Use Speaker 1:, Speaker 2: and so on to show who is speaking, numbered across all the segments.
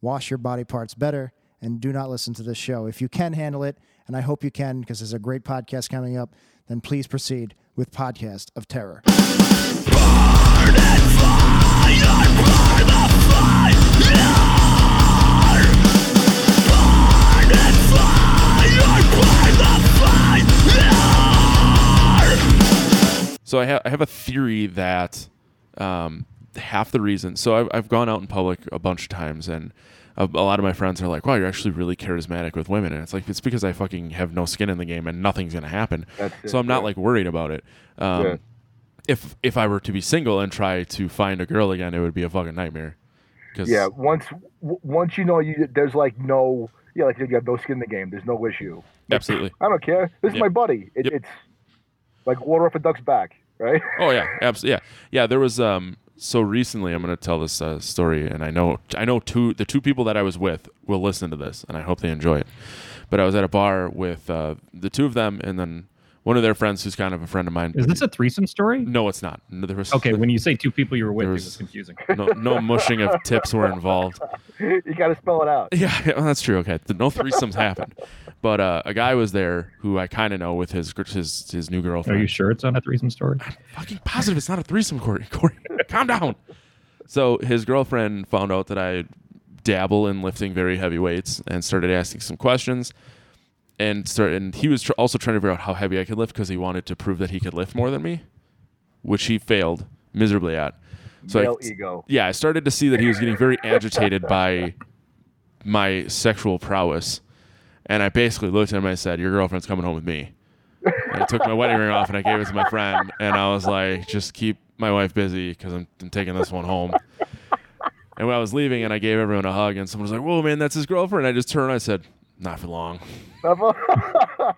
Speaker 1: wash your body parts better and do not listen to this show. If you can handle it, and I hope you can because there's a great podcast coming up, then please proceed with Podcast of Terror.
Speaker 2: So I, ha- I have a theory that um, half the reason. So I've, I've gone out in public a bunch of times, and a, a lot of my friends are like, "Wow, you're actually really charismatic with women," and it's like it's because I fucking have no skin in the game, and nothing's gonna happen.
Speaker 3: That's it,
Speaker 2: so I'm not
Speaker 3: yeah.
Speaker 2: like worried about it. Um,
Speaker 3: Yeah.
Speaker 2: If if I were to be single and try to find a girl again, it would be a fucking nightmare. 'Cause-
Speaker 3: Yeah, once w- once you know you, there's like no, yeah, like you got no skin in the game. There's no issue.
Speaker 2: absolutely.
Speaker 3: I don't care. This is
Speaker 2: Yep.
Speaker 3: my buddy. It,
Speaker 2: Yep.
Speaker 3: It's like water off a duck's back, right?
Speaker 2: Oh yeah, absolutely. Yeah, yeah. There was um. So recently, I'm going to tell this uh, story, and I know I know two the two people that I was with will listen to this, and I hope they enjoy it. But I was at a bar with uh, the two of them, and then one of their friends, who's kind of a friend of mine.
Speaker 4: Is this a threesome story?
Speaker 2: no, it's not. No, there was
Speaker 4: Okay, when you say two people you were with,
Speaker 2: There
Speaker 4: it
Speaker 2: was-
Speaker 4: was confusing.
Speaker 2: no, no mushing of tips were involved.
Speaker 3: you got to spell it out.
Speaker 2: Yeah, yeah, well, that's true. Okay, Th- no threesomes happened, but uh, a guy was there who I kind of know with his gr- his his new girlfriend.
Speaker 4: Are you sure it's not a threesome story?
Speaker 2: fucking positive it's not a threesome, Corey. Corey, calm down. So his girlfriend found out that I dabble in lifting very heavy weights and started asking some questions. And start, and he was tr- also trying to figure out how heavy I could lift because he wanted to prove that he could lift more than me, which he failed miserably at. So I-
Speaker 3: Male ego.
Speaker 2: yeah, I started to see that he was getting very agitated by my sexual prowess. And I basically looked at him and I said, Your girlfriend's coming home with me. And I took my wedding ring off and I gave it to my friend. And I was like, Just keep my wife busy because I'm, I'm taking this one home. And when I was leaving and I gave everyone a hug, and someone was like, Whoa, man, that's his girlfriend. I just turned and I said, Not for long.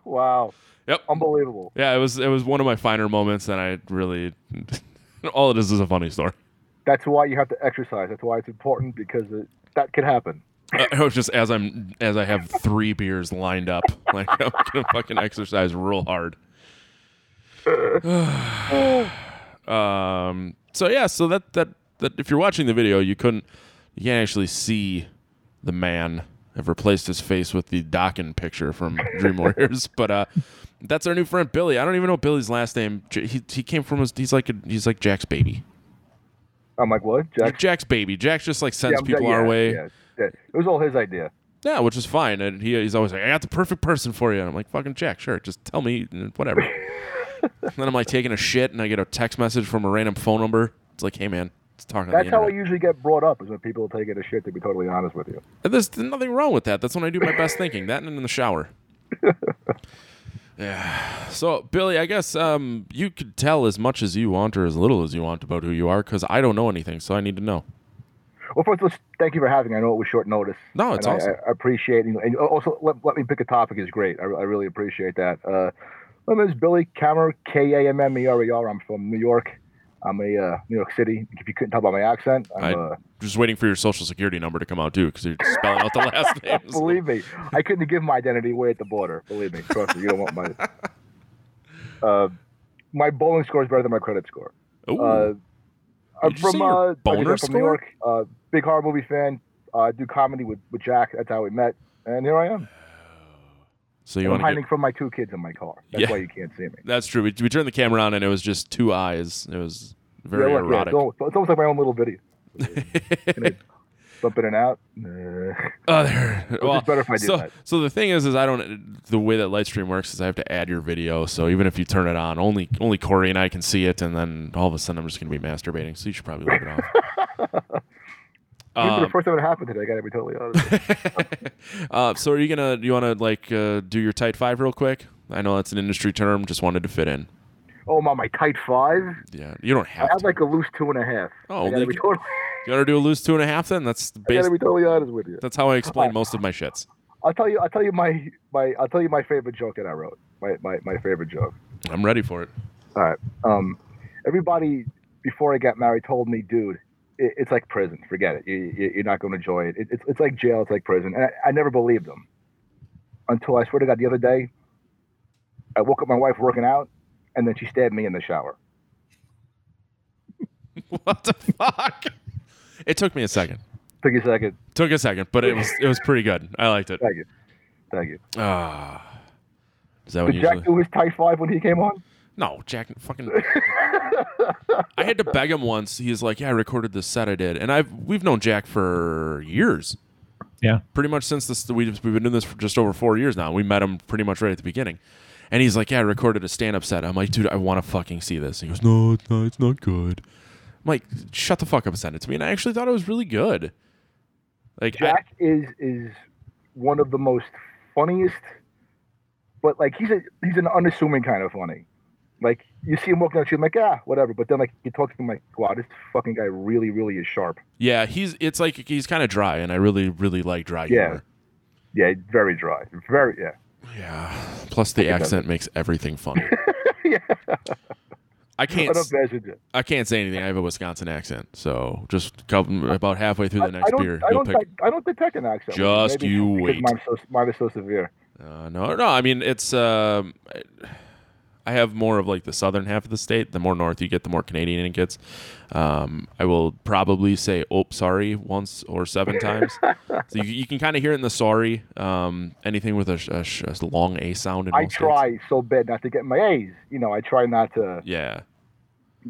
Speaker 3: wow.
Speaker 2: Yep.
Speaker 3: Um, Unbelievable.
Speaker 2: Yeah, it was it was one of my finer moments, and I really all it is is a funny story.
Speaker 3: That's why you have to exercise. That's why it's important because it, that could happen.
Speaker 2: Uh, it was just as I'm as I have three beers lined up, like I'm gonna fucking exercise real hard. um. So yeah. So that that that if you're watching the video, you couldn't you can't actually see the man. I've replaced his face with the Dokken picture from Dream Warriors, but uh, that's our new friend Billy. I don't even know Billy's last name. J- He, he came from his, he's like a, he's like Jack's baby.
Speaker 3: I'm like, what? Jack?
Speaker 2: Jack's baby. Jack just like sends
Speaker 3: I'm-
Speaker 2: people our
Speaker 3: yeah,
Speaker 2: way.
Speaker 3: yeah, yeah. It was all his idea.
Speaker 2: Yeah, which is fine. And he, he's always like, I got the perfect person for you. And I'm like, fucking Jack, sure. Just tell me, and whatever. and then I'm like taking a shit and I get a text message from a random phone number. It's like, hey, man, it's talking on
Speaker 3: That's
Speaker 2: the
Speaker 3: how I
Speaker 2: internet.
Speaker 3: usually get brought up is when people take it a shit. To be totally honest with you,
Speaker 2: And There's nothing wrong with that. That's when I do my best thinking, that and in the shower. yeah. So, Billy, I guess um, you could tell as much as you want or as little as you want about who you are because I don't know anything, so I need to know.
Speaker 3: Well, first, let's thank you for having. me. I know it was short notice.
Speaker 2: No, it's
Speaker 3: and I-
Speaker 2: awesome.
Speaker 3: I, I appreciate it. And also, let, let me pick a topic is great. I, I really appreciate that. Uh, my name is Billy Kammer, K A M M E R E R. I'm from New York. I'm a uh, New York City. If you couldn't tell by my accent, I'm,
Speaker 2: I-
Speaker 3: uh,
Speaker 2: Just waiting for your social security number to come out, too, because you're spelling out the last names.
Speaker 3: believe me, I couldn't give my identity away at the border. Believe me, trust me, you don't want my. Uh, my bowling score is better than my credit score.
Speaker 2: Ooh.
Speaker 3: Uh, I'm
Speaker 2: Did you
Speaker 3: from
Speaker 2: say your
Speaker 3: uh, like I said,
Speaker 2: boner
Speaker 3: from New York. Uh, big horror movie fan. Uh, I do comedy with, with Jack. That's how we met, and here I am.
Speaker 2: so you
Speaker 3: I'm
Speaker 2: want to
Speaker 3: hiding from my two kids in my car. That's
Speaker 2: Yeah.
Speaker 3: why you can't see me.
Speaker 2: That's true. We, we turned the camera on and it was just two eyes. It was very
Speaker 3: Yeah, like- yeah,
Speaker 2: erotic.
Speaker 3: it's, almost, it's almost like my own little video. And it- Bump in and out. Uh,
Speaker 2: oh, there. Well,
Speaker 3: better if I did
Speaker 2: so,
Speaker 3: that.
Speaker 2: so the thing is, is I don't. The way that Lightstream works is I have to add your video. So even if you turn it on, only only Corey and I can see it, and then all of a sudden I'm just gonna be masturbating. So you should probably leave it off.
Speaker 3: this is the
Speaker 2: Um,
Speaker 3: first time it happened today. I got to be totally honest.
Speaker 2: uh, so are you gonna? You want to like uh, do your tight five real quick? I know that's an industry term. Just wanted to fit in.
Speaker 3: Oh my, my tight five.
Speaker 2: Yeah, you don't
Speaker 3: I
Speaker 2: have
Speaker 3: had
Speaker 2: to.
Speaker 3: like a loose two and a half.
Speaker 2: Uh, Oh,
Speaker 3: I gotta
Speaker 2: they
Speaker 3: be
Speaker 2: can-
Speaker 3: totally,
Speaker 2: you gotta do a loose two and a half. Then that's the
Speaker 3: I
Speaker 2: base.
Speaker 3: gotta be totally honest with you.
Speaker 2: That's how I explain most of my shits.
Speaker 3: I'll tell you. I'll tell you my my. I'll tell you my favorite joke that I wrote. My my, my favorite joke.
Speaker 2: I'm ready for it.
Speaker 3: um, everybody before I got married told me, dude, it, it's like prison. Forget it. You, you, you're not going to enjoy it. it. It's it's like jail. It's like prison. And I, I never believed them until I swear to God the other day, I woke up my wife working out, and then she stabbed me in the shower.
Speaker 2: What the fuck? It took me a second.
Speaker 3: Took you a second.
Speaker 2: Took a second, but it was it was pretty good. I liked it.
Speaker 3: Thank you. Thank you.
Speaker 2: Ah, is that what
Speaker 3: Did
Speaker 2: usually?
Speaker 3: Jack do his tight five when he came on?
Speaker 2: No, Jack fucking I had to beg him once. He's like, "Yeah, I recorded this set I did." And I've we've known Jack for years.
Speaker 4: Yeah.
Speaker 2: Pretty much since this we have been doing this for just over 4 years now. We met him pretty much right at the beginning. And he's like, "Yeah, I recorded a stand-up set." I'm like, "Dude, I want to fucking see this." He goes, "No, it's not, it's not good." I'm like, "Shut the fuck up and send it to me." And I actually thought it was really good. Like I-
Speaker 3: Jack is is one of the most funniest, but like he's a he's an unassuming kind of funny. Like you see him walking down the street, I'm like ah whatever, but then like you talk to him like wow this fucking guy really really is sharp.
Speaker 2: yeah, he's it's like he's kind of dry and I really really like dry
Speaker 3: Yeah.
Speaker 2: humor.
Speaker 3: Yeah, very dry, very yeah.
Speaker 2: Yeah. Plus the
Speaker 3: about
Speaker 2: accent makes everything funny.
Speaker 3: Yeah.
Speaker 2: I
Speaker 3: I
Speaker 2: can't
Speaker 3: don't imagine it.
Speaker 2: I can't say anything. I have a Wisconsin accent, so just come about halfway through the
Speaker 3: I, I
Speaker 2: next
Speaker 3: don't
Speaker 2: beer,
Speaker 3: I
Speaker 2: you'll
Speaker 3: don't
Speaker 2: pick.
Speaker 3: I, I don't detect an accent.
Speaker 2: Just
Speaker 3: Maybe
Speaker 2: you
Speaker 3: because
Speaker 2: wait.
Speaker 3: Mine so mine is so severe.
Speaker 2: Uh, no, no. I mean, it's um, I have more of like the southern half of the state. The more north you get, the more Canadian it gets. Um, I will probably say "ope sorry" once or seven times. so you, you can kind of hear it in the "sorry." Um, anything with a, sh- a, sh- a long a sound. In
Speaker 3: I
Speaker 2: most states.
Speaker 3: try so bad not to get my A's. You know, I try not to.
Speaker 2: Yeah.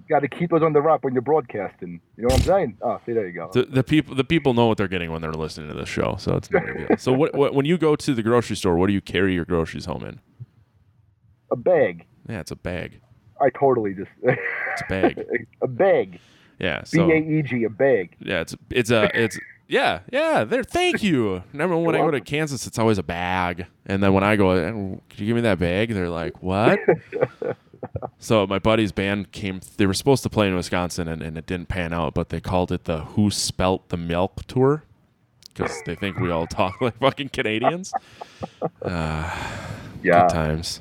Speaker 3: Got to keep those on the wrap when you're broadcasting. You know what I'm saying? Oh, see there you go.
Speaker 2: The, the people the people know what they're getting when they're listening to this show, so it's no big deal. So what, what when you go to the grocery store, what do you carry your groceries home in?
Speaker 3: A bag.
Speaker 2: Yeah, it's a bag.
Speaker 3: I totally just
Speaker 2: It's a bag.
Speaker 3: a bag.
Speaker 2: Yeah.
Speaker 3: B
Speaker 2: So
Speaker 3: A E G a bag.
Speaker 2: yeah, it's it's a it's yeah yeah. There. Thank you. Remember when I go to Kansas, it's always a bag, and then when I go, "Eh, could you give me that bag? They're like, what? so my buddy's band came. They were supposed to play in Wisconsin, and, and it didn't pan out. But they called it the Who Spelt the Milk Tour. Because they think we all talk like fucking Canadians.
Speaker 3: Yeah.
Speaker 2: Good times.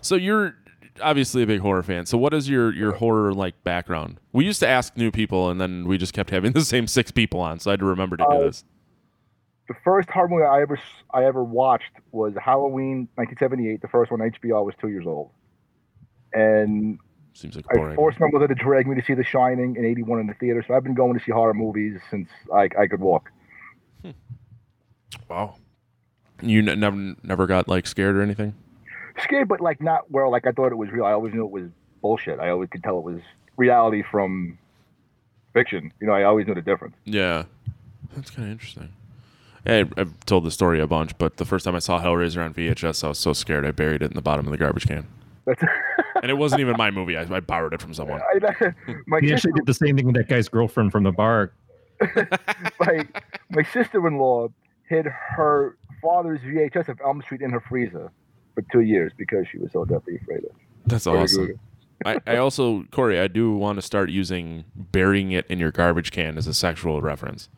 Speaker 2: So you're obviously a big horror fan. So what is your your horror like background? We used to ask new people, and then we just kept having the same six people on. So I had to remember to
Speaker 3: Oh.
Speaker 2: do this.
Speaker 3: The first horror movie I ever s- I ever watched was Halloween 1978. The first one HBO. I was two years old, and
Speaker 2: Seems like a
Speaker 3: I
Speaker 2: boring.
Speaker 3: forced my mother to drag me to see The Shining in '81 in the theater. So I've been going to see horror movies since I, I could walk.
Speaker 2: Wow. You n- never never got like scared or anything.
Speaker 3: Scared, but like not where like I thought it was real. I always knew it was bullshit. I always could tell it was reality from fiction. You know, I always knew the difference.
Speaker 2: Yeah, that's kind of interesting. I, I've told the story a bunch, but the first time I saw Hellraiser on VHS, I was so scared I buried it in the bottom of the garbage can.
Speaker 3: That's
Speaker 2: And it wasn't even my movie. I, I borrowed it from someone.
Speaker 3: I, my
Speaker 4: He
Speaker 3: sister
Speaker 4: actually did the same thing with that guy's girlfriend from the bar.
Speaker 3: my my sister-in-law hid her father's VHS of Elm Street in her freezer for two years because she was so deathly afraid of.
Speaker 2: That's
Speaker 3: Very
Speaker 2: awesome.
Speaker 3: good.
Speaker 2: I, I also, Corey, I do want to start using burying it in your garbage can as a sexual reference.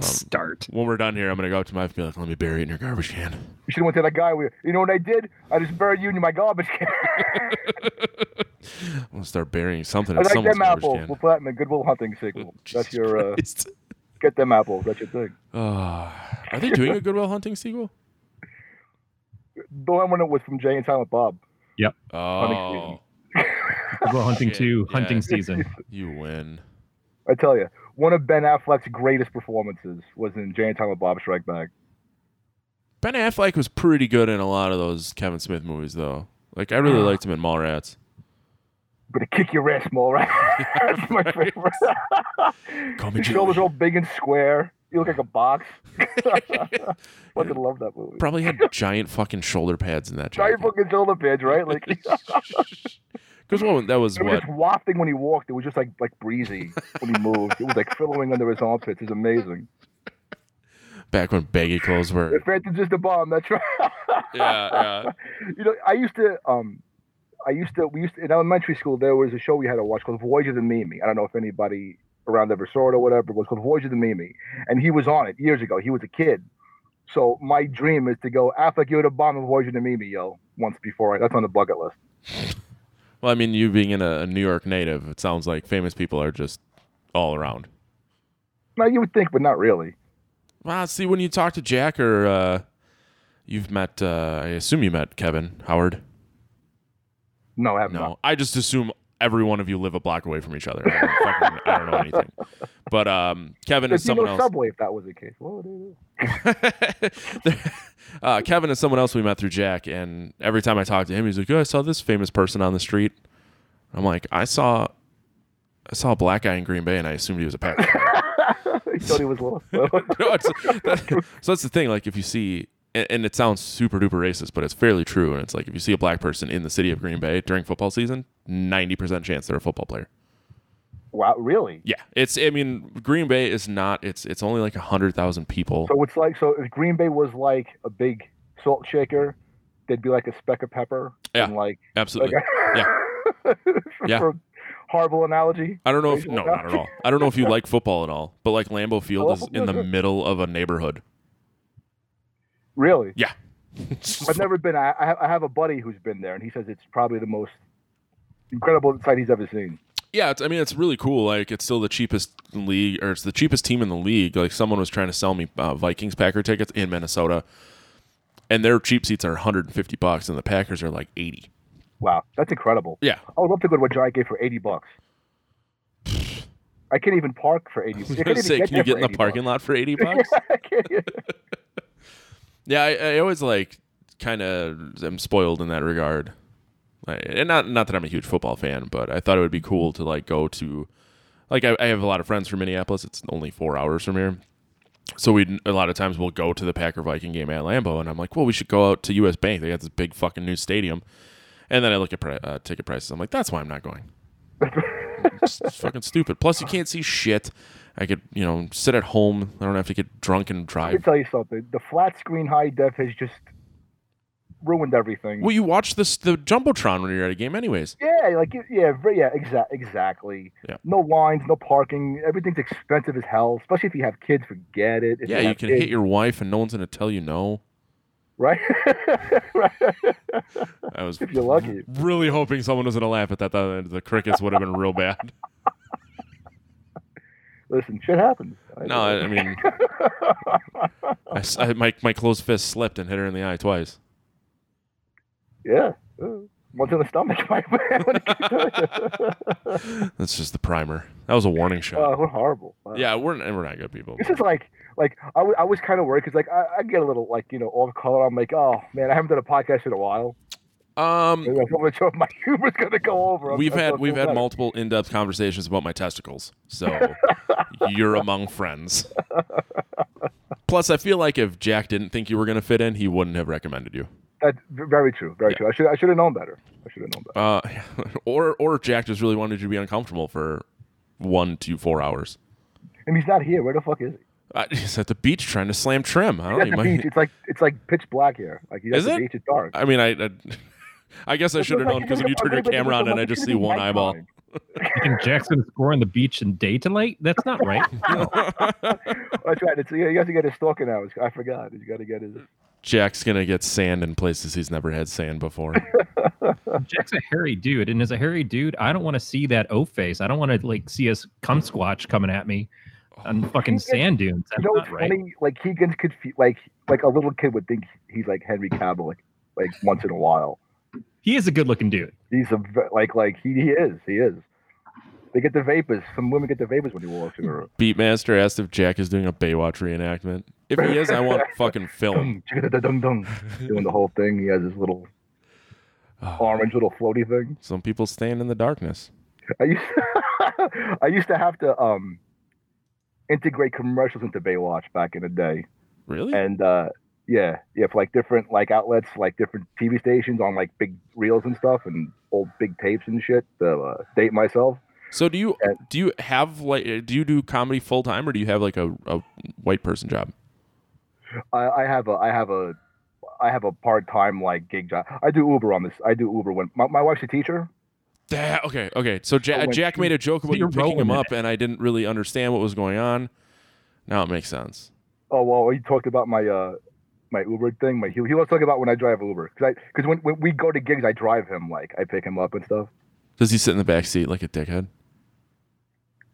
Speaker 2: So um,
Speaker 4: Start.
Speaker 2: when we're done here, I'm going to go up to my wife and be like, let me bury it in your garbage can.
Speaker 3: You should have went to that guy. With, you know what I did? I just buried you in my garbage can.
Speaker 2: I'm going to start burying something
Speaker 3: I
Speaker 2: in
Speaker 3: like
Speaker 2: someone's
Speaker 3: them
Speaker 2: garbage
Speaker 3: apples.
Speaker 2: can.
Speaker 3: We'll put that in the Goodwill Hunting sequel. That's
Speaker 2: Jesus
Speaker 3: your uh,
Speaker 2: Christ.
Speaker 3: get them apples. That's your thing.
Speaker 2: Ah, are they doing a Goodwill Hunting sequel?
Speaker 3: The one when it was from Jay and Silent Bob.
Speaker 2: Oh,
Speaker 4: Well, hunting
Speaker 2: Shit,
Speaker 4: two,
Speaker 2: yeah.
Speaker 4: hunting season.
Speaker 2: you win.
Speaker 3: I tell you, one of Ben Affleck's greatest performances was in Jay and Silent Bob Strike Back.
Speaker 2: Ben Affleck was pretty good in a lot of those Kevin Smith movies, though. Like, I
Speaker 3: Ah.
Speaker 2: really liked him in Mallrats.
Speaker 3: gonna kick your ass, Mole Rat. That's my favorite.
Speaker 2: Call me
Speaker 3: Your shoulders
Speaker 2: Joey.
Speaker 3: all big and square. You look like a box. Fucking love that movie.
Speaker 2: Probably had giant fucking shoulder pads in that
Speaker 3: Giant
Speaker 2: jacket.
Speaker 3: fucking shoulder pads, right? Like it
Speaker 2: Because what that was
Speaker 3: was
Speaker 2: what
Speaker 3: just wafting when he walked. It was just like like breezy when he moved. It was like flowing under his armpits. It's amazing.
Speaker 2: back when baggy clothes were.
Speaker 3: If that's just a bomb, that's right.
Speaker 2: yeah, yeah.
Speaker 3: you know, I used to um I used to, we used to, in elementary school, there was a show we had to watch called Voyage of the Mimi. I don't know if anybody around ever saw it or whatever. It was called Voyage of the Mimi. And he was on it years ago. He was a kid. So my dream is to go Affleck Yoda bomb of Voyage of the Mimi, yo, once before. I, that's on the bucket list.
Speaker 2: Well, I mean, you being in a, a New York native, it sounds like famous people are just all around.
Speaker 3: Now, you would think, but not really.
Speaker 2: Well, see, when you talk to Jack or uh, you've met, uh, I assume you met Kevin Howard.
Speaker 3: No, I have not.
Speaker 2: No, I just assume every one of you live a block away from each other. I don't, fucking, I don't know anything. But um, Kevin
Speaker 3: There's
Speaker 2: is someone
Speaker 3: no
Speaker 2: else.
Speaker 3: subway if that was the case. What would it be?
Speaker 2: uh, Kevin is someone else we met through Jack, and every time I talk to him, he's like, "Oh, I saw this famous person on the street." I'm like, "I saw, I saw a black guy in Green Bay, and I assumed he was a Packer."
Speaker 3: he thought he was lost. So.
Speaker 2: No, it's- that- so that's the thing. Like, if you see, and, and it sounds super duper racist, but it's fairly true. And it's like if you see a black person in the city of Green Bay during football season, ninety percent chance they're a football player.
Speaker 3: wow, really?
Speaker 2: Yeah, it's. I mean, Green Bay is not. It's. It's only like hundred thousand people.
Speaker 3: So it's like, so if Green Bay was like a big salt shaker, there'd be like a speck of pepper.
Speaker 2: Yeah.
Speaker 3: And like,
Speaker 2: Absolutely.
Speaker 3: yeah. for,
Speaker 2: Yeah.
Speaker 3: for horrible analogy.
Speaker 2: I don't know if
Speaker 3: Rachel
Speaker 2: no,
Speaker 3: Ray.
Speaker 2: not at all. I don't know if you like football at all, but like Lambeau Field is in the middle of a neighborhood.
Speaker 3: Really?
Speaker 2: Yeah.
Speaker 3: I've never been. I, I have- I have a buddy who's been there, and he says it's probably the most incredible sight he's ever seen.
Speaker 2: Yeah, it's, I mean it's really cool. Like it's still the cheapest league, or it's the cheapest team in the league. Like someone was trying to sell me uh, Vikings Packer tickets in Minnesota, and their cheap seats are 150 bucks, and the Packers are like 80.
Speaker 3: Wow, that's incredible.
Speaker 2: Yeah,
Speaker 3: I would love to go to a Giant game for eighty bucks. I can't even park for eighty.
Speaker 2: I was gonna say, can you get in the parking lot for 80 bucks? Yeah, I, I always like kind of am spoiled in that regard. Like, and not not that I'm a huge football fan, but I thought it would be cool to like go to, like I, I have a lot of friends from Minneapolis. It's only four hours from here, so we a lot of times we'll go to the Packer Viking game at Lambeau, and I'm like, well, we should go out to U.S. Bank. They got this big fucking new stadium, and then I look at pri- uh, ticket prices. I'm like, that's why I'm not going. it's fucking stupid. Plus, you can't see shit. I could, you know, sit at home. I don't have to get drunk and
Speaker 3: Let me
Speaker 2: drive.
Speaker 3: tell you something. The flat screen high def has just ruined everything.
Speaker 2: Well, you watch this the jumbotron when you're at a game, anyways.
Speaker 3: yeah, like you- yeah, very- yeah, exa- exactly.
Speaker 2: Yeah.
Speaker 3: No lines, no parking. Everything's expensive as hell, especially if you have kids. Forget it. If
Speaker 2: yeah, you
Speaker 3: have
Speaker 2: can
Speaker 3: kids,
Speaker 2: hit your wife, and no one's gonna tell you no.
Speaker 3: right. right.
Speaker 2: I was
Speaker 3: If you're lucky.
Speaker 2: really hoping someone was gonna laugh at that. The, the crickets would have been real bad.
Speaker 3: Listen, shit happens.
Speaker 2: No, I, I mean, I s I my my closed fist slipped and hit her in the eye twice.
Speaker 3: Yeah. Uh, Once in the stomach, my man. What can I tell you?
Speaker 2: That's just the primer. That was a warning shot.
Speaker 3: Oh, we're horrible. Wow.
Speaker 2: yeah, we're n- we're not good people.
Speaker 3: This is like, like I, w- I was kind of worried because like I, I get a little like you know off color. I'm like, oh man, I haven't done a podcast in a while.
Speaker 2: Um,
Speaker 3: I'm not sure if my humor's gonna go over. I'm-
Speaker 2: we've
Speaker 3: I'm
Speaker 2: had
Speaker 3: feeling
Speaker 2: we've had
Speaker 3: better.
Speaker 2: multiple in-depth conversations about my testicles so you're among friends plus i feel like if jack didn't think you were going to fit in he wouldn't have recommended you
Speaker 3: That's v- very true. Very
Speaker 2: Yeah.
Speaker 3: true. I should I should have known better. I should have known better.
Speaker 2: uh, or or jack just really wanted you to be uncomfortable for one to four hours
Speaker 3: And he's not here. Where the fuck is he?
Speaker 2: I, he's at the beach trying to slam trim i
Speaker 3: He's
Speaker 2: don't
Speaker 3: at the
Speaker 2: know, Oh, he might-
Speaker 3: beach. It's like it's like pitch black here. Like he's
Speaker 2: Is
Speaker 3: at the
Speaker 2: it?
Speaker 3: beach. It's dark.
Speaker 2: i mean i, I I guess I should have
Speaker 3: Like,
Speaker 2: known because
Speaker 3: it's
Speaker 2: when you
Speaker 3: like-
Speaker 2: turn your
Speaker 3: like, it's
Speaker 2: camera on
Speaker 3: like-
Speaker 2: and I
Speaker 3: it's
Speaker 2: just
Speaker 3: like
Speaker 2: see one
Speaker 3: nighttime.
Speaker 2: eyeball.
Speaker 4: You think Jack's gonna score on the beach in daylight? That's not right.
Speaker 3: That's right. It's, you got to get his stalking hours. I forgot. You got to get his.
Speaker 2: Jack's gonna get sand in places he's never had sand before.
Speaker 4: Jack's a hairy dude, and as a hairy dude, I don't want to see that O face. I don't want to like see us cum squatch coming at me on fucking sand dunes.
Speaker 3: Oh
Speaker 4: That's
Speaker 3: you know what's
Speaker 4: not right.
Speaker 3: funny? Like Keegan's confused. Like like a little kid would think he's like Henry Cavill. Like, like once in a while,
Speaker 4: He is a good looking dude.
Speaker 3: he's a ve- like like he, he is he is. They get the vapors. Some women get the vapors when he walks in the room.
Speaker 2: Beatmaster asked if Jack is doing a Baywatch reenactment. If he is, I want fucking film.
Speaker 3: Dung, chicka da dung dung, doing the whole thing. He has his little
Speaker 4: Ah.
Speaker 3: orange little floaty thing.
Speaker 2: Some people stand in the darkness.
Speaker 3: I used I used to have to um integrate commercials into Baywatch back in the day.
Speaker 2: Really?
Speaker 3: and uh yeah yeah for like different like outlets like different tv stations on like big reels and stuff and old big tapes and shit to uh, date myself
Speaker 2: So do you
Speaker 3: and-
Speaker 2: do you have like uh, do you do comedy full time or do you have like a, a white person job?
Speaker 3: i, I have a i have a I have a part time like gig job. I do Uber on this. I do Uber when my, my wife's a teacher.
Speaker 2: Da- okay, okay. So
Speaker 3: Oh
Speaker 2: Jack,
Speaker 3: my
Speaker 2: Jack made a joke about you
Speaker 4: you're
Speaker 2: picking him
Speaker 4: rolling
Speaker 2: up, and I didn't really understand what was going on. Now it makes sense.
Speaker 3: Oh well, he talked about my uh my Uber thing. My he, he was talking about when I drive Uber because I because when, when we go to gigs, I drive him. Like I pick him up and stuff.
Speaker 2: Does he sit in the back seat like a dickhead?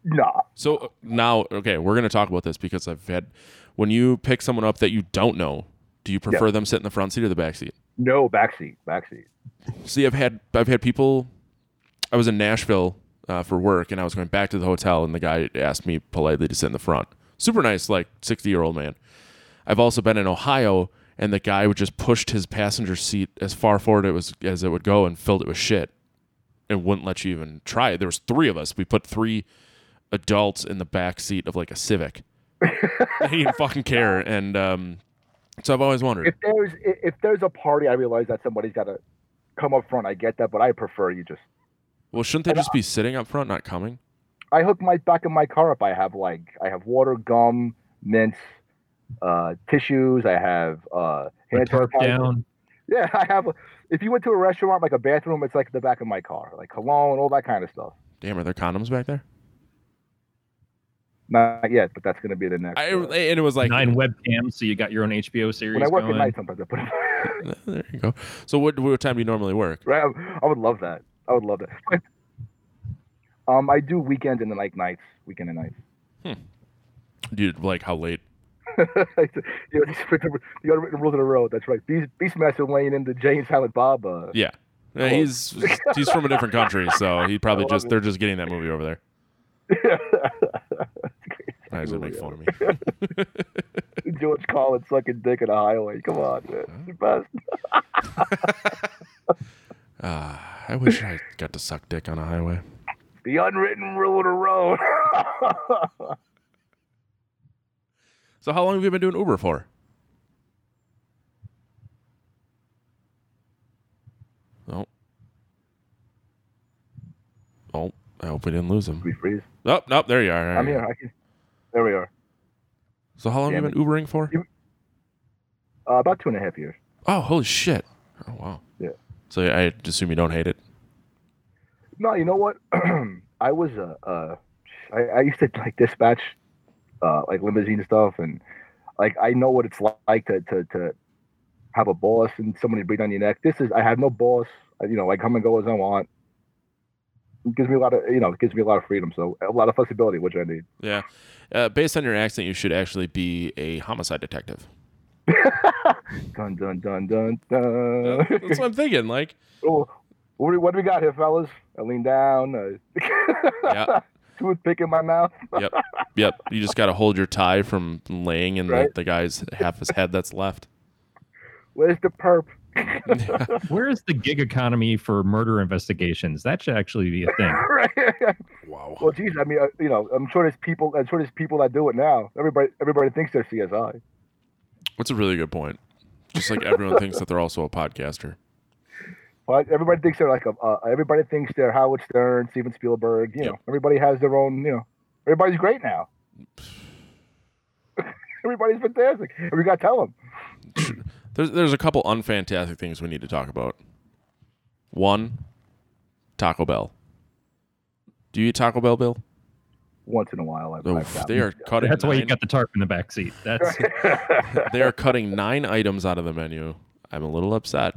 Speaker 3: Nah,
Speaker 2: So uh, now, okay, we're gonna talk about this because I've had when you pick someone up that you don't know, do you prefer them sit in the front seat or the back seat?
Speaker 3: no backseat, backseat.
Speaker 2: See, I've had I've had people. I was in Nashville uh, for work, and I was going back to the hotel, and the guy asked me politely to sit in the front. Super nice, like sixty year old man. I've also been in Ohio, and the guy would just pushed his passenger seat as far forward it was as it would go, and filled it with shit, and wouldn't let you even try it. There was three of us. We put three adults in the back seat of like a Civic. And he didn't fucking care, and um, so I've always wondered.
Speaker 3: If there's i- if there's a party, I realize that somebody's got to come up front. I get that, but I prefer you just.
Speaker 2: Well, shouldn't they just be sitting up front, not coming?
Speaker 3: I hook my back of my car up. I have like I have water, gum, mints, uh, tissues. I have uh, hand
Speaker 4: tarp
Speaker 3: sanitizer.
Speaker 4: down.
Speaker 3: Yeah, I have. If you went to a restaurant, like a bathroom, it's like the back of my car, like cologne, all that kind of stuff.
Speaker 2: Damn, are there condoms back there?
Speaker 3: Not yet, but that's gonna be the next.
Speaker 2: I,
Speaker 3: uh,
Speaker 2: and it was like
Speaker 4: Nine webcams, so you got your own HBO series
Speaker 3: when I work
Speaker 4: going.
Speaker 3: at night, sometimes I put. it-
Speaker 2: There you go. So what, what time do you normally work?
Speaker 3: right, I- I would love that. I would love that. Um, I do weekends and then like nights, weekend and nights.
Speaker 2: Dude, like how late?
Speaker 3: you know, the unwritten rules of the road. That's right. Beast, Beastmaster laying into Jane Silent Bob. Uh,
Speaker 2: Yeah. Uh,
Speaker 3: Hello.
Speaker 2: He's he's from a different country, so he probably
Speaker 3: love
Speaker 2: just
Speaker 3: it.
Speaker 2: they're just getting that movie over there. I just
Speaker 3: Really
Speaker 2: make fun of me.
Speaker 3: George Collins sucking dick in a highway. Come on, man. It's the best.
Speaker 2: Uh, I wish I got to suck dick on a highway.
Speaker 3: The unwritten rule of the road.
Speaker 2: So how long have you been doing Uber for? Oh. Oh, I hope we didn't lose him.
Speaker 3: we freeze.
Speaker 2: Oh, nope, there you are.
Speaker 3: I'm here. I can... There we are.
Speaker 2: So how long have you
Speaker 3: Damn
Speaker 2: been Ubering for?
Speaker 3: Uh, about two and a half years.
Speaker 2: Oh, holy shit. Oh, wow.
Speaker 3: Yeah.
Speaker 2: So I assume you don't hate it.
Speaker 3: No, you know what? I was uh, uh, I, I used to like dispatch, uh, like limousine stuff, and like I know what it's like to to, to have a boss and somebody breathe on your neck. This is I have no boss. I, you know, I come and go as I want. It gives me a lot of you know, it gives me a lot of freedom, so a lot of flexibility, which I need.
Speaker 2: Yeah. Uh, based on your accent, you should actually be a homicide detective.
Speaker 3: Dun dun dun dun dun.
Speaker 2: That's what I'm thinking. Like,
Speaker 3: oh, what, do- what do we got here, fellas? I lean down, uh,
Speaker 2: yeah,
Speaker 3: toothpick in my mouth.
Speaker 2: yep, yep. You just got to hold your tie from laying in
Speaker 3: Right.
Speaker 2: the, the guy's half his head that's left.
Speaker 3: Where's the perp?
Speaker 4: Where is the gig economy for murder investigations? That should actually be a thing.
Speaker 3: right.
Speaker 2: Wow.
Speaker 3: Well, geez, I mean, uh, you know, I'm sure there's people. I'm sure there's people that do it now. Everybody, everybody thinks they're CSI.
Speaker 2: That's a really good point. Just like everyone thinks that they're also a podcaster.
Speaker 3: But everybody thinks they're like a. Uh, everybody thinks they're Howard Stern, Steven Spielberg. You
Speaker 2: Yep.
Speaker 3: know, everybody has their own. You know, everybody's great now. everybody's fantastic. And we got to tell them.
Speaker 2: There's there's a couple unfantastic things we need to talk about. One, Taco Bell. Do you eat Taco Bell, Bill?
Speaker 3: Once in a while, I've,
Speaker 2: Oh,
Speaker 3: I've got
Speaker 2: they are cutting.
Speaker 4: That's why you
Speaker 2: nine-
Speaker 4: got the tarp in the back seat. That's
Speaker 2: they are cutting nine items out of the menu. I'm a little upset,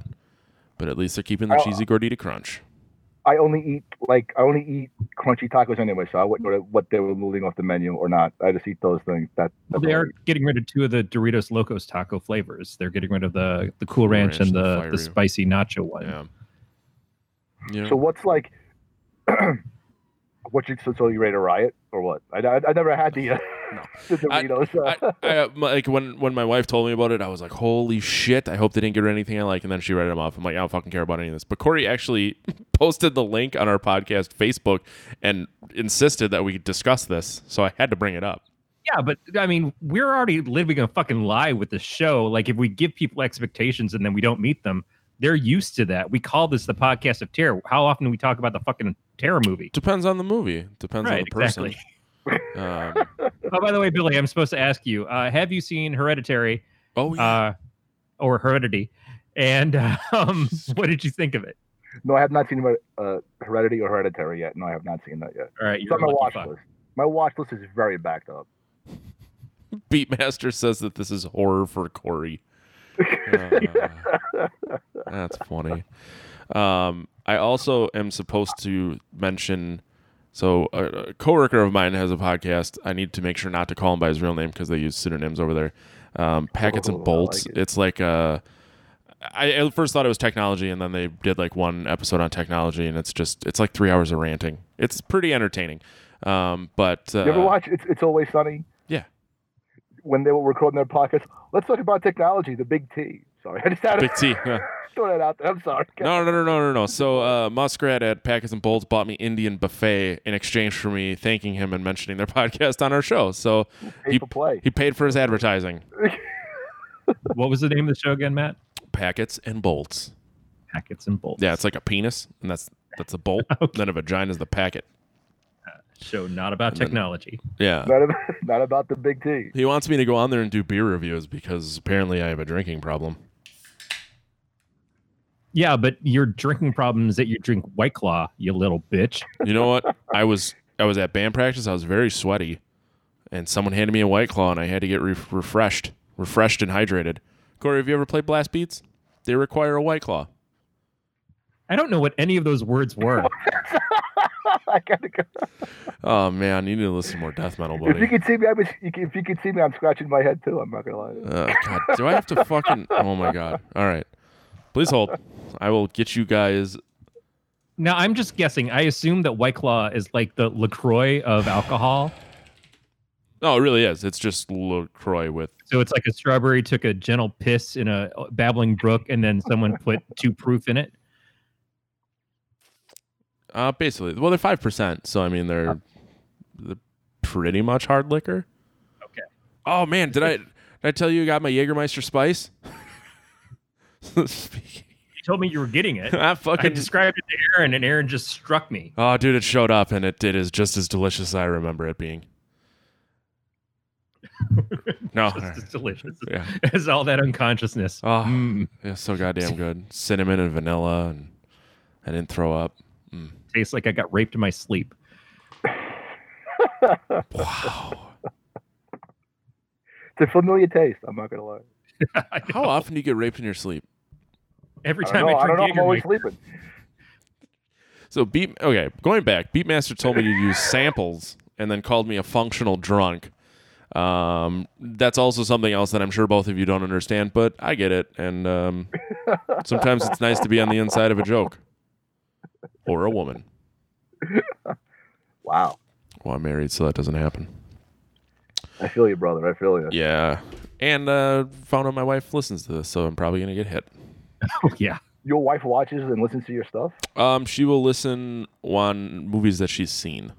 Speaker 2: but at least they're keeping the
Speaker 3: Oh.
Speaker 2: cheesy gordita crunch.
Speaker 3: I only eat like I only eat crunchy tacos anyway, so I wouldn't know what they were moving off the menu or not. I just eat those things. That
Speaker 4: well, they are getting rid of two of the Doritos Locos taco flavors. They're getting rid of the the Cool Ranch,
Speaker 2: Ranch,
Speaker 4: and
Speaker 2: the
Speaker 4: the,
Speaker 2: Fiery.
Speaker 4: the spicy nacho one.
Speaker 2: Yeah. Yeah.
Speaker 3: So what's like? what you so, so you ready to riot or what? I, I, I never had the, uh,
Speaker 2: No.
Speaker 3: the
Speaker 2: I-
Speaker 3: Doritos. uh,
Speaker 2: I, I, uh, my- like when when my wife told me about it, I was like, "Holy shit! I hope they didn't get rid of anything I like." And then she read them off. I'm like, "I don't fucking care about any of this." But Corey actually posted the link on our podcast Facebook and insisted that we discuss this, so I had to bring it up.
Speaker 4: Yeah, but I mean, we're already living a fucking lie with the show. Like, if we give people expectations and then we don't meet them, they're used to that. We call this the podcast of terror. How often do we talk about the fucking terror movie?
Speaker 2: Depends on the movie. Depends on
Speaker 4: Right,
Speaker 2: the person.
Speaker 4: exactly.
Speaker 2: Um,
Speaker 4: Oh, by the way, Billy, I'm supposed to ask you: uh, Have you seen Hereditary
Speaker 2: oh yeah.
Speaker 4: uh, or Heredity? And um, what did you think of it?
Speaker 3: No, I have not seen uh, Heredity or Hereditary yet. No, I have not seen that yet.
Speaker 4: All right,
Speaker 3: It's
Speaker 4: you're
Speaker 3: on my
Speaker 4: a lucky
Speaker 3: watch
Speaker 4: fuck.
Speaker 3: list. My watch list is very backed up.
Speaker 2: Beatmaster says that this is horror for Corey. Uh, that's funny. Um, I also am supposed to mention. So a, a coworker of mine has a podcast. I need to make sure not to call him by his real name because they use pseudonyms over there. Um, Packets
Speaker 3: Oh, I
Speaker 2: and bolts.
Speaker 3: like it.
Speaker 2: It's like uh, I I first thought it was technology, and then they did like one episode on technology, and it's just it's like three hours of ranting. It's pretty entertaining. Um, but uh,
Speaker 3: You ever watch It's It's Always Sunny?
Speaker 2: Yeah.
Speaker 3: When they were recording their podcast, let's talk about technology, the big T. Sorry, I just had to
Speaker 2: Big T. yeah.
Speaker 3: throw that out there. I'm sorry.
Speaker 2: No, no, no, no, no, no. So uh, Muskrat at Packets and Bolts bought me Indian buffet in exchange for me thanking him and mentioning their podcast on our show. So
Speaker 3: Pay
Speaker 2: he,
Speaker 3: for play.
Speaker 2: he paid for his advertising.
Speaker 4: What was the name of the show again, Matt?
Speaker 2: Packets and Bolts.
Speaker 4: Packets and bolts.
Speaker 2: Yeah, it's like a penis, and that's that's a bolt. Then a vagina is the packet.
Speaker 4: show not about
Speaker 2: then-
Speaker 4: technology.
Speaker 2: Yeah.
Speaker 3: Not about, not about the big T.
Speaker 2: He wants me to go on there and do beer reviews because apparently I have a drinking problem.
Speaker 4: Yeah, but your drinking problem is that you drink White Claw, you little bitch.
Speaker 2: You know what? I was I was at band practice. I was very sweaty, and someone handed me a white claw, and I had to get re- refreshed, refreshed and hydrated. Corey, have you ever played blast beats? They require a white claw.
Speaker 4: I don't know what any of those words were.
Speaker 3: I gotta go.
Speaker 2: Oh man, you need to listen to more death metal,
Speaker 3: If you
Speaker 2: buddy.
Speaker 3: could see me, I was, you can, if you could see me, I'm scratching my head too. I'm not gonna lie.
Speaker 2: Uh, god, do I have to fucking? Oh my god. All right, please hold. I will get you guys.
Speaker 4: now I'm just guessing. I assume that White Claw is like the Lacroix of alcohol.
Speaker 2: No, oh, it really is. It's just Lacroix with.
Speaker 4: So it's like a strawberry took a gentle piss in a uh, babbling brook, and then someone put two proof in it.
Speaker 2: Uh, basically, well, they're five percent, so I mean they're, they're pretty much hard liquor.
Speaker 4: Okay.
Speaker 2: Oh man, did I did I tell you I got my Jägermeister spice? Speaking,
Speaker 4: You told me you were getting it.
Speaker 2: I
Speaker 4: I
Speaker 2: fucking.
Speaker 4: described it to Aaron, and Aaron just struck me.
Speaker 2: oh, dude, it showed up and it, it is just as delicious as I remember it being. no. Oh, all right.
Speaker 4: It's delicious.
Speaker 2: Yeah.
Speaker 4: It's all that unconsciousness.
Speaker 2: Oh,
Speaker 4: Mm,
Speaker 2: yeah, so goddamn good. Cinnamon and vanilla, and I didn't throw up.
Speaker 4: tastes like I got raped in my sleep.
Speaker 2: Wow.
Speaker 3: It's a familiar taste. I'm not gonna lie.
Speaker 4: I
Speaker 2: How often do you get raped in your sleep?
Speaker 4: Every
Speaker 3: I
Speaker 4: time
Speaker 3: don't know.
Speaker 4: I
Speaker 3: I don't
Speaker 4: drink
Speaker 3: know. I'm always
Speaker 4: Jägermeister,
Speaker 3: sleeping.
Speaker 2: So beat okay, going back, Beatmaster told me to use samples and then called me a functional drunk. Um, that's also something else that I'm sure both of you don't understand, but I get it. And um, sometimes it's nice to be on the inside of a joke or a woman.
Speaker 3: Wow.
Speaker 2: Well, I'm married, so that doesn't happen.
Speaker 3: I feel you, brother. I feel you.
Speaker 2: Yeah, and uh, found out my wife listens to this, so I'm probably gonna get hit.
Speaker 4: yeah.
Speaker 3: Your wife watches and listens to your stuff.
Speaker 2: Um, she will listen on movies that she's seen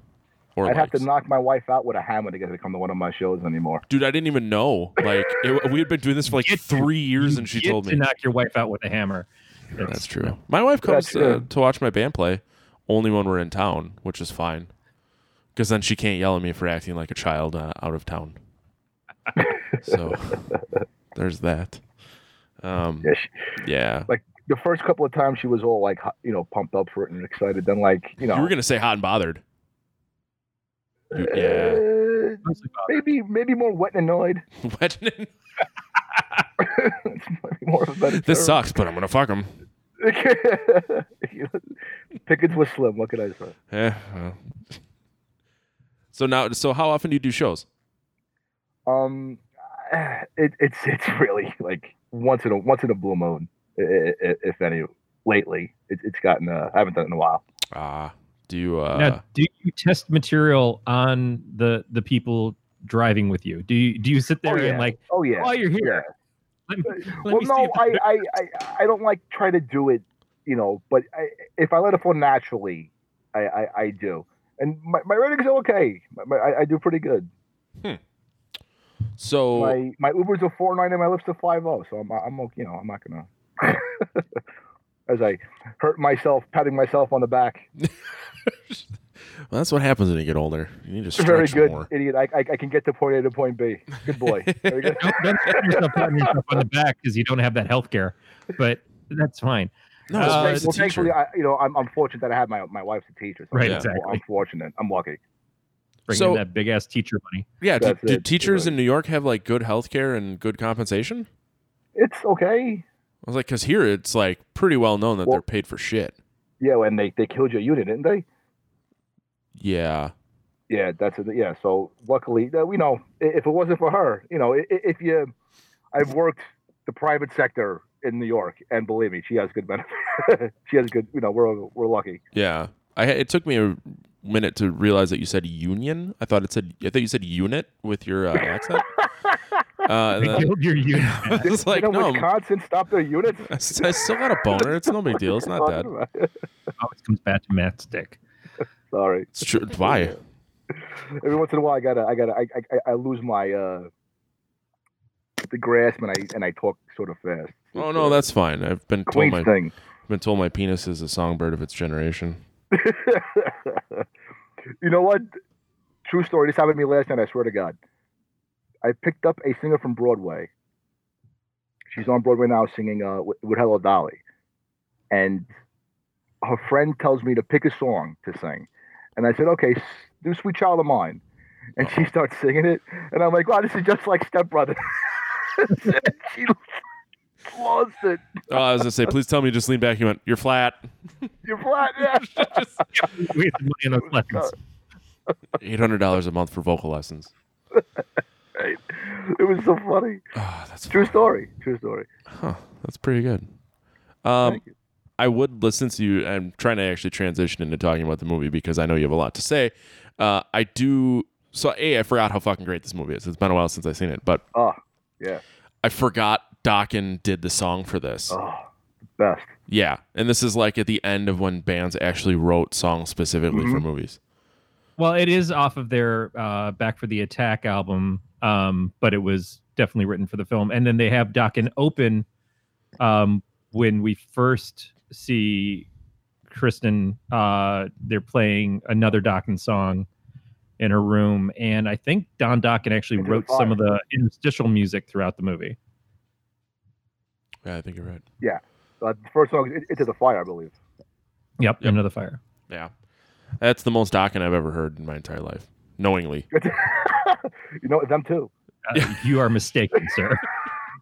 Speaker 2: or
Speaker 3: I'd have
Speaker 2: likes.
Speaker 3: to knock my wife out with a hammer to get her to come to one of my shows anymore.
Speaker 2: Dude, I didn't even know. Like it, we had been doing this for like
Speaker 4: Get-
Speaker 2: three years,
Speaker 4: You
Speaker 2: and she
Speaker 4: get
Speaker 2: told
Speaker 4: to
Speaker 2: me
Speaker 4: knock your wife out with a hammer.
Speaker 2: that's true. My wife
Speaker 3: That's
Speaker 2: comes uh,
Speaker 3: true.
Speaker 2: to watch my band play only when we're in town, which is fine, because then she can't yell at me for acting like a child uh, out of town. so there's that. Um,
Speaker 3: Yeah, she,
Speaker 2: yeah,
Speaker 3: the first couple of times she was all like, hu- you know, pumped up for it and excited. Then like, you know,
Speaker 2: you were gonna say hot and bothered. You- yeah,
Speaker 3: uh,
Speaker 4: Mostly about-
Speaker 3: maybe maybe more wet and annoyed.
Speaker 2: Wet and-
Speaker 3: It's maybe more of a better
Speaker 2: this
Speaker 3: term.
Speaker 2: sucks, but I'm gonna fuck him.
Speaker 3: Pickens was slim. What could I say?
Speaker 2: Yeah. Eh, well. So now, so how often do you do shows?
Speaker 3: Um, it, it's it's really like once in a once in a blue moon, i- i- i- if any. Lately, it, it's gotten. Uh, I haven't done it in a while.
Speaker 2: Ah, do you? Uh,
Speaker 4: now, do you test material on the the people driving with you? Do you do you sit there
Speaker 3: Oh, yeah.
Speaker 4: and like,
Speaker 3: Oh yeah.
Speaker 4: oh, you're
Speaker 3: yeah.
Speaker 4: here? Let me, let
Speaker 3: well,
Speaker 4: me
Speaker 3: no,
Speaker 4: see the-
Speaker 3: I, I, I, I don't like try to do it, you know. But I, if I let it flow naturally, I, I, I do. And my, my ratings are okay. My, my, I, I do pretty good.
Speaker 2: so
Speaker 3: My my Ubers are four nine and my lips are five zero. So I'm I'm okay, you know I'm not gonna. As I hurt myself patting myself on the back.
Speaker 2: Well, that's what happens when you get older. You need to stretch
Speaker 3: Very good,
Speaker 2: more.
Speaker 3: idiot. I, I, I can get to point A to point B. Good boy. Very good.
Speaker 4: Don't, don't pat yourself patting yourself on the back because you don't have that health care, but that's fine.
Speaker 2: No,
Speaker 4: Uh,
Speaker 2: it's
Speaker 3: well,
Speaker 2: nice to
Speaker 3: well,
Speaker 2: teach
Speaker 3: thankfully,
Speaker 2: her.
Speaker 3: I, you know, I'm, I'm fortunate that I have my my wife's a teacher. So
Speaker 4: Right,
Speaker 3: I'm-
Speaker 4: exactly.
Speaker 3: I'm fortunate. I'm lucky.
Speaker 4: Bringing
Speaker 2: So-
Speaker 4: in that big ass teacher money.
Speaker 2: yeah, do,
Speaker 3: That's
Speaker 2: do
Speaker 3: it.
Speaker 2: teachers in New York have like good health care and good compensation?
Speaker 3: It's okay.
Speaker 2: I was like, because here it's like pretty well known that
Speaker 3: Well-
Speaker 2: they're paid for shit.
Speaker 3: Yeah, and they, they killed your unit, didn't they?
Speaker 2: Yeah,
Speaker 3: Yeah, that's it. Yeah, so luckily, uh, you know, i- if it wasn't for her, you know, i- i- if you, I've worked the private sector in New York, and believe me, she has good benefits. she has good, you know, we're we're lucky.
Speaker 2: yeah. I it took me a minute to realize that you said union. I thought it said I thought you said unit with your uh, accent. Uh, and
Speaker 4: They
Speaker 2: then-
Speaker 4: killed your unit. man.
Speaker 2: it's like
Speaker 3: you know,
Speaker 2: no,
Speaker 3: Wisconsin stopped their units.
Speaker 2: I st- I still got a boner. It's no big deal. It's not that.
Speaker 4: always comes back to Matt's dick.
Speaker 3: Sorry.
Speaker 2: It's true. Why?
Speaker 3: Every once in a while, I gotta, I gotta, I, I, I- I lose my uh, the grasp, and I and I talk sort of fast.
Speaker 2: Oh no, that's fine. I've been told
Speaker 3: Queen's
Speaker 2: my
Speaker 3: thing.
Speaker 2: been told my penis is a songbird of its generation.
Speaker 3: you know what? True story. This happened to me last night. I swear to God. I picked up a singer from Broadway. She's on Broadway now, singing uh, with, with Hello Dolly, and her friend tells me to pick a song to sing, and I said, "Okay, s- do Sweet Child of Mine," and she starts singing it, and I'm like, "Wow, this is just like Step Brother." she lost it.
Speaker 2: Oh, I was gonna say, please tell me you just lean back. You went, you're flat.
Speaker 3: You're flat. Yeah.
Speaker 4: We wasted money on
Speaker 3: Uh,
Speaker 4: those lessons.
Speaker 2: Eight hundred dollars a month for vocal lessons.
Speaker 3: It was so funny.
Speaker 2: Oh, that's
Speaker 3: True story. True story.
Speaker 2: Huh, that's pretty good. Um,
Speaker 3: Thank you.
Speaker 2: I would listen to you. I'm trying to actually transition into talking about the movie because I know you have a lot to say. Uh, I do. So, A, I forgot how fucking great this movie is. It's been a while since I've seen it, but
Speaker 3: Oh, yeah.
Speaker 2: I forgot Dokken did the song for this.
Speaker 3: Oh, the best.
Speaker 2: Yeah. And this is like at the end of when bands actually wrote songs specifically for
Speaker 3: Mm-hmm.
Speaker 2: movies.
Speaker 4: Well, it is off of their uh, Back for the Attack album, um, but it was definitely written for the film. And then they have Dokken open um, when we first see Kristen. Uh, they're playing another Dokken song in her room, and I think Don Dokken actually
Speaker 3: Into the
Speaker 4: wrote some of the interstitial music throughout the movie.
Speaker 2: Yeah, I think you're right.
Speaker 3: Uh, the first song, it, Into the Fire, I believe.
Speaker 4: Yep,
Speaker 2: Yep.
Speaker 4: another fire.
Speaker 2: Yeah. That's the most Dokken I've ever heard in my entire life, knowingly.
Speaker 3: you know, them too.
Speaker 4: Uh, you are mistaken, sir.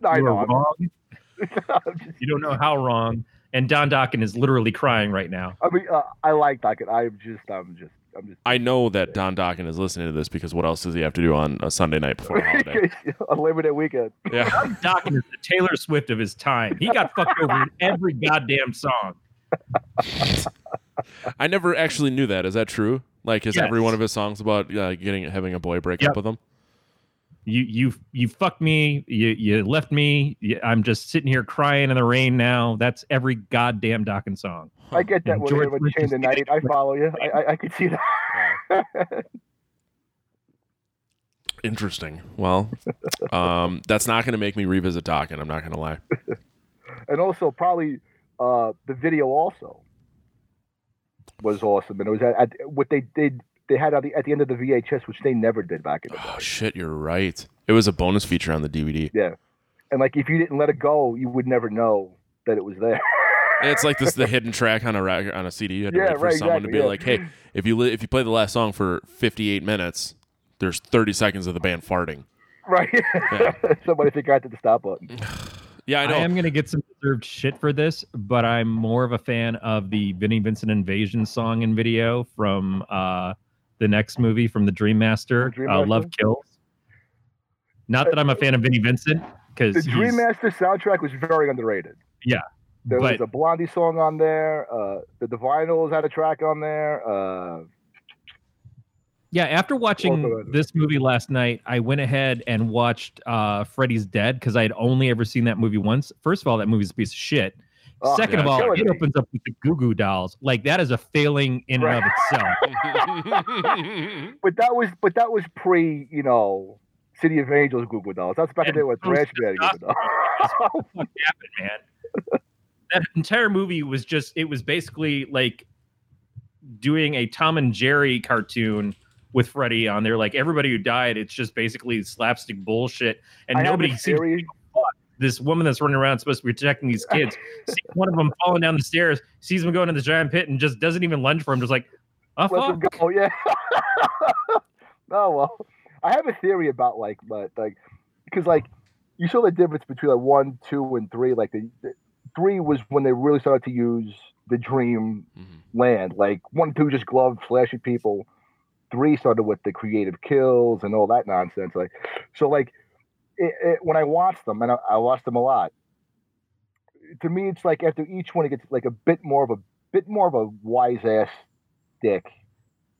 Speaker 3: No, I
Speaker 4: you
Speaker 3: know.
Speaker 4: are
Speaker 3: I'm-
Speaker 4: wrong.
Speaker 3: I'm just-
Speaker 4: You don't know how wrong. And Don Dokken is literally crying right now.
Speaker 3: I mean, uh, I like Docket. I'm just, I'm just, I'm just.
Speaker 2: I know that Don Dokken is listening to this because what else does he have to do on a Sunday night before a holiday?
Speaker 3: Unlimited weekend.
Speaker 2: yeah.
Speaker 4: Tom Dokken is the Taylor Swift of his time. He got fucked over in every goddamn song.
Speaker 2: I never actually knew that. Is that true? Like, is every
Speaker 4: Yes.
Speaker 2: one of his songs about uh, getting having a boy break up
Speaker 4: Yep.
Speaker 2: with him?
Speaker 4: You you you fucked me. You you left me. You, I'm just sitting here crying in the rain now. That's every goddamn Dokken song.
Speaker 3: I get that
Speaker 4: And
Speaker 3: when
Speaker 4: George
Speaker 3: you're
Speaker 4: Bush
Speaker 3: chain
Speaker 4: is
Speaker 3: the night. I follow you. I, I, I could see that.
Speaker 2: Interesting. Well, um, that's not going to make me revisit Dokken. I'm not going to lie.
Speaker 3: And also, probably uh, the video also was awesome. And it was at, at what they did. They had at the, at the end of the VHS, which they never did back in the
Speaker 2: Oh shit, you're right. It was a bonus feature on the DVD.
Speaker 3: Yeah. And like, if you didn't let it go, you would never know that it was there.
Speaker 2: It's like this the hidden track on a record, on a CD. You had to
Speaker 3: Yeah,
Speaker 2: wait for
Speaker 3: right,
Speaker 2: someone to be
Speaker 3: exactly, yeah.
Speaker 2: like, "Hey, if you li- if you play the last song for 58 minutes, there's 30 seconds of the band farting."
Speaker 3: right. Somebody figure out the stop button.
Speaker 2: Yeah, I
Speaker 4: I,
Speaker 2: know.
Speaker 4: am gonna get some deserved shit for this, but I'm more of a fan of the Vinnie Vincent Invasion song and video from uh, the next movie from the Dream Master,
Speaker 3: Dream
Speaker 4: uh, Love
Speaker 3: Master?
Speaker 4: Kills. Not that I'm a fan of Vinnie Vincent, because
Speaker 3: The Dream Master soundtrack was very underrated. There
Speaker 4: but
Speaker 3: was a Blondie song on there. Uh, the Divinyls had a track on there. Uh,
Speaker 4: Yeah, after watching
Speaker 3: go ahead.
Speaker 4: this movie last night, I went ahead and watched uh, Freddy's Dead because I had only ever seen that movie once. First of all, that movie's a piece of shit.
Speaker 3: Oh,
Speaker 4: Second
Speaker 2: yeah,
Speaker 4: of all,
Speaker 3: killing
Speaker 4: it
Speaker 3: me.
Speaker 4: opens up with the Goo Goo Dolls. Like that is a failing in and of itself.
Speaker 3: but that was but that was pre you know City of Angels Goo Goo Dolls. That's back in
Speaker 4: And
Speaker 3: there with
Speaker 4: those
Speaker 3: Branch Band Goo Goo Dolls.
Speaker 4: What happened, man? That entire movie was just—it was basically like doing a Tom and Jerry cartoon with Freddy on there. Like everybody who died, it's just basically slapstick bullshit, and
Speaker 3: I have
Speaker 4: nobody
Speaker 3: this
Speaker 4: seems
Speaker 3: theory.
Speaker 4: this woman that's running around supposed to be protecting these kids. sees one of them falling down the stairs, sees him going to the giant pit, and just doesn't even lunge for him. Just like, oh
Speaker 3: Let them
Speaker 4: fuck.
Speaker 3: go. Yeah. oh well, I have a theory about like, but like, because like, you saw the difference between like one, two, and three. Like the, the three was when they really started to use the dream
Speaker 2: Mhm.
Speaker 3: land. Like one, and two, just glove flashy people. Three started with the creative kills and all that nonsense. Like, so like, it, it, when I watched them, and I, I watched them a lot. To me, it's like after each one, it gets like a bit more of a bit more of a wise ass dick,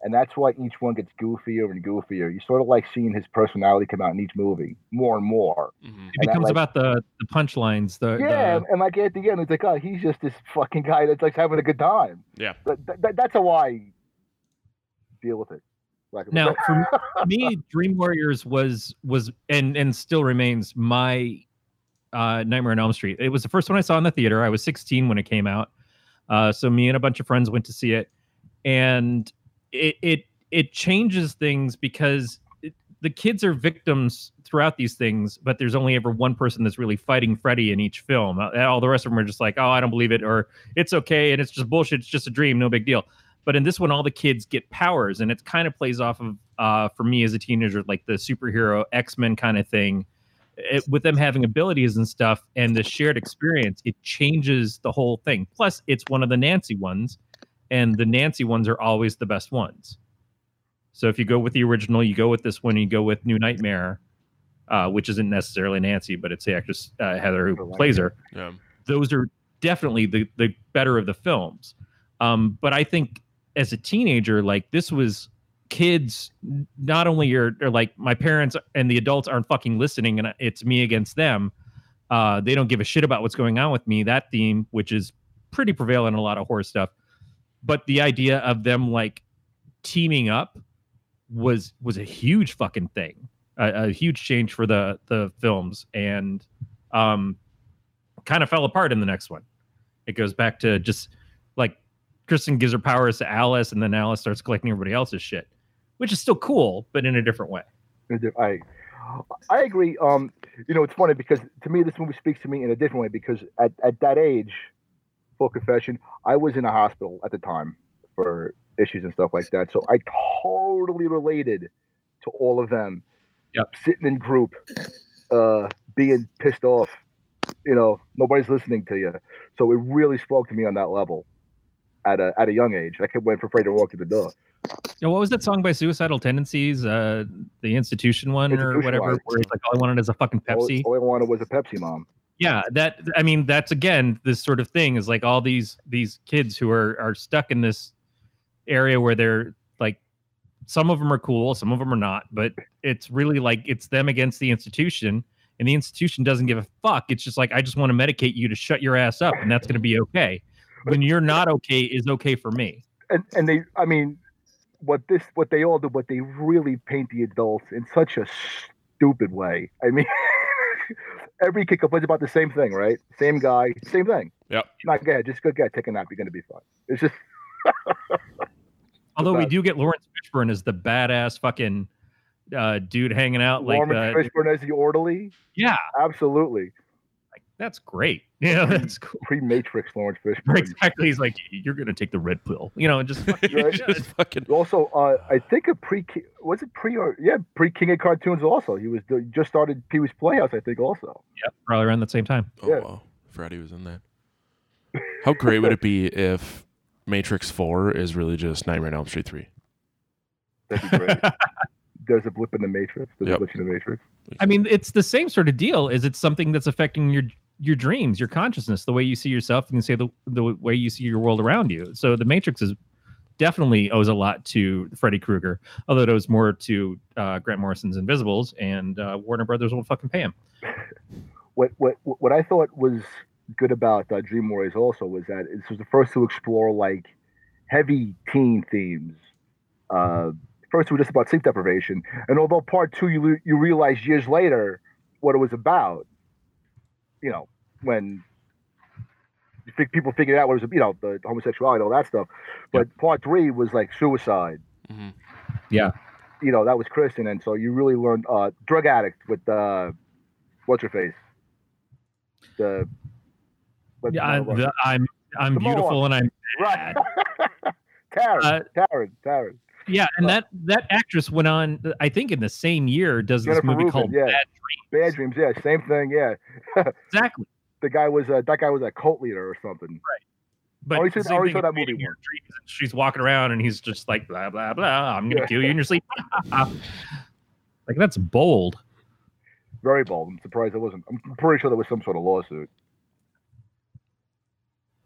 Speaker 3: and that's why each one gets goofier and goofier. You sort of like seeing his personality come out in each movie more and more.
Speaker 2: Mhm.
Speaker 4: It
Speaker 3: and I
Speaker 4: becomes
Speaker 3: like-
Speaker 4: about the the punchlines. The,
Speaker 3: Yeah,
Speaker 4: the-
Speaker 3: and like at the end, it's like, oh, he's just this fucking guy that's like having a good time.
Speaker 2: Yeah.
Speaker 3: But th- th- that's how I deal with it. Like,
Speaker 4: now for me, Dream Warriors was was and and still remains my uh, Nightmare on Elm Street. It was the first one I saw in the theater. I was 16 when it came out, uh, so me and a bunch of friends went to see it, and it it it changes things because it, the kids are victims throughout these things, but there's only ever one person that's really fighting Freddy in each film. Uh, All the rest of them are just like, oh, I don't believe it, or it's okay, and it's just bullshit. It's just a dream, no big deal. But in this one, all the kids get powers, and it kind of plays off of, uh, for me as a teenager, like the superhero X Men kind of thing. It, with them having abilities and stuff, and the shared experience, it changes the whole thing. Plus, it's one of the Nancy ones, and the Nancy ones are always the best ones. So if you go with the original, you go with this one, you go with New Nightmare, uh, which isn't necessarily Nancy, but it's the actress uh, Heather who plays her
Speaker 2: Yeah.
Speaker 4: those are definitely the the better of the films. Um, but I think as a teenager, like this was kids. n- Not only are, are like my parents and the adults aren't fucking listening, and it's me against them. Uh, they don't give a shit about what's going on with me. That theme, which is pretty prevalent in a lot of horror stuff, but the idea of them like teaming up was was a huge fucking thing, a, a huge change for the the films, and um, kind of fell apart in the next one. It goes back to just like Kristen gives her powers to Alice, and then Alice starts collecting everybody else's shit, which is still cool, but in a different way.
Speaker 3: I, I agree. Um, you know, it's funny because to me, this movie speaks to me in a different way because at, at that age, full confession, I was in a hospital at the time for issues and stuff like that. So I totally related to all of them.
Speaker 4: Yep.
Speaker 3: Sitting in group, uh, being pissed off. You know, nobody's listening to you. So it really spoke to me on that level at a at a young age. I kept waiting for Fred to walk through the door.
Speaker 4: You know, what was that song by Suicidal Tendencies, uh, the Institution one or
Speaker 3: Institution
Speaker 4: whatever?
Speaker 3: one.
Speaker 4: Where it's like all I wanted is a fucking
Speaker 3: All-
Speaker 4: Pepsi.
Speaker 3: all I wanted was a Pepsi, mom.
Speaker 4: yeah that i mean that's again this sort of thing is like all these these kids who are are stuck in this area where they're like some of them are cool some of them are not but it's really like it's them against the institution and the institution doesn't give a fuck it's just like i just want to medicate you to shut your ass up and that's going to be okay when you're not okay is okay for me
Speaker 3: and and they i mean what this what they all do but they really paint the adults in such a stupid way i mean every kid complains about the same thing right same guy same thing
Speaker 2: Yep.
Speaker 3: not good just good guy take a nap you're gonna be fine it's just
Speaker 4: although we
Speaker 3: best.
Speaker 4: do get lawrence fishburne as the badass fucking uh, dude hanging out like uh,
Speaker 3: Lawrence
Speaker 4: the,
Speaker 3: Fishburne as the orderly
Speaker 4: yeah
Speaker 3: absolutely
Speaker 4: that's great yeah that's cool
Speaker 3: pre-matrix Lawrence Fishburne
Speaker 4: exactly. He's like, you're gonna take the red pill, you know, and just
Speaker 2: It's just fucking
Speaker 3: also uh, i think a pre was it pre or yeah pre-king of cartoons also he was he just started pee-wee's playhouse i think also
Speaker 4: probably around that same time.
Speaker 2: Oh
Speaker 3: Yeah.
Speaker 2: wow, Freddy was in that. How great would it be if Matrix Four is really just Nightmare on Elm Street Three?
Speaker 3: that'd be great there's a blip in the matrix there's
Speaker 2: Yep.
Speaker 3: a glitch in the matrix
Speaker 4: I mean, it's the same sort of deal. Is it's something that's affecting your your dreams, your consciousness, the way you see yourself, and you say the the way you see your world around you. So the Matrix is definitely owes a lot to Freddy Krueger, although it owes more to uh, Grant Morrison's Invisibles, and uh, Warner Brothers won't fucking pay him.
Speaker 3: what what what I thought was good about uh, Dream Warriors also was that this was the first to explore like heavy teen themes. Uh, first, it was just about sleep deprivation, and although part two, you you realize years later what it was about. You know, when you think people figured out what it was, you know, the homosexuality, all that stuff. But part three was like suicide.
Speaker 2: Mhm.
Speaker 4: Yeah.
Speaker 3: You know, that was Kristen, and so you really learned uh, drug addict with uh, what's her face, the. what's
Speaker 4: Yeah, I,
Speaker 3: the-
Speaker 4: the, I'm I'm
Speaker 3: The
Speaker 4: beautiful
Speaker 3: Mohawk.
Speaker 4: and I'm
Speaker 3: right. Taryn,
Speaker 4: Uh,
Speaker 3: Taryn, Taryn.
Speaker 4: yeah. And that that actress went on. I think in the same year does
Speaker 3: Jennifer
Speaker 4: this movie
Speaker 3: Rubin,
Speaker 4: called
Speaker 3: yeah.
Speaker 4: Bad
Speaker 3: Bad dreams, yeah, same thing, yeah.
Speaker 4: Exactly.
Speaker 3: The guy was uh, that guy was a cult leader or something.
Speaker 4: But
Speaker 3: always said-
Speaker 4: same
Speaker 3: always saw
Speaker 4: thing
Speaker 3: that
Speaker 4: in
Speaker 3: movie
Speaker 4: Meeting Your Dreams. She's walking around and he's just like blah blah blah. I'm gonna
Speaker 3: Yeah.
Speaker 4: kill you in your sleep. like that's bold.
Speaker 3: Very bold. I'm surprised it wasn't. I'm pretty sure there was some sort of lawsuit.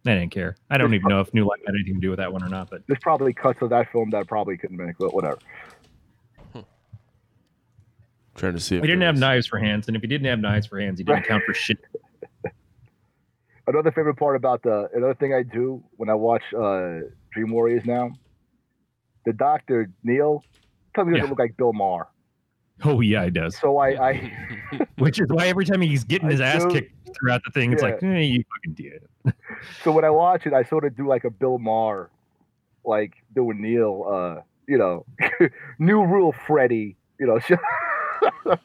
Speaker 4: I didn't care. I don't even know if New Life had anything to do with that one or not. But
Speaker 3: There's probably cuts of that film that I probably couldn't make, but whatever.
Speaker 2: Trying to see. If
Speaker 4: he didn't
Speaker 2: there
Speaker 4: have
Speaker 2: was-
Speaker 4: knives for hands, and if he didn't have knives for hands, he didn't
Speaker 3: Right.
Speaker 4: count for shit.
Speaker 3: Another favorite part about the another thing I do when I watch uh, Dream Warriors now, the doctor Neil, tell me he doesn't
Speaker 4: Yeah.
Speaker 3: look like Bill Maher.
Speaker 4: Oh yeah, he does.
Speaker 3: So I, I
Speaker 4: Which is why every time he's getting
Speaker 3: I
Speaker 4: his ass
Speaker 3: do-
Speaker 4: kicked throughout the thing, it's
Speaker 3: Yeah.
Speaker 4: like, eh, you fucking did it.
Speaker 3: so when I watch it, I sort of do like a Bill Maher, like doing Neil, uh, you know, new rule, Freddy, you know,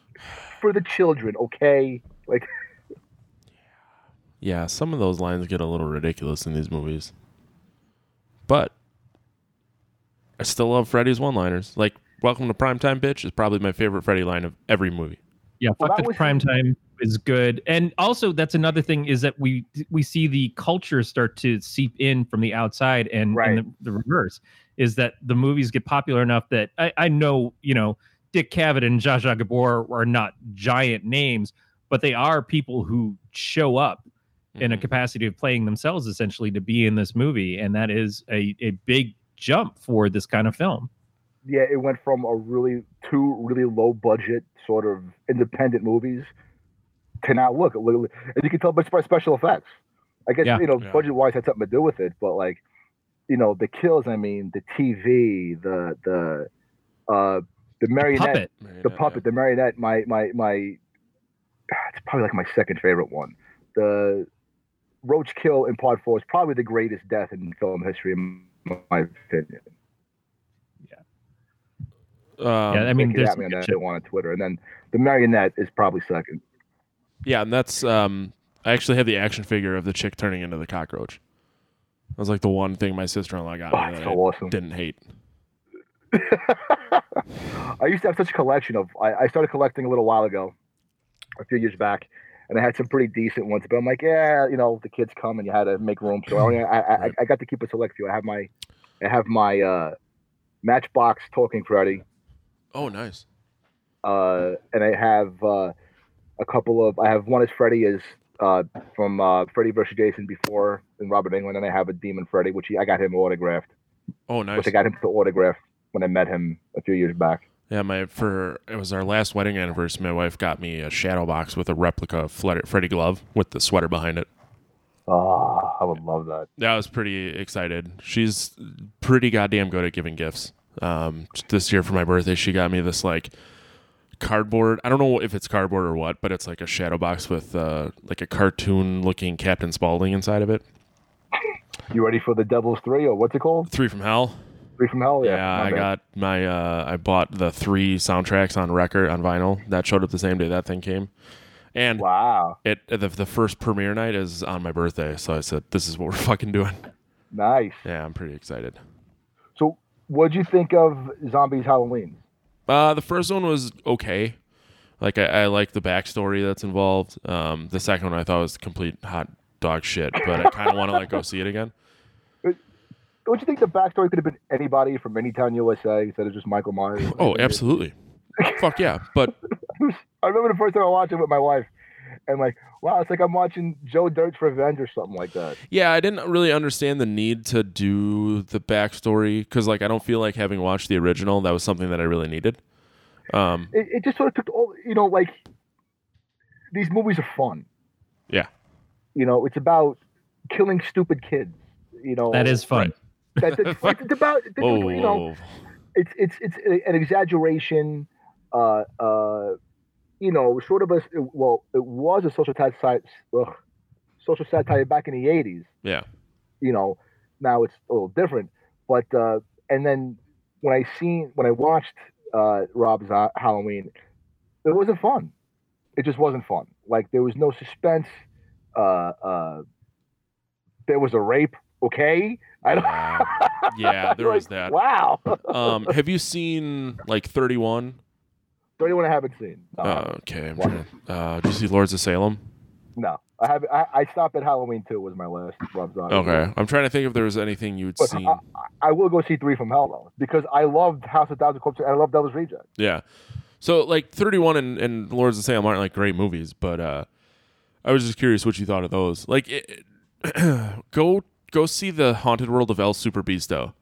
Speaker 3: for the children, okay? Like
Speaker 2: Yeah, some of those lines get a little ridiculous in these movies. But I still love Freddy's one-liners. Like "Welcome to Primetime, bitch" is probably my favorite Freddy line of every movie.
Speaker 4: Yeah,
Speaker 3: Well,
Speaker 4: fuck
Speaker 3: that
Speaker 4: the
Speaker 3: was-
Speaker 4: prime time is good, and also that's another thing is that we we see the culture start to seep in from the outside, and,
Speaker 3: Right.
Speaker 4: and the, the reverse is that the movies get popular enough that I, I know you know Dick Cavett and Zsa Zsa Gabor are not giant names, but they are people who show up in a
Speaker 3: Mm-hmm.
Speaker 4: capacity of playing themselves essentially to be in this movie, and that is a a big jump for this kind of film.
Speaker 3: yeah, it went from a really two really low budget sort of independent movies to now look, look and you can tell by by special effects. I guess
Speaker 4: Yeah.
Speaker 3: you know
Speaker 2: Yeah.
Speaker 3: budget wise had something to do with it, but like you know the kills. I mean the TV, the the uh, the marionette,
Speaker 4: Puppet.
Speaker 2: Marionette,
Speaker 3: the puppet, the marionette. My my my. ah, It's probably like my second favorite one. The roach kill in part four is probably the greatest death in film history, in my opinion.
Speaker 2: yeah. Um,
Speaker 4: yeah, I mean,
Speaker 3: They get
Speaker 4: there's
Speaker 3: at me on
Speaker 4: some good
Speaker 3: that
Speaker 4: shit.
Speaker 3: shit one on Twitter, and then the marionette is probably second.
Speaker 2: yeah, and that's um, I actually have the action figure of the chick turning into the cockroach. That was like the one thing my sister-in-law got
Speaker 3: Oh,
Speaker 2: me
Speaker 3: that's
Speaker 2: that
Speaker 3: so
Speaker 2: I
Speaker 3: awesome.
Speaker 2: didn't hate.
Speaker 3: I used to have such a collection of. I, I started collecting a little while ago, a few years back, and I had some pretty decent ones. But I'm like, yeah, you know, the kids come and you had to make room. So I, only- I, I, I got to keep a select few. I have my, I have my uh, Matchbox Talking Freddy,
Speaker 2: Oh, nice.
Speaker 3: uh, and I have uh, a couple of. I have one as Freddy is. Uh, from uh, Freddy versus Jason before in Robert England, and I have a Demon Freddy, which he, I got him autographed.
Speaker 2: Oh,
Speaker 3: which
Speaker 2: nice.
Speaker 3: I got him to autograph when I met him a few years back.
Speaker 2: Yeah, my for it was our last wedding anniversary. My wife got me a shadow box with a replica of Fred- Freddy glove with the sweater behind it.
Speaker 3: Ah, I would love that.
Speaker 2: Yeah, I was pretty excited. She's pretty goddamn good at giving gifts. Um, this year for my birthday, she got me this like cardboard. I don't know if it's cardboard or what, but it's like a shadow box with uh, like a cartoon looking Captain Spaulding inside of it.
Speaker 3: You ready for the Devil's Three or what's it called?
Speaker 2: Three from Hell.
Speaker 3: Three from Hell.
Speaker 2: Yeah,
Speaker 3: Yeah, my
Speaker 2: I
Speaker 3: bad.
Speaker 2: got my uh, I bought the three soundtracks on record on vinyl that showed up the same day that thing came, and
Speaker 3: Wow,
Speaker 2: it the, the first premiere night is on my birthday. So I said, "This is what we're fucking doing."
Speaker 3: nice.
Speaker 2: Yeah, I'm pretty excited.
Speaker 3: So, what'd you think of Zombies Halloween?
Speaker 2: Uh, the first one was okay. Like I, I like the backstory that's involved. Um, the second one I thought was complete hot dog shit, but I kind of want to like go see it again.
Speaker 3: Don't you think the backstory could have been anybody from any town USA instead of just Michael Myers?
Speaker 2: Oh, absolutely. Fuck yeah. But
Speaker 3: I remember the first time I watched it with my wife, and like, wow, it's like I'm watching Joe Dirt's Revenge or something like that.
Speaker 2: yeah, I didn't really understand the need to do the backstory because like I don't feel like having watched the original. That was something that I really needed. Um,
Speaker 3: It, it just sort of took all, you know, like these movies are fun.
Speaker 2: Yeah.
Speaker 3: You know, it's about killing stupid kids. You know,
Speaker 4: That is fun.
Speaker 2: Right.
Speaker 3: That's it's, it's about it's,
Speaker 2: whoa,
Speaker 3: you know it's it's it's a- an exaggeration. Uh, uh, you know, sort of a well, it was a social satire, ugh, social satire back in the 80s.
Speaker 2: Yeah.
Speaker 3: You know, now it's a little different. But uh, and then when I seen when I watched uh, Rob's uh, Halloween, it wasn't fun. It just wasn't fun. Like there was no suspense. Uh, uh, there was a rape. Okay, I don't.
Speaker 2: Wow. Yeah, there
Speaker 3: Like,
Speaker 2: was that.
Speaker 3: Wow,
Speaker 2: Um, have you seen like 31?
Speaker 3: thirty-one I haven't seen. No,
Speaker 2: Uh, okay. I'm
Speaker 3: What?
Speaker 2: trying to, uh, did you see Lords of Salem?
Speaker 3: no. I have. I, I stopped at Halloween too. Was my last Rob's Zombie.
Speaker 2: Okay. I'm trying to think if there was anything you'd
Speaker 3: But
Speaker 2: seen.
Speaker 3: I, I will go see Three from Hell though because I loved House of Thousand Corpses and I love Devil's Reject.
Speaker 2: Yeah. So like 31 and, and Lords of Salem aren't like great movies, but uh I was just curious what you thought of those. Like it, it- go go see the Haunted World of El Super Beasto.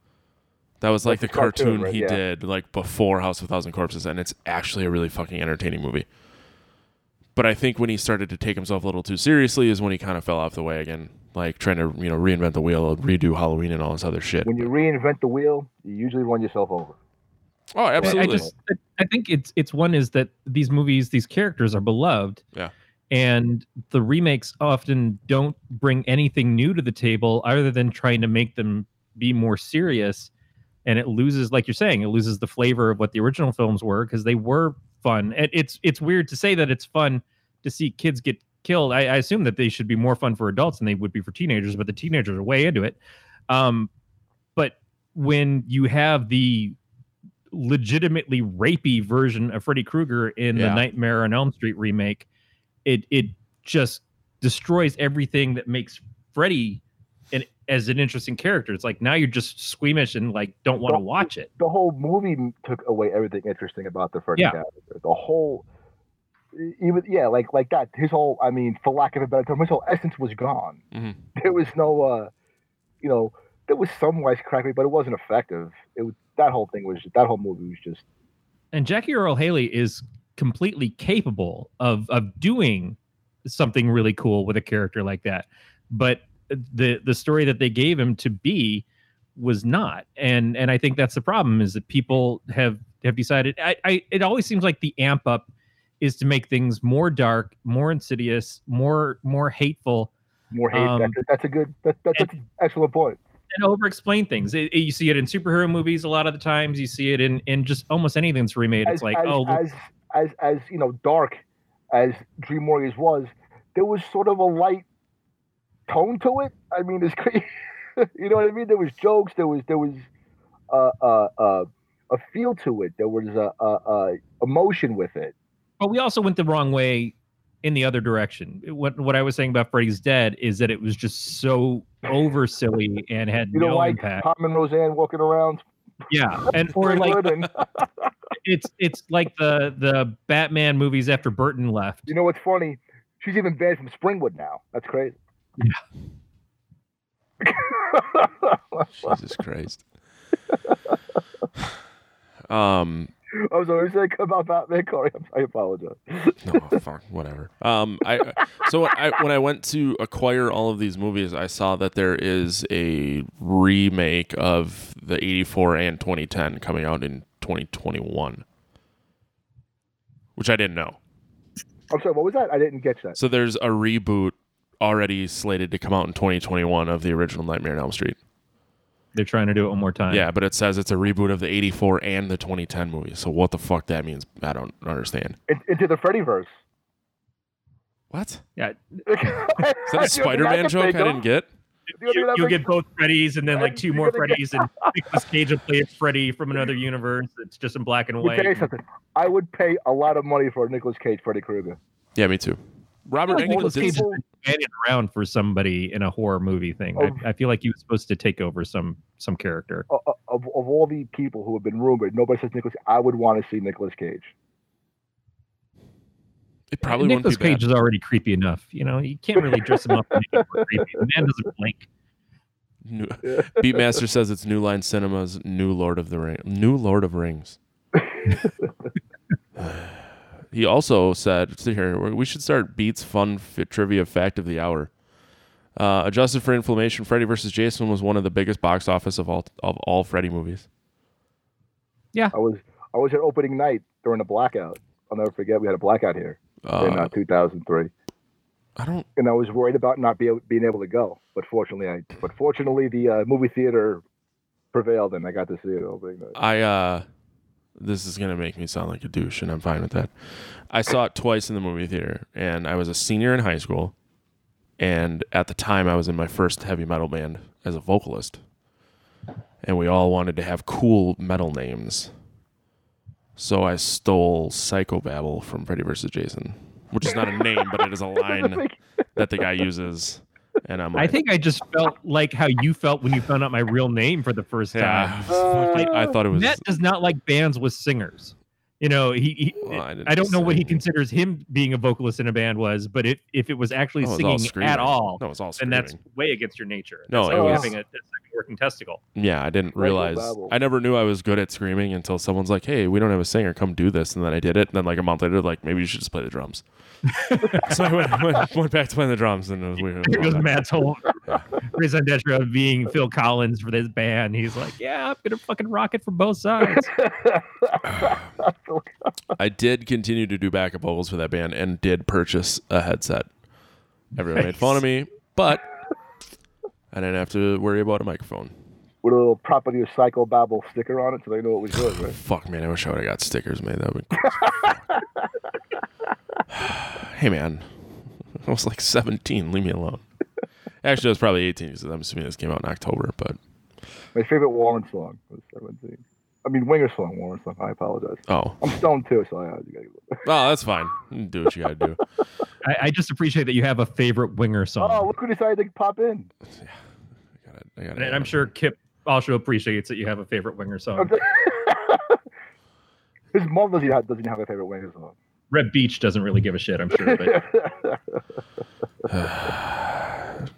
Speaker 2: That was like
Speaker 3: That's
Speaker 2: the
Speaker 3: a cartoon,
Speaker 2: cartoon,
Speaker 3: right?
Speaker 2: he
Speaker 3: Yeah.
Speaker 2: did like before House of a Thousand Corpses and it's actually a really fucking entertaining movie. But I think when he started to take himself a little too seriously is when he kind of fell off the way again, like trying to, you know, reinvent the wheel, redo Halloween and all this other shit.
Speaker 3: When you reinvent the wheel, you usually run yourself over.
Speaker 2: oh, absolutely.
Speaker 4: I just I think it's it's one is that these movies, these characters are beloved.
Speaker 2: Yeah.
Speaker 4: And the remakes often don't bring anything new to the table other than trying to make them be more serious. And it loses, like you're saying, it loses the flavor of what the original films were because they were fun. It, it's it's weird to say that it's fun to see kids get killed. I, I assume that they should be more fun for adults than they would be for teenagers, but the teenagers are way into it. Um, but when you have the legitimately rapey version of Freddy Krueger in
Speaker 2: Yeah.
Speaker 4: the Nightmare on Elm Street remake, it it just destroys everything that makes Freddy an, as an interesting character. It's like now you're just squeamish and like don't want to
Speaker 3: Well,
Speaker 4: watch it.
Speaker 3: the whole movie m- took away everything interesting about the Freddy
Speaker 4: Yeah.
Speaker 3: character. The whole, e- even yeah, like like that. His whole, I mean, for lack of a better term, his whole essence was gone.
Speaker 2: Mhm.
Speaker 3: There was no, uh you know, there was some wisecrackery, but it wasn't effective. It was that whole thing was that whole movie was just
Speaker 4: and Jackie Earl Haley is completely capable of of doing something really cool with a character like that. But the the story that they gave him to be was not. And and I think that's the problem is that people have have decided I, I it always seems like the amp up is to make things more dark, more insidious, more more hateful
Speaker 3: more hate.
Speaker 4: Um,
Speaker 3: that's, that's a good. That, that, that's an excellent point.
Speaker 4: and over explain things. It- it- you see it in superhero movies a lot of the times, you see it in in just almost anything that's remade.
Speaker 3: As,
Speaker 4: it's like,
Speaker 3: as,
Speaker 4: oh,
Speaker 3: as as as you know, dark as Dream Warriors was, there was sort of a light tone to it. I mean, it's crazy. you know what I mean. There was jokes. There was there was uh, uh, uh, a feel to it. There was a, a, a emotion with it.
Speaker 4: But we also went the wrong way in the other direction. What what I was saying about Freddy's Dead is that it was just so over silly and had
Speaker 3: You
Speaker 4: no
Speaker 3: know, like
Speaker 4: impact.
Speaker 3: Tom and Roseanne walking around.
Speaker 4: Yeah, and or like
Speaker 3: Good, and
Speaker 4: it's it's like the the Batman movies after Burton left.
Speaker 3: you know what's funny? She's even banned from Springwood now. That's crazy. Yeah.
Speaker 2: Jesus Christ. um.
Speaker 3: I'm sorry, saying about Batman, Corey. I'm- I apologize.
Speaker 2: No, fuck, whatever. Um. I. So when I when I went to acquire all of these movies, I saw that there is a remake of the '84 and 2010 coming out in 2021, which I didn't know.
Speaker 3: I'm sorry. What was that? I didn't get that.
Speaker 2: So there's a reboot already slated to come out in 2021 of the original Nightmare on Elm Street.
Speaker 4: They're trying to do it one more time.
Speaker 2: Yeah, but it says it's a reboot of the 84 and the 2010 movie. So what the fuck that means, I don't understand.
Speaker 3: In- into the Freddyverse.
Speaker 2: What?
Speaker 4: yeah.
Speaker 2: Is that a Spider-Man joke I didn't get?
Speaker 4: You, will get both Freddys and then like two more
Speaker 3: You're gonna
Speaker 4: Freddys and Nicolas Cage will play a Freddy from another universe. It's just in black and
Speaker 3: Let me
Speaker 4: white.
Speaker 3: tell you something. I would pay a lot of money for a Nicolas Cage Freddy Krueger.
Speaker 2: Yeah, me too. Robert
Speaker 4: Like
Speaker 2: Englund
Speaker 4: Nicolas
Speaker 2: did,
Speaker 4: Cage has been standing around for somebody in a horror movie thing.
Speaker 3: Oh.
Speaker 4: I, I feel like he was supposed to take over some some character.
Speaker 3: O- o- Uh, Of, of all the people who have been rumored, nobody says Nicolas. I would want to see Nicolas Cage.
Speaker 2: it probably wouldn't
Speaker 4: Nicolas
Speaker 2: be
Speaker 4: Cage
Speaker 2: bad.
Speaker 4: is already creepy enough. You know, you can't really dress him up. and make him more creepy. The man doesn't blink.
Speaker 2: New- Beatmaster says it's New Line Cinema's new Lord of the Ring, new Lord of Rings. he also said, "Sit here. We should start Beats Fun Fit Trivia Fact of the Hour." Uh, adjusted for inflammation, Freddy vs. Jason was one of the biggest box office of all of all Freddy movies.
Speaker 3: I was I was at opening night during a blackout. I'll never forget. We had a blackout here in
Speaker 2: Uh,
Speaker 3: uh, 2003.
Speaker 2: I don't.
Speaker 3: and I was worried about not be able, being able to go. But fortunately, I but fortunately the uh, movie theater prevailed, and I got to see it opening night.
Speaker 2: I uh, this is gonna make me sound like a douche, and I'm fine with that. I saw it twice in the movie theater, and I was a senior in high school, and at the time I was in my first heavy metal band as a vocalist, and we all wanted to have cool metal names. So I stole Psychobabble from Freddy vs. Jason, which is not a name, but it is a line that the guy uses. And I'm like,
Speaker 4: I think I just felt like how you felt when you found out my real name for the first time.
Speaker 2: yeah, I, was fucking- I thought it was.
Speaker 4: Matt does not like bands with singers. You know, he, he
Speaker 2: Well, I didn't
Speaker 4: I don't know what he
Speaker 2: sing.
Speaker 4: considers him being a vocalist in a band was, but it, if it was actually
Speaker 2: That was all
Speaker 4: singing
Speaker 2: screaming.
Speaker 4: at all,
Speaker 2: That was all
Speaker 4: then
Speaker 2: screaming.
Speaker 4: that's way against your nature.
Speaker 2: No,
Speaker 4: That's
Speaker 2: it
Speaker 4: like
Speaker 3: was-
Speaker 4: having a, a second working testicle.
Speaker 2: Yeah, I didn't
Speaker 3: Michael
Speaker 2: realize.
Speaker 3: Babel.
Speaker 2: I never knew I was good at screaming until someone's like, "Hey, we don't have a singer. Come do this." And then I did it. And then like a month later, like maybe you should just play the drums. so I went, went went back to playing the drums, and it was weird.
Speaker 4: Here goes Matt's whole raison d'etre of being Phil Collins for this band. He's like, yeah, I'm gonna fucking rock it from both sides.
Speaker 2: I did continue to do backup vocals for that band and did purchase a headset. Everyone made fun of me, but I didn't have to worry about a microphone.
Speaker 3: With a little property of psycho babble sticker on it, so they know it was yours, right?
Speaker 2: Fuck, man, I wish I would have got stickers made. That would. Be cool. hey, man, I was like 17. Leave me alone. Actually, I was probably 18 because I'm assuming this came out in October. But
Speaker 3: My favorite Warren song was 17. I mean, Winger song, Warren song. I apologize.
Speaker 2: oh,
Speaker 3: I'm stoned too, so I, you gotta,
Speaker 2: well, that's fine. You Do what you gotta do.
Speaker 4: I, I just appreciate that you have a favorite winger song,
Speaker 3: oh, look who decided to pop in.
Speaker 2: I gotta, I gotta
Speaker 4: and I'm sure Kip also appreciates that you have a favorite winger song.
Speaker 3: His mom doesn't have, doesn't have a favorite Winger song.
Speaker 4: Red Beach doesn't really give a shit, I'm sure. But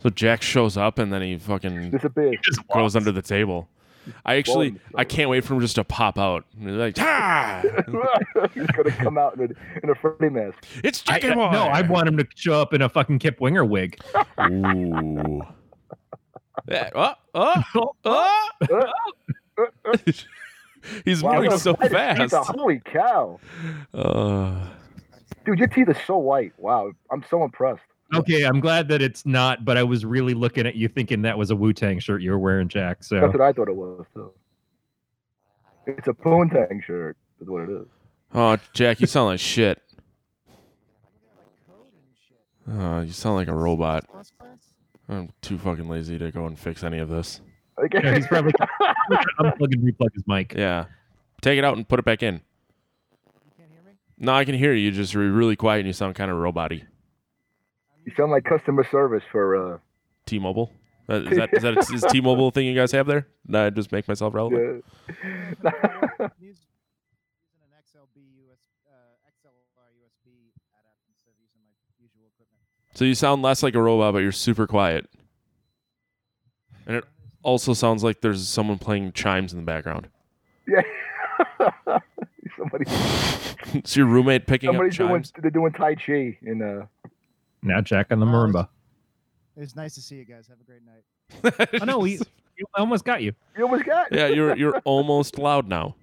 Speaker 2: So Jack shows up and then he fucking
Speaker 3: Disappears.
Speaker 4: just
Speaker 2: goes
Speaker 4: walks.
Speaker 2: under the table. I actually,
Speaker 3: Walton.
Speaker 2: I can't wait for him just to pop out. And they're like, ah,
Speaker 3: He's gonna come out in a, in a Freddy mask.
Speaker 2: it's
Speaker 4: I,
Speaker 2: chicken boy.
Speaker 4: no, I want him to show up in a fucking Kip Winger wig.
Speaker 2: Ooh. Yeah, oh, oh, oh. He's
Speaker 3: Wow,
Speaker 2: moving
Speaker 3: those
Speaker 2: so
Speaker 3: white teeth
Speaker 2: fast.
Speaker 3: are- Holy cow.
Speaker 2: Uh,
Speaker 3: Dude, your teeth are so white. Wow. I'm so impressed.
Speaker 4: Okay, I'm glad that it's not, but I was really looking at you thinking that was a Wu Tang shirt you were wearing, Jack. So
Speaker 3: That's what I thought it was, too. It's a poontang shirt, is what it is.
Speaker 2: oh, Jack, you sound like shit. Uh, you sound like a robot. I'm too fucking lazy to go and fix any of this.
Speaker 3: Okay.
Speaker 4: Yeah, he's probably unplug and replug his mic.
Speaker 2: Yeah. Take it out and put it back in. No, I can hear you. Just you're really quiet and you sound kind of robot-y.
Speaker 3: you sound like customer service for uh,
Speaker 2: T-Mobile? Uh, Is that, is that is T-Mobile a thing you guys have there? Did I just make myself relevant?
Speaker 3: yeah.
Speaker 1: uh,
Speaker 2: So you sound less like a robot, but you're super quiet. And it also sounds like there's someone playing chimes in the background.
Speaker 3: yeah. somebody
Speaker 2: Is your roommate picking
Speaker 3: somebody's
Speaker 2: up
Speaker 3: doing
Speaker 2: chimes?
Speaker 3: they're doing Tai Chi in uh
Speaker 4: Now Jack on the marimba.
Speaker 1: It was nice to see you guys. Have a great night.
Speaker 4: I know Oh, he, he almost got you.
Speaker 3: you almost got
Speaker 2: yeah, you're you're almost loud now.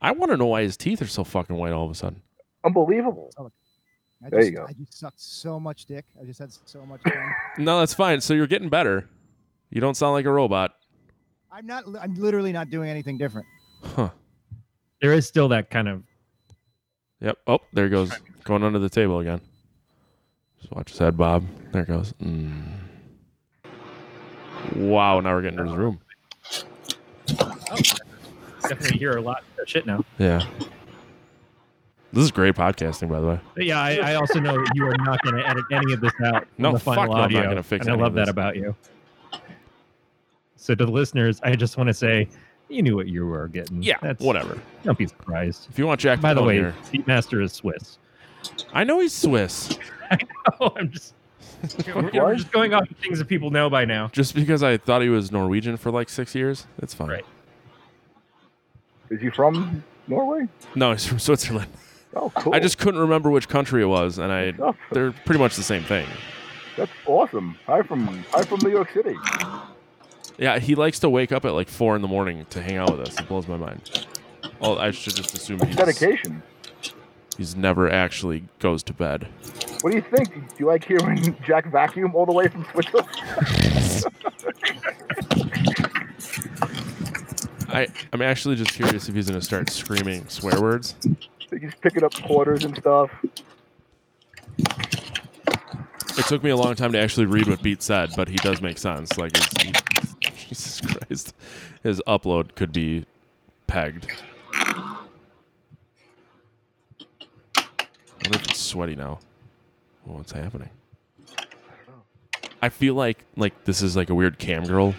Speaker 2: I want to know why his teeth are so fucking white all of a sudden.
Speaker 3: unbelievable.
Speaker 1: I
Speaker 3: There
Speaker 1: just,
Speaker 3: you go.
Speaker 1: I just sucked so much dick. I just had so much fun.
Speaker 2: No, that's fine. So you're getting better. You don't sound like a robot.
Speaker 1: I'm not. li- I'm literally not doing anything different.
Speaker 2: Huh.
Speaker 4: There is still that kind of
Speaker 2: Yep. Oh, there he goes. Going under the table again. Just watch his head bob. There it goes. Mm. Wow, now we're getting to his room.
Speaker 4: definitely hear a lot of that shit now.
Speaker 2: Yeah. This is great podcasting, by the way.
Speaker 4: But yeah, I, I also know that you are not going to edit any of this out.
Speaker 2: No,
Speaker 4: in the final
Speaker 2: fuck no, I'm not
Speaker 4: audio,
Speaker 2: gonna fix
Speaker 4: and I
Speaker 2: any of
Speaker 4: love that
Speaker 2: this.
Speaker 4: about you. So to the listeners, I just want to say, you knew what you were getting. That's,
Speaker 2: whatever.
Speaker 4: Don't be surprised.
Speaker 2: If you want Jack,
Speaker 4: By the
Speaker 2: Palone
Speaker 4: way,
Speaker 2: here-
Speaker 4: Seatmaster is Swiss.
Speaker 2: I know he's Swiss.
Speaker 4: Oh, I'm just. We're,
Speaker 3: What?
Speaker 4: just going off things that people know by now.
Speaker 2: Just because I thought he was Norwegian for like six years, it's fine.
Speaker 4: Right.
Speaker 3: Is he from Norway?
Speaker 2: No, he's from Switzerland.
Speaker 3: Oh cool.
Speaker 2: I just couldn't remember which country it was, and I
Speaker 3: Oh,
Speaker 2: they're pretty much the same thing.
Speaker 3: that's awesome. I'm from I'm from New York City.
Speaker 2: Yeah, he likes to wake up at like four in the morning to hang out with us. It blows my mind. Oh, I should just assume he's
Speaker 3: Dedication.
Speaker 2: He's never actually goes to bed.
Speaker 3: What do you think? Do you like hearing Jack vacuum all the way from Switzerland?
Speaker 2: I, I'm actually just curious if he's going to start screaming swear words.
Speaker 3: He's picking up quarters and stuff.
Speaker 2: It took me a long time to actually read what Beat said, but he does make sense. Like, it's, he- Jesus Christ, his upload could be pegged. I wonder if it's sweaty now. What's happening? I feel like like this is like a weird cam girl.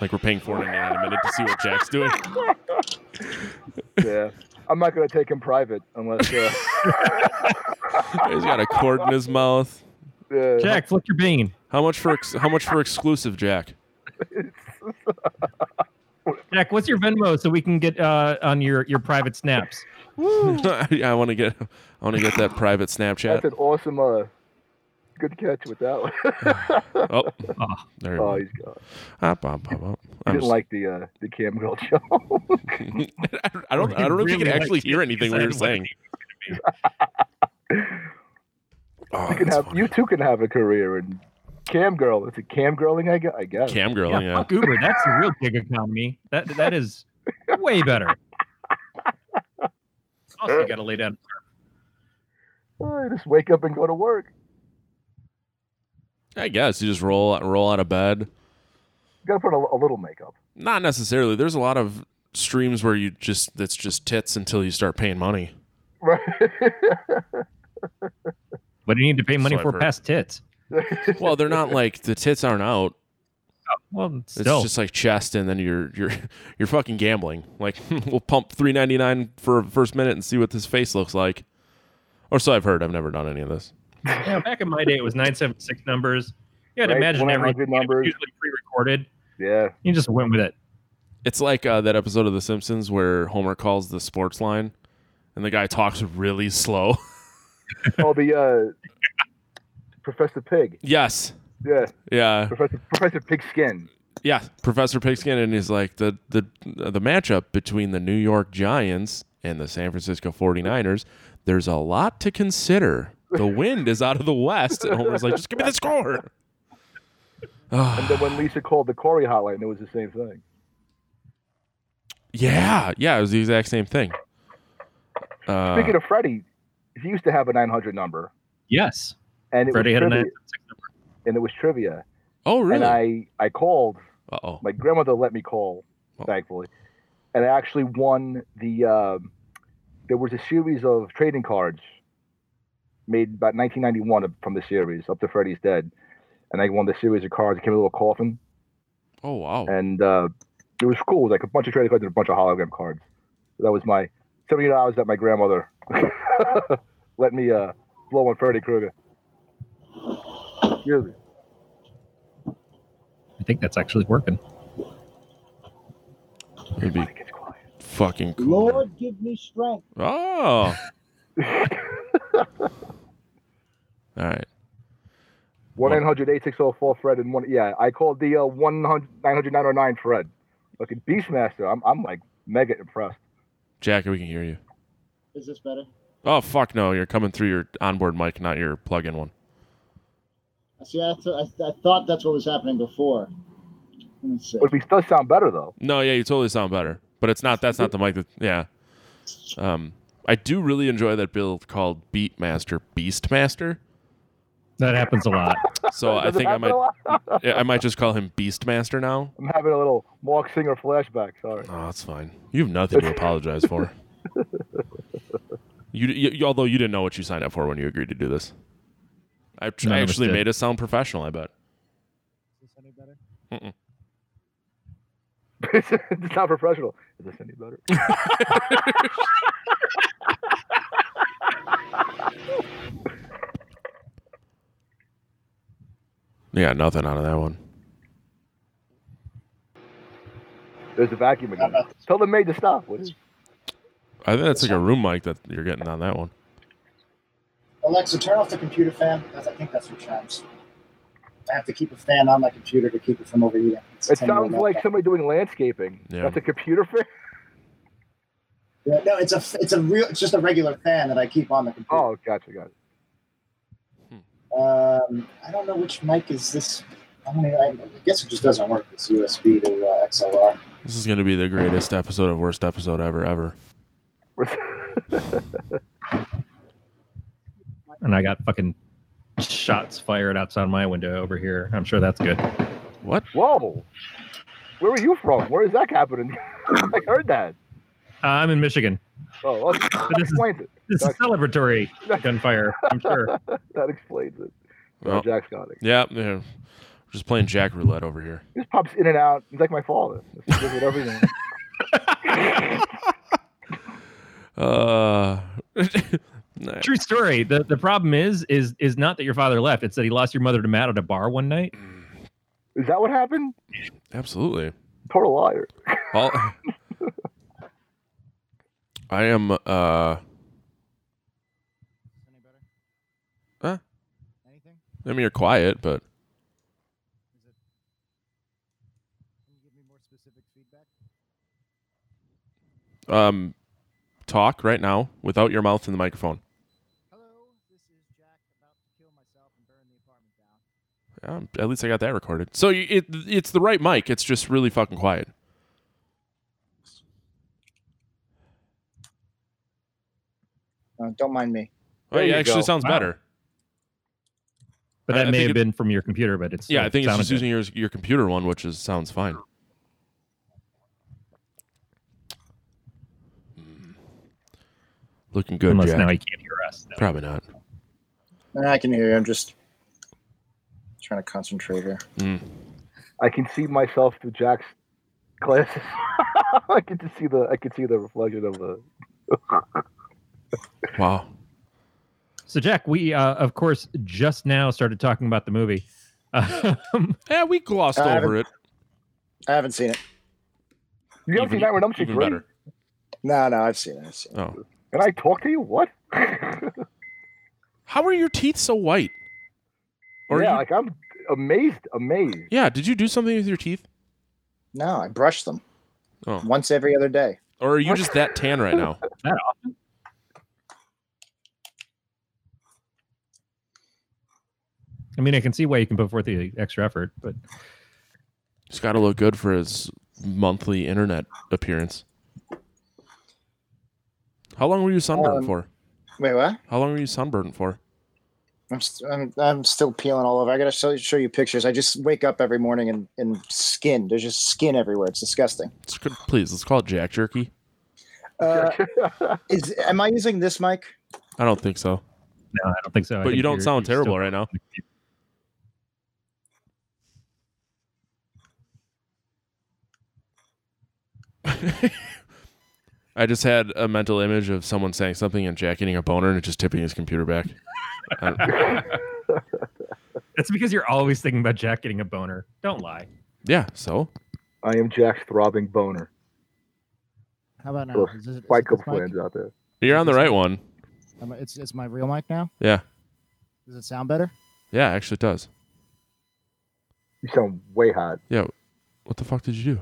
Speaker 2: Like we're paying four ninety nine a minute to see what Jack's doing.
Speaker 3: Yeah. I'm not going to take him private unless. Uh,
Speaker 2: He's got a cord in his mouth.
Speaker 3: yeah.
Speaker 4: Jack, flick your bean.
Speaker 2: How much for ex- how much for exclusive, Jack?
Speaker 4: Jack, what's your Venmo so we can get uh, on your, your private snaps?
Speaker 2: I, want to get I want to get that private
Speaker 3: That's
Speaker 2: Snapchat.
Speaker 3: an awesome. Uh, good catch with that one.
Speaker 2: Oh, there you go.
Speaker 3: oh,
Speaker 2: Ah,
Speaker 3: he's gone.
Speaker 2: Hop, hop, hop, hop.
Speaker 3: He
Speaker 2: I'm
Speaker 3: didn't
Speaker 2: just- Oh,
Speaker 3: like the uh, the Cam Girl show.
Speaker 2: I don't I don't know if you
Speaker 4: Really
Speaker 2: can actually
Speaker 4: like-
Speaker 2: hear anything what you're saying. Oh,
Speaker 3: you can
Speaker 2: that's
Speaker 3: have
Speaker 2: funny.
Speaker 3: you two can have a career in Cam Girl. It's a Cam Girling, I guess. I guess.
Speaker 2: cam girl,
Speaker 4: Yeah,
Speaker 2: Oh, yeah.
Speaker 4: fuck Uber. That's the real gig economy. That that is way better. Also, you got to lay down.
Speaker 3: Oh, just wake up and go to work.
Speaker 2: I guess you just roll roll out of bed.
Speaker 3: You gotta put a, a little makeup.
Speaker 2: Not necessarily. There's a lot of streams where you just that's just tits until you start paying money.
Speaker 3: Right.
Speaker 4: But you need to pay money
Speaker 2: So I've
Speaker 4: for
Speaker 2: heard.
Speaker 4: past tits.
Speaker 2: Well, they're not like the tits aren't out.
Speaker 4: Well,
Speaker 2: It's
Speaker 4: still.
Speaker 2: just like chest, and then you're you're you're fucking gambling. Like we'll pump three ninety nine for a first minute and see what this face looks like. Or so I've heard. I've never done any of this.
Speaker 4: Yeah, back in my day, it was 976 numbers. You had to
Speaker 3: Right,
Speaker 4: imagine every
Speaker 3: 1-800 numbers.
Speaker 4: usually pre recorded.
Speaker 3: yeah.
Speaker 4: You just went with it.
Speaker 2: It's like uh, that episode of The Simpsons where Homer calls the sports line, and the guy talks really slow.
Speaker 3: Oh, the uh, Professor Pig.
Speaker 2: yes.
Speaker 3: Yeah.
Speaker 2: Yeah.
Speaker 3: Professor Professor Pigskin.
Speaker 2: Yeah. Professor Pigskin, and he's like the the the matchup between the New York Giants and the San Francisco 49ers. There's a lot to consider. The wind is out of the west, and Homer's like, just give me the score. Ah,
Speaker 3: And then when Lisa called the Corey hotline, it was the same thing.
Speaker 2: Yeah, yeah, it was the exact same thing. Uh,
Speaker 3: Speaking of Freddie, he used to have a 900 number,
Speaker 4: Yes.
Speaker 3: and it
Speaker 4: Freddie
Speaker 3: was
Speaker 4: had a
Speaker 3: trivia,
Speaker 4: 976 number.
Speaker 3: and it was trivia.
Speaker 2: oh, really?
Speaker 3: And I I called.
Speaker 2: uh oh.
Speaker 3: My grandmother let me call,
Speaker 2: Oh.
Speaker 3: thankfully, and I actually won the. um there was a series of trading cards made about 1991 from the series up to Freddie's Dead, and I won the series of cards. It came in a little coffin,
Speaker 2: Oh, wow.
Speaker 3: and uh, it was cool. It was like a bunch of trading cards and a bunch of hologram cards. That was my seventy dollars that my grandmother let me uh, blow on Freddy Krueger. Excuse me.
Speaker 4: I think that's actually working.
Speaker 2: It'd be
Speaker 3: It gets quiet.
Speaker 2: fucking cool.
Speaker 5: Lord, give me strength.
Speaker 2: Oh. All right.
Speaker 3: One 8604 Fred and one yeah, I called the uh, one hundred nine hundred nine oh nine Fred. Fucking Beastmaster. I'm I'm like mega impressed.
Speaker 2: Jack, we can hear you.
Speaker 5: Is this better?
Speaker 2: Oh, fuck no. You're coming through your onboard mic, not your plug in one.
Speaker 5: See, I, th- I, I thought that's what was happening before. Let me see.
Speaker 3: But it does sound better though.
Speaker 2: No, yeah, you totally sound better. But it's not, that's not the mic that, yeah. Um, I do really enjoy that build called Beatmaster Beastmaster.
Speaker 4: That happens a lot.
Speaker 2: So I
Speaker 3: Does it
Speaker 2: think I
Speaker 3: happen
Speaker 2: might,
Speaker 3: a lot?
Speaker 2: yeah, I might just call him Beastmaster now.
Speaker 3: I'm having a little Mark Singer flashback, sorry.
Speaker 2: Oh, that's fine. You have nothing to apologize for. You, you, you- although you didn't know what you signed up for when you agreed to do this. I, tr-
Speaker 4: None
Speaker 2: I
Speaker 4: of us
Speaker 2: actually
Speaker 4: did.
Speaker 2: made us sound professional. I bet.
Speaker 3: it's not professional. Is this any better?
Speaker 2: Yeah, nothing out of that one.
Speaker 3: There's the vacuum again. Tell the maid to stop. What is
Speaker 2: I think that's like a room mic that you're getting on that one.
Speaker 5: Alexa, turn off the computer fan. That's, I think that's what chimes. I have to keep a fan on my computer to keep it from overheating. It's a
Speaker 3: it
Speaker 5: 10 year old
Speaker 3: sounds like
Speaker 5: laptop.
Speaker 3: somebody doing landscaping.
Speaker 2: Yeah.
Speaker 3: That's a computer fan.
Speaker 5: Yeah, no, it's a it's a real it's just a regular fan that I keep on the computer.
Speaker 3: Oh, gotcha, gotcha. Oh.
Speaker 5: Um, I don't know which mic is this. I, don't even, I guess it just doesn't work. It's USB to uh, XLR.
Speaker 2: This is going to be the greatest episode of worst episode ever, ever.
Speaker 4: And I got fucking shots fired outside my window over here. I'm sure that's good. Uh,
Speaker 2: What?
Speaker 3: Whoa. Where were you from? Where is that happening? I heard that.
Speaker 4: I'm in Michigan.
Speaker 3: Oh, well, that
Speaker 4: this is-
Speaker 3: explains it.
Speaker 4: This is celebratory gunfire. I'm sure.
Speaker 3: That explains it.
Speaker 2: Well,
Speaker 3: Oh, Jack's got it.
Speaker 2: yeah, yeah. We're just playing Jack Roulette over here.
Speaker 3: He just pops in and out. He's like my father. He's good with everything.
Speaker 2: Uh, nah.
Speaker 4: True story. The the problem is is is not that your father left. It's that he lost your mother to Matt at a bar one night.
Speaker 3: Is that what happened?
Speaker 2: absolutely.
Speaker 3: Total liar.
Speaker 2: All, I am. Uh,
Speaker 1: Any better?
Speaker 2: Huh?
Speaker 1: Anything?
Speaker 2: I mean, you're quiet, but
Speaker 1: Is it? Can you give me more specific feedback?
Speaker 2: um, talk right now without your mouth in the microphone.
Speaker 1: Hello, this is Jack, about to kill myself and burn the apartment down.
Speaker 2: Um, at least I got that recorded. So you, it, it's the right mic. It's just really fucking quiet.
Speaker 5: Uh, don't mind me.
Speaker 2: Oh,
Speaker 3: There
Speaker 2: yeah,
Speaker 3: you
Speaker 2: actually
Speaker 3: go.
Speaker 2: sounds
Speaker 4: Wow.
Speaker 2: better.
Speaker 4: But
Speaker 2: I-
Speaker 4: that
Speaker 2: I
Speaker 4: may
Speaker 2: think
Speaker 4: have
Speaker 2: it-
Speaker 4: been from your computer. But it's
Speaker 2: Yeah, I
Speaker 4: it
Speaker 2: think it's
Speaker 4: sounded
Speaker 2: just using your your computer one, which is sounds fine. Mm. Looking
Speaker 4: good.
Speaker 2: good,
Speaker 4: unless
Speaker 2: Jack.
Speaker 4: now he can't hear us. though.
Speaker 2: Probably not.
Speaker 5: Nah, I can hear you. I'm just trying to concentrate here.
Speaker 3: I can see myself through Jack's glasses. I can just see the I can see the reflection of the
Speaker 2: Wow.
Speaker 4: So Jack, we uh, of course just now started talking about the movie. Um,
Speaker 2: Yeah, we glossed
Speaker 5: I haven't-
Speaker 2: over it.
Speaker 5: I haven't seen it.
Speaker 3: You haven't
Speaker 2: Even-
Speaker 3: seen that one? I'm
Speaker 2: even
Speaker 3: three.
Speaker 2: better.
Speaker 5: No, no, I've seen it. I've seen it.
Speaker 2: Oh,
Speaker 3: And I talk to you? What? yeah,
Speaker 2: how are your teeth so white? Or you-
Speaker 3: like I'm amazed, amazed.
Speaker 2: yeah, did you do something with your teeth,
Speaker 5: No, I brush them
Speaker 2: Oh.
Speaker 5: once every other day.
Speaker 2: or are you just that tan right now?
Speaker 4: I mean, I can see why you can put forth the extra effort, but
Speaker 2: He's got to look good for his monthly internet appearance. How long were you sunburned
Speaker 5: Um,
Speaker 2: for?
Speaker 5: Wait, what?
Speaker 2: How long were you sunburned for?
Speaker 5: I'm, st- I'm, I'm still peeling all over. I gotta show, show you pictures. I just wake up every morning and, and skin. There's just skin everywhere. It's disgusting.
Speaker 2: It's good- Please, let's call it Jack Jerky.
Speaker 5: Uh, is am I using this mic?
Speaker 2: I don't think so.
Speaker 4: no, I don't think so. I
Speaker 2: But
Speaker 4: think
Speaker 2: you don't
Speaker 4: you're-
Speaker 2: sound
Speaker 4: you're
Speaker 2: terrible
Speaker 4: still-
Speaker 2: right now. I just had a mental image of someone saying something and Jack getting a boner and just tipping his computer back.
Speaker 4: That's because you're always thinking about Jack getting a boner. Don't lie.
Speaker 2: Yeah, so
Speaker 3: I am Jack's throbbing boner.
Speaker 1: How about now?
Speaker 3: Look,
Speaker 1: Is this- is
Speaker 3: Quite
Speaker 1: it this
Speaker 3: couple fans
Speaker 1: mic?
Speaker 3: out there.
Speaker 2: you're on the right one.
Speaker 1: Am I- It's it's my real mic now.
Speaker 2: Yeah,
Speaker 1: Does it sound better?
Speaker 2: yeah, it actually does.
Speaker 3: You sound way hot.
Speaker 2: What the fuck did you do?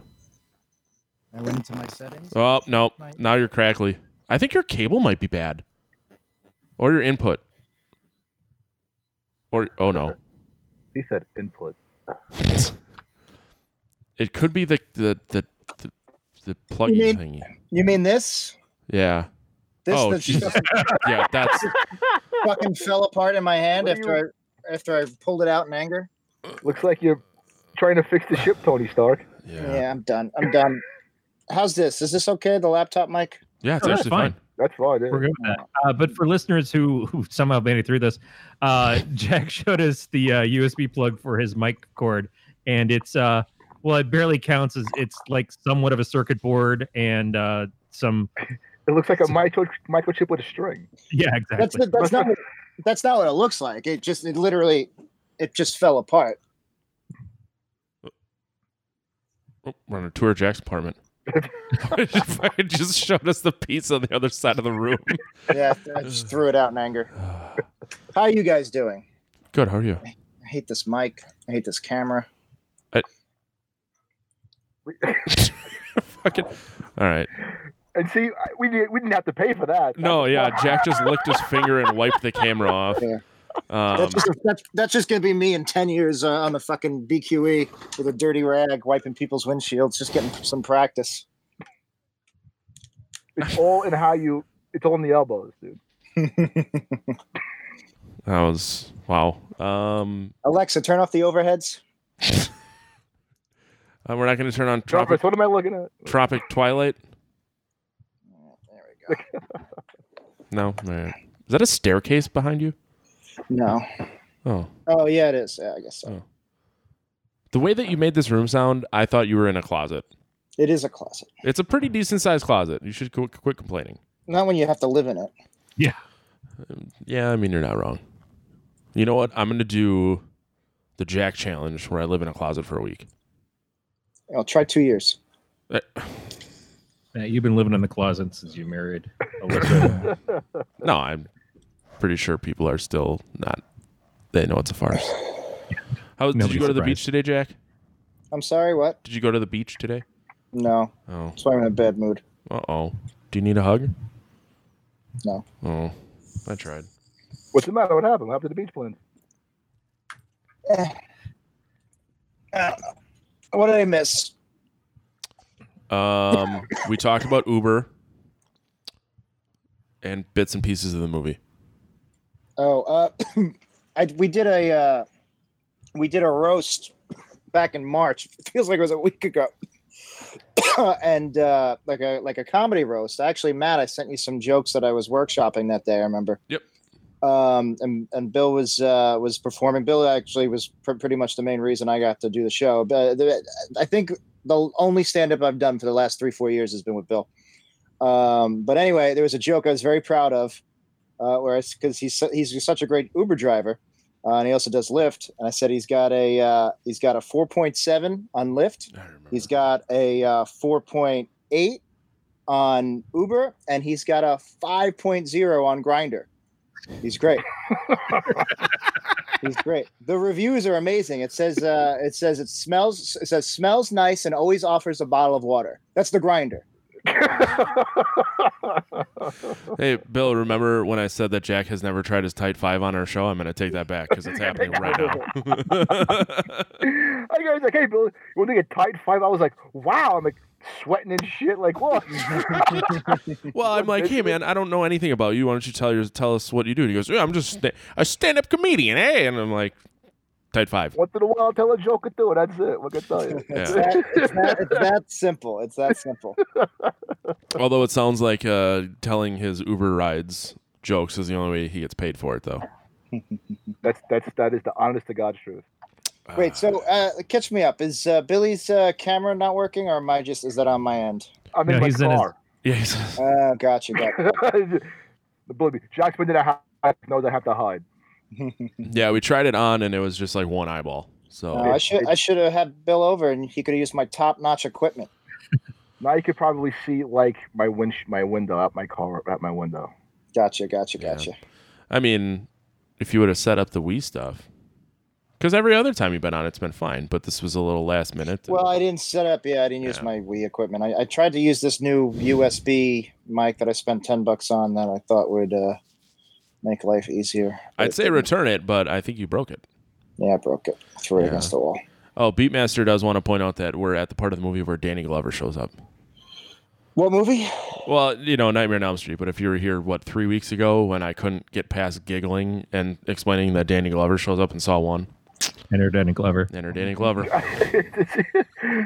Speaker 1: I went into my settings.
Speaker 2: Oh no, now you're crackly. I think your cable might be bad, or your input, or oh no,
Speaker 3: He said input.
Speaker 2: it could be the the the the, the plug-in
Speaker 5: You mean-
Speaker 2: thingy.
Speaker 5: You mean this?
Speaker 2: Yeah,
Speaker 5: This
Speaker 2: Oh,
Speaker 5: that
Speaker 2: Jesus.
Speaker 5: just
Speaker 2: yeah, that's
Speaker 5: fucking fell apart in my hand
Speaker 3: What do
Speaker 5: after I after I pulled it out in anger.
Speaker 3: Looks like you're trying to fix the ship, Tony Stark.
Speaker 5: Yeah,
Speaker 2: yeah,
Speaker 5: I'm done. I'm done. How's this? Is this okay? The laptop mic?
Speaker 2: yeah. It's
Speaker 4: No, that's
Speaker 2: actually fine.
Speaker 3: That's right.
Speaker 4: We're good with that. Uh, but for listeners who, who somehow made it through this, uh, Jack showed us the uh, USB plug for his mic cord, and it's uh, well, it barely counts as it's like somewhat of a circuit board and uh, some
Speaker 3: It looks like a micro, microchip with a string.
Speaker 4: yeah,
Speaker 5: That's
Speaker 4: exactly.
Speaker 5: the, that's not what, that's not what it looks like. It just it literally it just fell apart.
Speaker 2: Oh, we're on a tour of Jack's apartment. It just showed us the piece on the other side of the room.
Speaker 5: Yeah, I just threw it out in anger. How are you guys doing?
Speaker 2: Good. How are you?
Speaker 5: I hate this mic. I hate this camera.
Speaker 2: Fucking. All right.
Speaker 3: And see, I- we did, we didn't have to pay for that.
Speaker 2: No, yeah, Jack just licked his finger and wiped the camera off.
Speaker 5: Yeah.
Speaker 2: Um,
Speaker 5: that's just that's, that's just gonna be me in ten years uh, on the fucking BQE with a dirty rag wiping people's windshields, just getting some practice.
Speaker 3: It's all in how you. It's all in the elbows, dude.
Speaker 2: that was wow. Um,
Speaker 5: Alexa, turn off the overheads.
Speaker 2: uh, we're not going to turn on
Speaker 3: Jarvis,
Speaker 2: Tropic,
Speaker 3: what am I looking at?
Speaker 2: Tropic Twilight.
Speaker 5: There we go.
Speaker 2: No, All right. is that a staircase behind you?
Speaker 5: No.
Speaker 2: Oh,
Speaker 5: Oh yeah, it is. Yeah, I guess so.
Speaker 2: Oh. the way that you made this room sound, I thought you were in a closet.
Speaker 5: It is a closet.
Speaker 2: It's a pretty decent sized closet. You should qu- quit complaining.
Speaker 5: Not when you have to live in it.
Speaker 2: Yeah, I mean you're not wrong. You know what? I'm going to do the Jack challenge where I live in a closet for a week. Uh,
Speaker 5: I'll try two years.
Speaker 4: Matt, you've been living in the closet since you married Alyssa.
Speaker 2: No, I'm pretty sure people are still not. They know it's a farce. How did
Speaker 4: Nobody's
Speaker 2: you go to the
Speaker 4: surprised.
Speaker 2: beach today, Jack?
Speaker 5: I'm sorry. What?
Speaker 2: Did you go to the beach today?
Speaker 5: No.
Speaker 2: Oh,
Speaker 5: That's why I'm in a bad mood.
Speaker 2: uh oh. Do you need a hug?
Speaker 5: No.
Speaker 2: Oh, I tried.
Speaker 3: What's the matter? What happened? What happened to the beach plan?
Speaker 5: Eh. I don't know. What did I miss?
Speaker 2: Um, we talked about Uber and bits and pieces of the movie.
Speaker 5: Oh, uh, I we did a uh, we did a roast back in March. feels like it was a week ago. and uh, like a like a comedy roast. Actually, Matt, I sent you some jokes that I was workshopping that day. I remember.
Speaker 2: Yep.
Speaker 5: Um, and and Bill was uh, was performing. Bill actually was pr- pretty much the main reason I got to do the show. But the, I think the only stand up I've done for the last three four years has been with Bill. Um, but anyway, there was a joke I was very proud of uh, where because he's su- he's such a great Uber driver, uh, and he also does Lyft. And I said he's got a uh, he's got a 4.7 on Lyft,
Speaker 2: I remember.
Speaker 5: he's got a uh, 4.8 on Uber, and he's got a 5.0 on Grinder. He's great. he's great. The reviews are amazing. It says uh, it says it smells it says smells nice and always offers a bottle of water. That's the Grinder.
Speaker 2: Hey, Bill, remember when I said that Jack has never tried his tight five on our show? I'm going to take that back because it's happening right now.
Speaker 3: I guys like, hey, Bill, you want to get tight five? I was like, wow. I'm like sweating and shit. Like, what?
Speaker 2: well, I'm like, hey, man, I don't know anything about you. Why don't you tell your, tell us what you do? And he goes, yeah, I'm just sta- a stand up comedian, eh? And I'm like, tight five.
Speaker 3: Once in a while, tell a joke or two. That's it. What can I tell you?
Speaker 5: It's,
Speaker 2: Yeah.
Speaker 5: that, it's, that, it's that simple. It's that simple.
Speaker 2: Although it sounds like uh, telling his Uber rides jokes is the only way he gets paid for it, though.
Speaker 3: That's that's that is the honest to God's truth.
Speaker 2: Ah.
Speaker 5: Wait, so uh, catch me up. Is uh, Billy's uh, camera not working, or am I just is that on my end?
Speaker 3: I'm
Speaker 4: No,
Speaker 3: in my
Speaker 4: he's in his-
Speaker 3: car.
Speaker 2: Yeah, he's-
Speaker 5: Uh, gotcha, gotcha.
Speaker 3: Believe me, Jack's been in a house. Knows I have to hide.
Speaker 2: yeah, we tried it on and it was just like one eyeball. So
Speaker 5: Uh, I should I should have had Bill over, and he could have used my top notch equipment.
Speaker 3: Now you could probably see like my wind, my window out my car out my window.
Speaker 5: Gotcha, gotcha,
Speaker 2: Yeah.
Speaker 5: gotcha.
Speaker 2: I mean, if you would have set up the Wii stuff, because every other time you've been on, it's been fine. But this was a little last minute.
Speaker 5: Well, I didn't set up. Yeah, I didn't use
Speaker 2: Yeah.
Speaker 5: my Wii equipment. I, I tried to use this new USB mic that I spent ten bucks on that I thought would uh, make life easier. but
Speaker 2: I'd
Speaker 5: it
Speaker 2: say
Speaker 5: didn't.
Speaker 2: return it, but I think you broke it.
Speaker 5: yeah, I broke it. Threw it
Speaker 2: Yeah.
Speaker 5: against the wall.
Speaker 2: Oh, Beatmaster does want to point out that we're at the part of the movie where Danny Glover shows up.
Speaker 5: What movie?
Speaker 2: Well, you know, Nightmare on Elm Street. But if you were here, what three weeks ago when I couldn't get past giggling and explaining that Danny Glover shows up and saw one,
Speaker 4: and her Danny Glover.
Speaker 2: enter Danny Glover.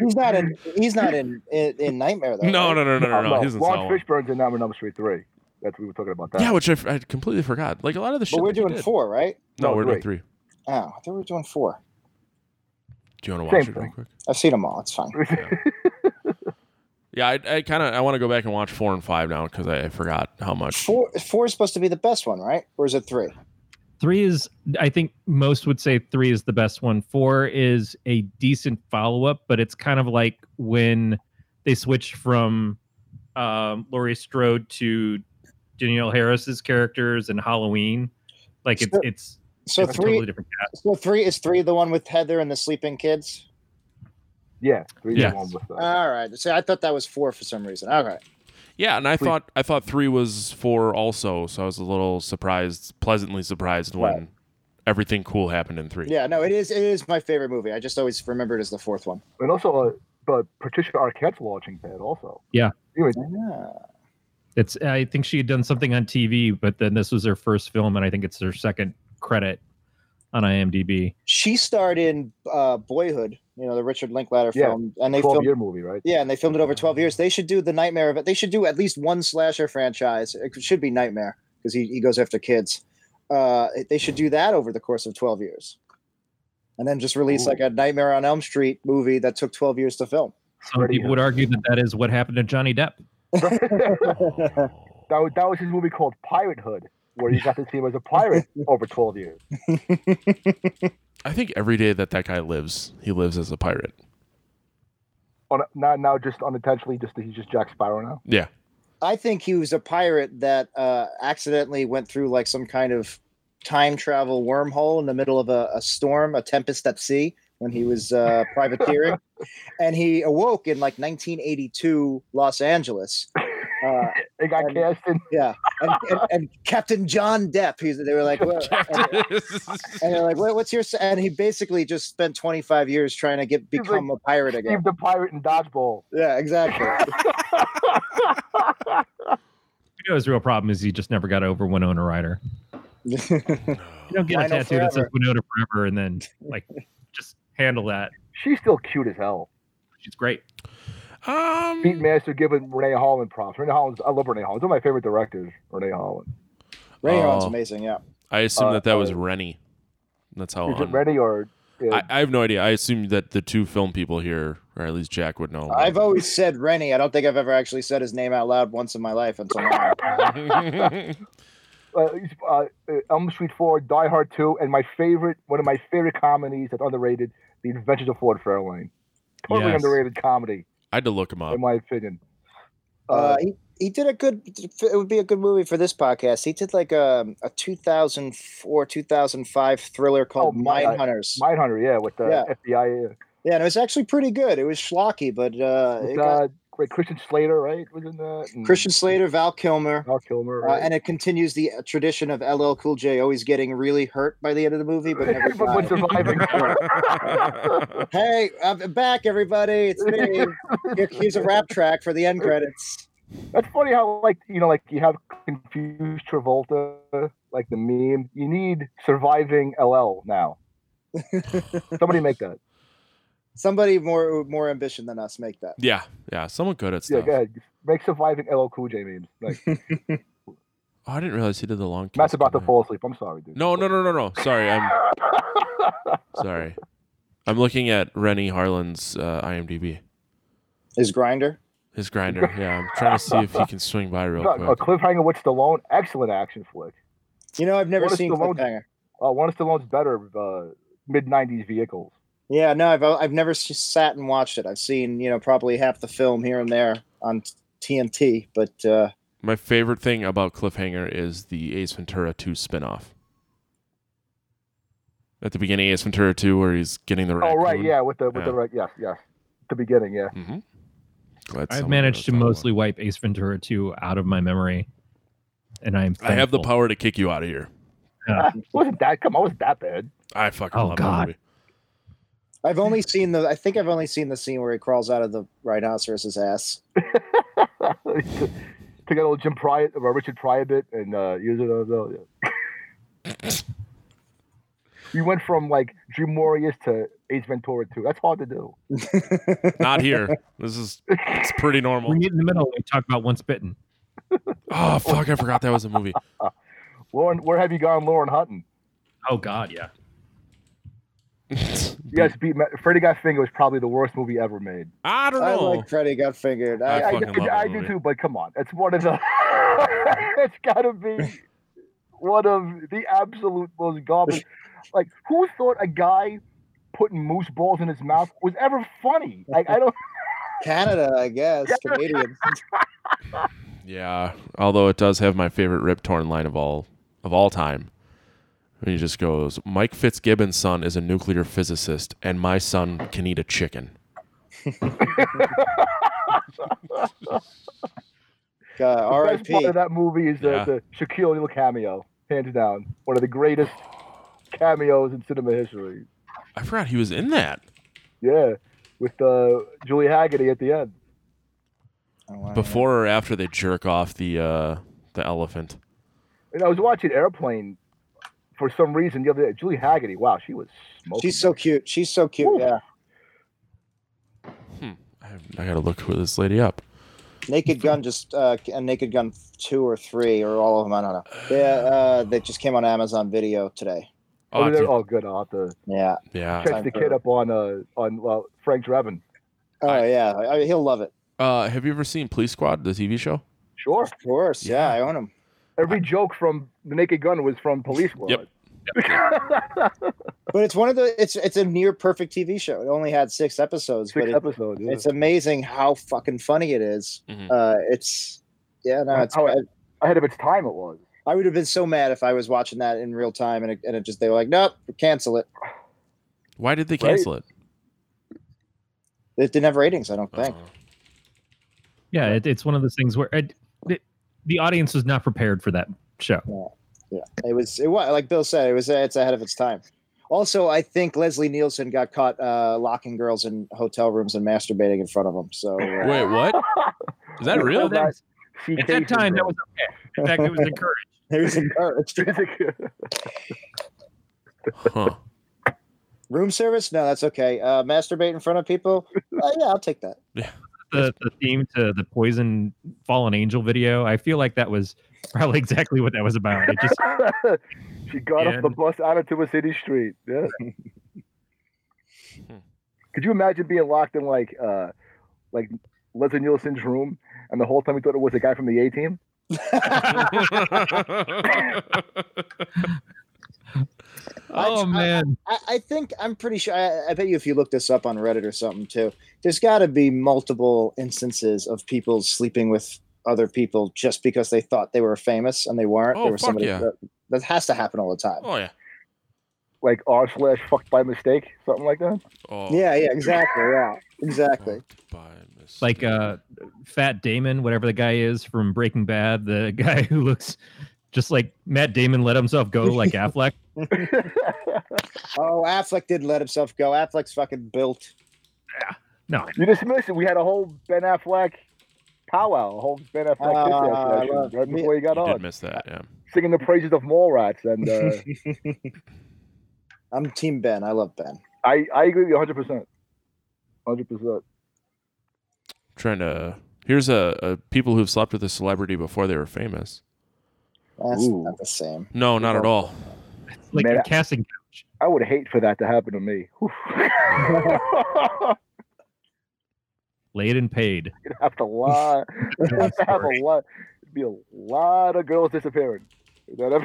Speaker 5: He's not in. He's not in in, in Nightmare though.
Speaker 2: No,
Speaker 5: right?
Speaker 2: no, no, no, no, no. He's in saw
Speaker 3: Oh, Lawrence
Speaker 2: one.
Speaker 3: Fishburne's in Nightmare on Elm Street three. That's we were talking about that.
Speaker 2: Yeah, which I, f- I completely forgot. Like a lot of the shit.
Speaker 5: But we're
Speaker 2: that you
Speaker 5: doing
Speaker 2: did.
Speaker 5: four, right?
Speaker 2: No,
Speaker 3: No,
Speaker 2: we're doing
Speaker 3: three.
Speaker 2: three.
Speaker 5: Oh, I thought we were doing four.
Speaker 2: Do you want to watch
Speaker 3: Same
Speaker 2: it real
Speaker 3: thing.
Speaker 2: quick?
Speaker 5: I've seen them all. It's fine.
Speaker 2: Yeah, I, I kind of I want to go back and watch four and five now because I, I forgot how much.
Speaker 5: Four, four is supposed to be the best one, right? Or is it three?
Speaker 4: Three is, I think most would say three is the best one. Four is a decent follow up, but it's kind of like when they switched from um, Laurie Strode to Danielle Harris's characters in Halloween. Like it's
Speaker 5: So-
Speaker 4: it's,
Speaker 5: So
Speaker 4: it's a
Speaker 5: three,
Speaker 4: totally different cast.
Speaker 5: so three is three the one with Heather and the sleeping kids.
Speaker 3: yeah, three to
Speaker 4: Yes.
Speaker 3: one with uh, that.
Speaker 5: All right. So I thought that was four for some reason. All right.
Speaker 2: Yeah, and I thought I thought three was four also, so I was a little surprised, pleasantly surprised when everything cool happened in three.
Speaker 5: Yeah, no, it is it is my favorite movie. I just always remember it as the fourth one.
Speaker 3: And also, uh, but Patricia Arquette's launching pad also.
Speaker 4: Yeah.
Speaker 3: Anyway,
Speaker 5: Yeah.
Speaker 4: It's I think she had done something on TV, but then this was her first film, and I think it's her second credit on IMDb.
Speaker 5: She starred in uh, Boyhood, you know, the Richard Linklater
Speaker 3: Yeah,
Speaker 5: film, and they
Speaker 3: twelve
Speaker 5: filmed
Speaker 3: year movie, right?
Speaker 5: Yeah, and they filmed it over 12 years. They should do the Nightmare of it. They should do at least one slasher franchise. It should be Nightmare because he, he goes after kids. Uh, they should do that over the course of 12 years. And then just release
Speaker 3: Ooh.
Speaker 5: like a Nightmare on Elm Street movie that took 12 years to film.
Speaker 4: Some people would argue that that is what happened to Johnny Depp.
Speaker 3: that, was, that was his movie called Piratehood, where you got to see him as a pirate over 12 years.
Speaker 2: I think every day that that guy lives, he lives as a pirate.
Speaker 3: On, now, now just unintentionally, just he's just Jack Sparrow now.
Speaker 2: Yeah,
Speaker 5: I think he was a pirate that uh, accidentally went through like some kind of time travel wormhole in the middle of a, a storm, a tempest at sea, when he was uh, privateering, and he awoke in like 1982 Los Angeles. Uh,
Speaker 3: It got
Speaker 5: And-
Speaker 3: cast in.
Speaker 5: yeah, and, and, and Captain John Depp. He's, they were like, "Well," uh, and, and they're like, "What- "What's your?" s-" And he basically just spent 25 years trying to get
Speaker 3: He's like,
Speaker 5: become a pirate again.
Speaker 3: Steve the Pirate in Dodgeball.
Speaker 5: Yeah, exactly.
Speaker 4: You know his real problem is he just never got over Winona Ryder. You don't get a
Speaker 5: Lionel
Speaker 4: tattoo that says
Speaker 5: Forever.
Speaker 4: Winona Forever, and then like just handle that.
Speaker 3: She's still cute as hell.
Speaker 4: She's great.
Speaker 2: um,
Speaker 3: Beatmaster giving Renee Holland props. Renee Holland's, I love Renee Holland. One of my favorite directors, Renee Holland.
Speaker 5: Ray Holland's
Speaker 2: Oh.
Speaker 5: amazing. Yeah,
Speaker 2: I assume
Speaker 3: Uh,
Speaker 2: that that was
Speaker 3: uh,
Speaker 2: Rennie. That's how.
Speaker 3: Is it
Speaker 2: un-
Speaker 3: Renee or. uh,
Speaker 2: Oh, I, I have no idea. I assume that the two film people here, or at least Jack would know.
Speaker 5: I've always said Rennie. I don't think I've ever actually said his name out loud once in my life until now.
Speaker 3: uh, uh, Elm Street 4, Die Hard 2, and my favorite, one of my favorite comedies that's underrated, The Adventures of Ford Fairlane. Totally
Speaker 4: Yes.
Speaker 3: underrated comedy,
Speaker 2: I had to look him up.
Speaker 3: in my opinion.
Speaker 5: Uh, he, he did a good. It would be a good movie for this podcast. He did like um, a, a 2004 2005 thriller called
Speaker 3: Oh, my-
Speaker 5: Mine Hunters.
Speaker 3: Mindhunter, yeah, with the
Speaker 5: Yeah.
Speaker 3: FBI. uh,
Speaker 5: yeah, and it was actually pretty good. It was schlocky, but uh, it
Speaker 3: With,
Speaker 5: got-
Speaker 3: uh, wait, Christian Slater, right? Was in that? And
Speaker 5: Christian Slater, Val Kilmer,
Speaker 3: Val Kilmer.
Speaker 5: uh,
Speaker 3: Right?
Speaker 5: and it continues the uh, tradition of LL Cool J always getting really hurt by the end of the movie, but never
Speaker 3: But when
Speaker 5: died.
Speaker 3: surviving.
Speaker 5: Hey, I'm back, everybody! It's me. Here- Here's a rap track for the end credits.
Speaker 3: That's funny how, like, you know, like you have confused Travolta, like the meme. You need surviving LL now. Somebody make that.
Speaker 5: Somebody more more ambition than us make that.
Speaker 2: yeah, yeah. Someone good at
Speaker 3: Yeah,
Speaker 2: stuff.
Speaker 3: go ahead. Make surviving LL Cool J memes. Like,
Speaker 2: Oh, I didn't realize he did the long.
Speaker 3: Matt's
Speaker 2: kiss
Speaker 3: about to
Speaker 2: tonight.
Speaker 3: fall asleep. I'm sorry, dude.
Speaker 2: No, no, no, no, no. Sorry, I'm sorry. I'm looking at Rennie Harlan's uh, IMDb.
Speaker 5: Is Grinder?
Speaker 2: His grinder. Yeah, I'm trying to see if he can swing by real
Speaker 3: a
Speaker 2: quick.
Speaker 3: cliffhanger with Stallone. Excellent action flick.
Speaker 5: You know, I've never
Speaker 3: What is
Speaker 5: seen
Speaker 3: Stallone-
Speaker 5: Cliffhanger.
Speaker 3: Uh, one of Stallone's better uh, mid '90s vehicles.
Speaker 5: Yeah, no, I've I've never s- sat and watched it. I've seen you know probably half the film here and there on TNT, but uh,
Speaker 2: My favorite thing about Cliffhanger is the Ace Ventura 2 spinoff. At the beginning, Ace Ventura 2, where he's getting the.
Speaker 3: Oh
Speaker 2: raccoon.
Speaker 3: right, yeah, with the with the
Speaker 2: Yeah.
Speaker 3: right, yes, yes, the beginning, yeah.
Speaker 2: Mm-hmm. Glad
Speaker 4: I've
Speaker 2: someone knows
Speaker 4: managed to
Speaker 2: that one.
Speaker 4: mostly wipe Ace Ventura 2 out of my memory, and I'm.
Speaker 2: I have the
Speaker 4: thankful.
Speaker 2: power to kick you out of here.
Speaker 4: Yeah.
Speaker 3: wasn't that come? on, wasn't that bad.
Speaker 2: I fucking
Speaker 4: Oh,
Speaker 2: love
Speaker 4: God.
Speaker 2: that movie.
Speaker 5: I've only seen the I think I've only seen the scene where he crawls out of the rhinoceros's ass.
Speaker 3: Took out old Jim Pryor, or Richard Pryor bit, and uh, used it as well. Yeah. you went from like Dream Warriors to Ace Ventura 2. That's hard to do.
Speaker 2: Not here. This is it's pretty normal.
Speaker 4: We meet in the middle. We talk about Once Bitten.
Speaker 2: Oh fuck! I forgot that was a movie.
Speaker 3: Lauren, where have you gone, Lauren Hutton?
Speaker 4: Oh God, yeah.
Speaker 3: You guys beat Ma- Freddy Got Finger was probably the worst movie ever made.
Speaker 2: I don't
Speaker 5: I
Speaker 2: know.
Speaker 3: Oh.
Speaker 5: like Freddy Got Fingered. Uh, I,
Speaker 2: I
Speaker 3: I,
Speaker 2: fucking
Speaker 3: do-
Speaker 2: love
Speaker 3: I
Speaker 2: that
Speaker 3: do
Speaker 2: movie.
Speaker 3: too, but come on, it's one of the. it's gotta be one of the absolute most garbage. Like, who thought a guy putting moose balls in his mouth was ever funny? Like, I don't.
Speaker 5: Canada, I guess, Canadian. Uh,
Speaker 2: Yeah, although it does have my favorite Rip Torn line of all of all time. When he just goes, Mike Fitzgibbon's son is a nuclear physicist, and my son can eat a chicken.
Speaker 5: Uh,
Speaker 3: The best part
Speaker 5: R.I.P.
Speaker 3: of that movie is the,
Speaker 2: Yeah.
Speaker 3: the Shaquille O'Neal cameo, hands down. One of the greatest cameos in cinema history.
Speaker 2: I forgot he was in that
Speaker 3: Yeah, with uh, Julie Haggerty at the end.
Speaker 5: Oh, wow.
Speaker 2: before or after they jerk off the uh, the elephant.
Speaker 3: And I was watching Airplane for some reason the other day. Julie Haggerty, wow, she was smoking.
Speaker 5: She's so cute. She's so cute.
Speaker 3: Woo.
Speaker 5: Yeah.
Speaker 2: I, have, I gotta look who this lady up.
Speaker 5: Naked Gun just uh, and Naked Gun two or three or all of them. I don't know. Yeah, uh, they just came on Amazon Video today.
Speaker 2: Oh,
Speaker 3: Oh,
Speaker 2: I
Speaker 3: they're
Speaker 2: did-
Speaker 3: all good. I'll have to
Speaker 5: Yeah.
Speaker 2: yeah.
Speaker 3: catch the kid up on uh, on uh, Frank Drebin.
Speaker 5: Oh
Speaker 2: I-
Speaker 5: yeah, I, I- he'll love it.
Speaker 2: Uh, have you ever seen Police Squad, the TV show?
Speaker 3: Sure.
Speaker 5: Of course. Yeah, I own him.
Speaker 3: Every joke from The Naked Gun was from Police Squad.
Speaker 2: Yep.
Speaker 5: But it's one of the. It's it's a near perfect TV show. It only had six episodes,
Speaker 3: Six
Speaker 5: but it,
Speaker 3: episodes. yeah.
Speaker 5: it's amazing how fucking funny it is.
Speaker 2: Mhm.
Speaker 5: Uh, it's yeah, no, it's.
Speaker 3: How
Speaker 5: I,
Speaker 3: ahead of its time it was.
Speaker 5: would have been so mad if I was watching that in real time and it, and it just they were like, nope, cancel it.
Speaker 2: Why did they
Speaker 3: Right.
Speaker 2: cancel it?
Speaker 5: It didn't have ratings, I don't think.
Speaker 2: Uh,
Speaker 4: Yeah, it, it's one of those things where it, the, the audience was not prepared for that show.
Speaker 5: It was it was like Bill said, it was it's ahead of its time. Also, I think Leslie Nielsen got caught uh, locking girls in hotel rooms and masturbating in front of them. So uh,
Speaker 2: Wait, what? Is that real?
Speaker 3: That- CK
Speaker 4: At that time, that was okay. In fact, it was encouraged.
Speaker 5: it was encouraged.
Speaker 3: syndrome.
Speaker 2: Huh.
Speaker 5: Room service? No, that's okay. Uh, masturbate in front of people? Uh, yeah, I'll take that.
Speaker 4: The, the theme to the Poison Fallen Angel video, I feel like that was probably exactly what that was about. It just
Speaker 3: she got off the bus out into a city street. Yeah.
Speaker 2: Hmm.
Speaker 3: Could you imagine being locked in like uh like Leslie Nielsen's room and the whole time you thought it was a guy from the A team?
Speaker 4: oh
Speaker 5: I-
Speaker 4: man,
Speaker 5: I, I think I'm pretty sure. I, I bet you if you look this up on Reddit or something too, there's got to be multiple instances of people sleeping with other people just because they thought they were famous and they weren't.
Speaker 2: Oh,
Speaker 5: there was
Speaker 2: fuck
Speaker 5: somebody
Speaker 2: yeah.
Speaker 5: that, that has to happen all the time.
Speaker 2: oh yeah.
Speaker 3: Like R slash fucked by mistake, something like that.
Speaker 2: Oh,
Speaker 5: Yeah, yeah, exactly. Yeah, exactly.
Speaker 2: fucked by mistake.
Speaker 4: like uh, Fat Damon, whatever the guy is from Breaking Bad, the guy who looks just like Matt Damon let himself go like Affleck.
Speaker 5: Oh, Affleck didn't let himself go. Affleck's fucking built.
Speaker 3: You just missed it. We had a whole Ben Affleck powwow, a whole Ben Affleck
Speaker 5: Ah,
Speaker 3: sit down
Speaker 5: I
Speaker 3: session
Speaker 5: love-
Speaker 3: right before you got
Speaker 2: you did
Speaker 3: on,
Speaker 2: miss that. Yeah.
Speaker 3: singing the praises of mole rats. And uh,
Speaker 5: I'm Team Ben. I love Ben.
Speaker 3: I, I agree with you 100%. 100%.
Speaker 2: Trying to. Here's a, a people who've slept with a celebrity before they were famous.
Speaker 5: That's
Speaker 3: Ooh.
Speaker 5: not the same.
Speaker 2: No, not at all.
Speaker 4: It's like
Speaker 3: Man,
Speaker 4: a casting couch.
Speaker 3: I would hate for that to happen to me. Whew. You'd
Speaker 4: Laid and paid.
Speaker 3: have to lie. You'd have to have a lot. It'd be a lot of girls disappearing. Is that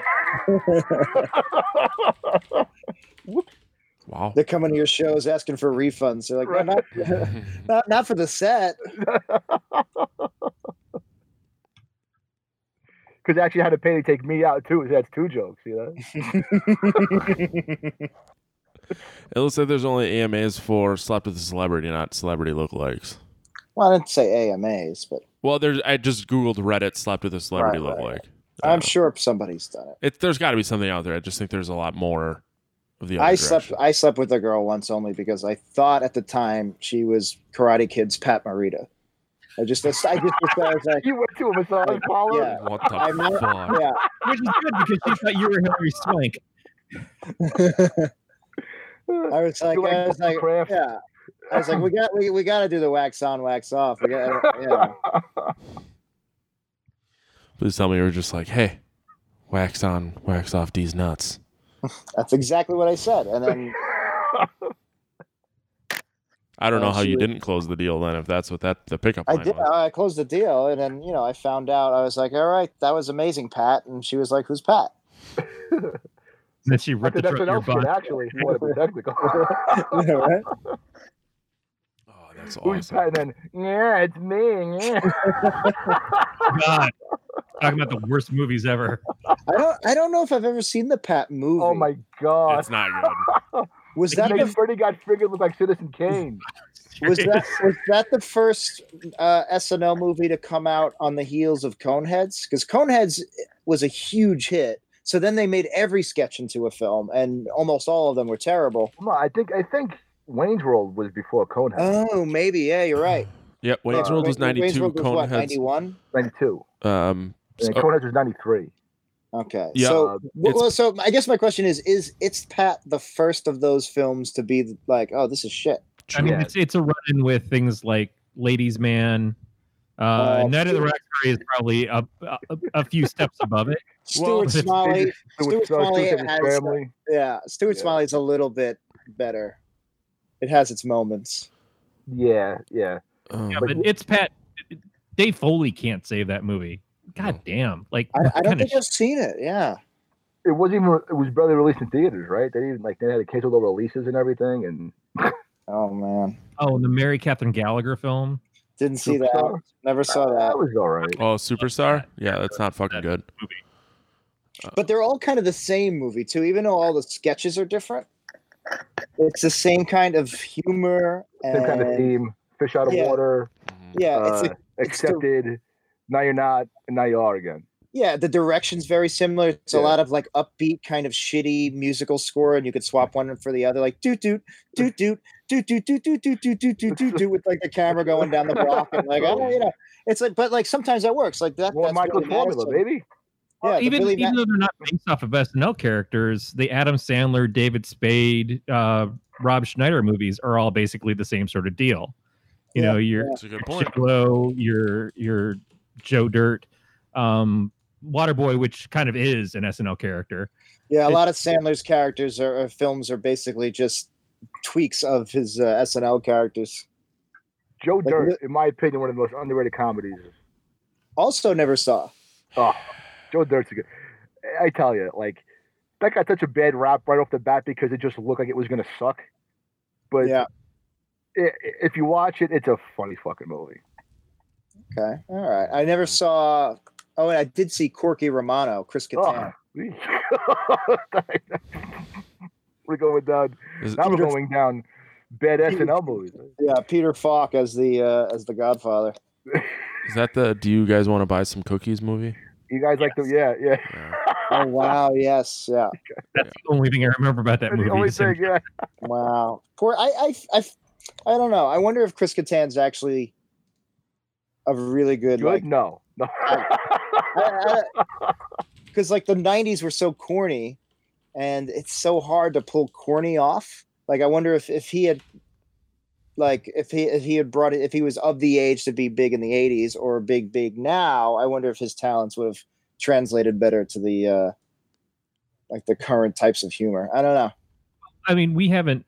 Speaker 3: ever-
Speaker 2: Wow.
Speaker 5: They're coming to your shows asking for refunds. They're like, "No, not, not, not for the set.
Speaker 3: Because they actually had to pay to take me out too. So that's two jokes, you know.
Speaker 2: It looks like there's only AMAs for slept with a celebrity, not celebrity lookalikes.
Speaker 5: Well, I didn't say AMAs, but
Speaker 2: Well, there's. I just googled Reddit slept with a celebrity
Speaker 5: Right, right,
Speaker 2: lookalike. Oh.
Speaker 5: I'm sure somebody's done it.
Speaker 2: It, there's got to be something out there. I just think there's a lot more of the. Other
Speaker 5: I slept.
Speaker 2: direction.
Speaker 5: I slept with a girl once only because I thought at the time she was Karate Kid's Pat Morita. I just, I just, I was like,
Speaker 3: You went to a massage parlor.
Speaker 5: Yeah.
Speaker 2: What the
Speaker 5: I'm not-
Speaker 2: fuck?
Speaker 5: yeah,
Speaker 4: Which is good because she thought you were Hillary Swank.
Speaker 5: I was like,
Speaker 3: You like
Speaker 5: I was like,
Speaker 3: Craft.
Speaker 5: yeah. I was like, we got, we, we got to do the wax on, wax off. We got, yeah.
Speaker 2: Please tell me you were just like, hey, wax on, wax off these nuts.
Speaker 5: That's exactly what I said. And then,
Speaker 2: I don't know
Speaker 5: Oh,
Speaker 2: how you
Speaker 5: shoot.
Speaker 2: didn't close the deal then, if that's what that the pickup
Speaker 5: I
Speaker 2: line
Speaker 5: did.
Speaker 2: was.
Speaker 5: I closed the deal, and then you know I found out. I was like, "All right, that was amazing, Pat." And she was like, "Who's Pat?"
Speaker 4: And then she
Speaker 3: I
Speaker 4: ripped the
Speaker 3: think that's an
Speaker 4: truck to your
Speaker 3: option
Speaker 4: butt.
Speaker 3: actually. for it, but technical.
Speaker 2: Oh, that's
Speaker 3: Who's
Speaker 2: awesome.
Speaker 3: Pat? And then, yeah, it's me. Yeah.
Speaker 4: God, talking about the worst movies ever.
Speaker 5: I don't. I don't know if I've ever seen the Pat movie.
Speaker 3: Oh my god.
Speaker 2: It's not good.
Speaker 5: Was
Speaker 3: That
Speaker 5: that
Speaker 3: made
Speaker 5: the
Speaker 3: Freddy got figured look like Citizen Kane.
Speaker 5: was
Speaker 4: curious.
Speaker 5: that was that the first uh, SNL movie to come out on the heels of Coneheads? Because Coneheads was a huge hit. So then they made every sketch into a film, and almost all of them were terrible.
Speaker 3: No, I think I think Wayne's World was before Conehead.
Speaker 5: Oh, maybe yeah, you're right.
Speaker 2: Yep, Wayne's
Speaker 3: Uh,
Speaker 2: World was
Speaker 5: Wayne- Wayne's
Speaker 2: 92,
Speaker 5: World was what,
Speaker 2: Coneheads.
Speaker 5: 91?
Speaker 3: Ninety-two.
Speaker 2: Um,
Speaker 3: And
Speaker 2: so-
Speaker 3: Coneheads was ninety-three.
Speaker 5: Okay.
Speaker 2: Yeah,
Speaker 3: uh,
Speaker 5: so, well,
Speaker 2: it's-
Speaker 5: well, so I guess my question is: Is it's Pat the first of those films to be like, oh, this is shit?
Speaker 4: I mean,
Speaker 3: Yeah.
Speaker 4: it's it's a run-in with things like Ladies Man. Uh,
Speaker 5: Uh,
Speaker 4: Night of the Roxbury is probably a, a, a few steps above it.
Speaker 5: Stuart
Speaker 4: it's-
Speaker 5: Smalley.
Speaker 3: It was
Speaker 5: Stuart
Speaker 3: so-
Speaker 5: Smalley
Speaker 3: Stuart and his
Speaker 5: has-
Speaker 3: family.
Speaker 5: Yeah, Stuart
Speaker 3: Yeah.
Speaker 5: Smalley's a little bit better. It has its moments.
Speaker 3: Yeah, yeah.
Speaker 2: um,
Speaker 4: Yeah, but it's Pat. Dave Foley can't save that movie. God damn! Like
Speaker 5: I, I don't
Speaker 4: kinda
Speaker 5: think I've seen it. Yeah.
Speaker 3: It wasn't even. It was barely released in theaters, right? They even like they had to cancel their releases and everything. And
Speaker 5: Oh man,
Speaker 4: Oh, the Mary Catherine Gallagher film.
Speaker 5: didn't see that.
Speaker 3: Superstar?
Speaker 5: Never saw
Speaker 3: that
Speaker 5: that.
Speaker 3: was all right.
Speaker 2: oh, Superstar? Yeah, that's not fucking good.
Speaker 5: But they're all kind of the same movie too, even though all the sketches are different. It's the same kind of humor. And,
Speaker 3: Same kind of theme. Fish out of
Speaker 5: Yeah.
Speaker 3: water.
Speaker 5: Yeah, it's
Speaker 3: uh,
Speaker 5: a it's the-
Speaker 3: accepted. now you're not. And now you are again.
Speaker 5: Yeah, the direction's very similar. It's a
Speaker 3: Yeah.
Speaker 5: lot of like upbeat, kind of shitty musical score, and you could swap one for the other, like doot doot doot doot doot doot doot doot doot doot doot doot doot doot, with like the camera going down the block, and like oh, you know, it's like, but like sometimes that works. Like that,
Speaker 3: Well,
Speaker 5: that's
Speaker 3: Michael's
Speaker 5: Billy
Speaker 3: formula,
Speaker 5: Madison.
Speaker 3: baby.
Speaker 5: Yeah, the
Speaker 4: even
Speaker 5: Billy Ma-
Speaker 4: even though they're not based off of SNL characters, the Adam Sandler, David Spade, uh, Rob Schneider movies are all basically the same sort of deal. You
Speaker 5: Yeah,
Speaker 4: know, your
Speaker 2: That's a good
Speaker 4: your
Speaker 2: point.
Speaker 4: Chiclo, your your Joe Dirt, um, Waterboy, which kind of is an SNL character.
Speaker 5: Yeah, a
Speaker 4: It-
Speaker 5: lot of Sandler's characters or, or films are basically just tweaks of his uh, SNL characters.
Speaker 3: Joe
Speaker 5: Like,
Speaker 3: Dirt,
Speaker 5: li-
Speaker 3: in my opinion, one of the most underrated comedies.
Speaker 5: Also, never saw.
Speaker 3: Oh, Joe Dirt's a good. I tell you, like that got such a bad rap right off the bat because it just looked like it was gonna suck. But
Speaker 5: yeah.
Speaker 3: i- i- if you watch it, it's a funny fucking movie.
Speaker 5: Okay. All right. I never
Speaker 3: Mm.
Speaker 5: saw. Oh, and I did see Corky Romano, Chris Kattan.
Speaker 3: Oh. We're going down.
Speaker 2: Is-
Speaker 3: Now we're
Speaker 5: Peter-
Speaker 3: going down. Bad
Speaker 5: Peter-
Speaker 3: SNL movies.
Speaker 5: Yeah, Peter Falk as the uh, as the Godfather.
Speaker 2: Is that the Do You Guys Want to Buy Some Cookies movie?
Speaker 3: You guys like the yeah yeah.
Speaker 2: Yeah.
Speaker 5: Oh wow! yes, yeah.
Speaker 4: That's the only thing I remember about that
Speaker 3: That's the
Speaker 4: movie.
Speaker 3: only
Speaker 4: is him-
Speaker 3: thing, yeah.
Speaker 5: Wow. Poor. I, I. I. I don't know. I wonder if Chris Kattan's actually a really good.
Speaker 3: Good?
Speaker 5: Like,
Speaker 3: no. No.
Speaker 5: because like the 90s were so corny and it's so hard to pull corny off like i wonder if if he had like if he if he had brought it if he was of the age to be big in the 80s or big big now i wonder if his talents would have translated better to the uh like the current types of humor i don't know
Speaker 4: I mean, we haven't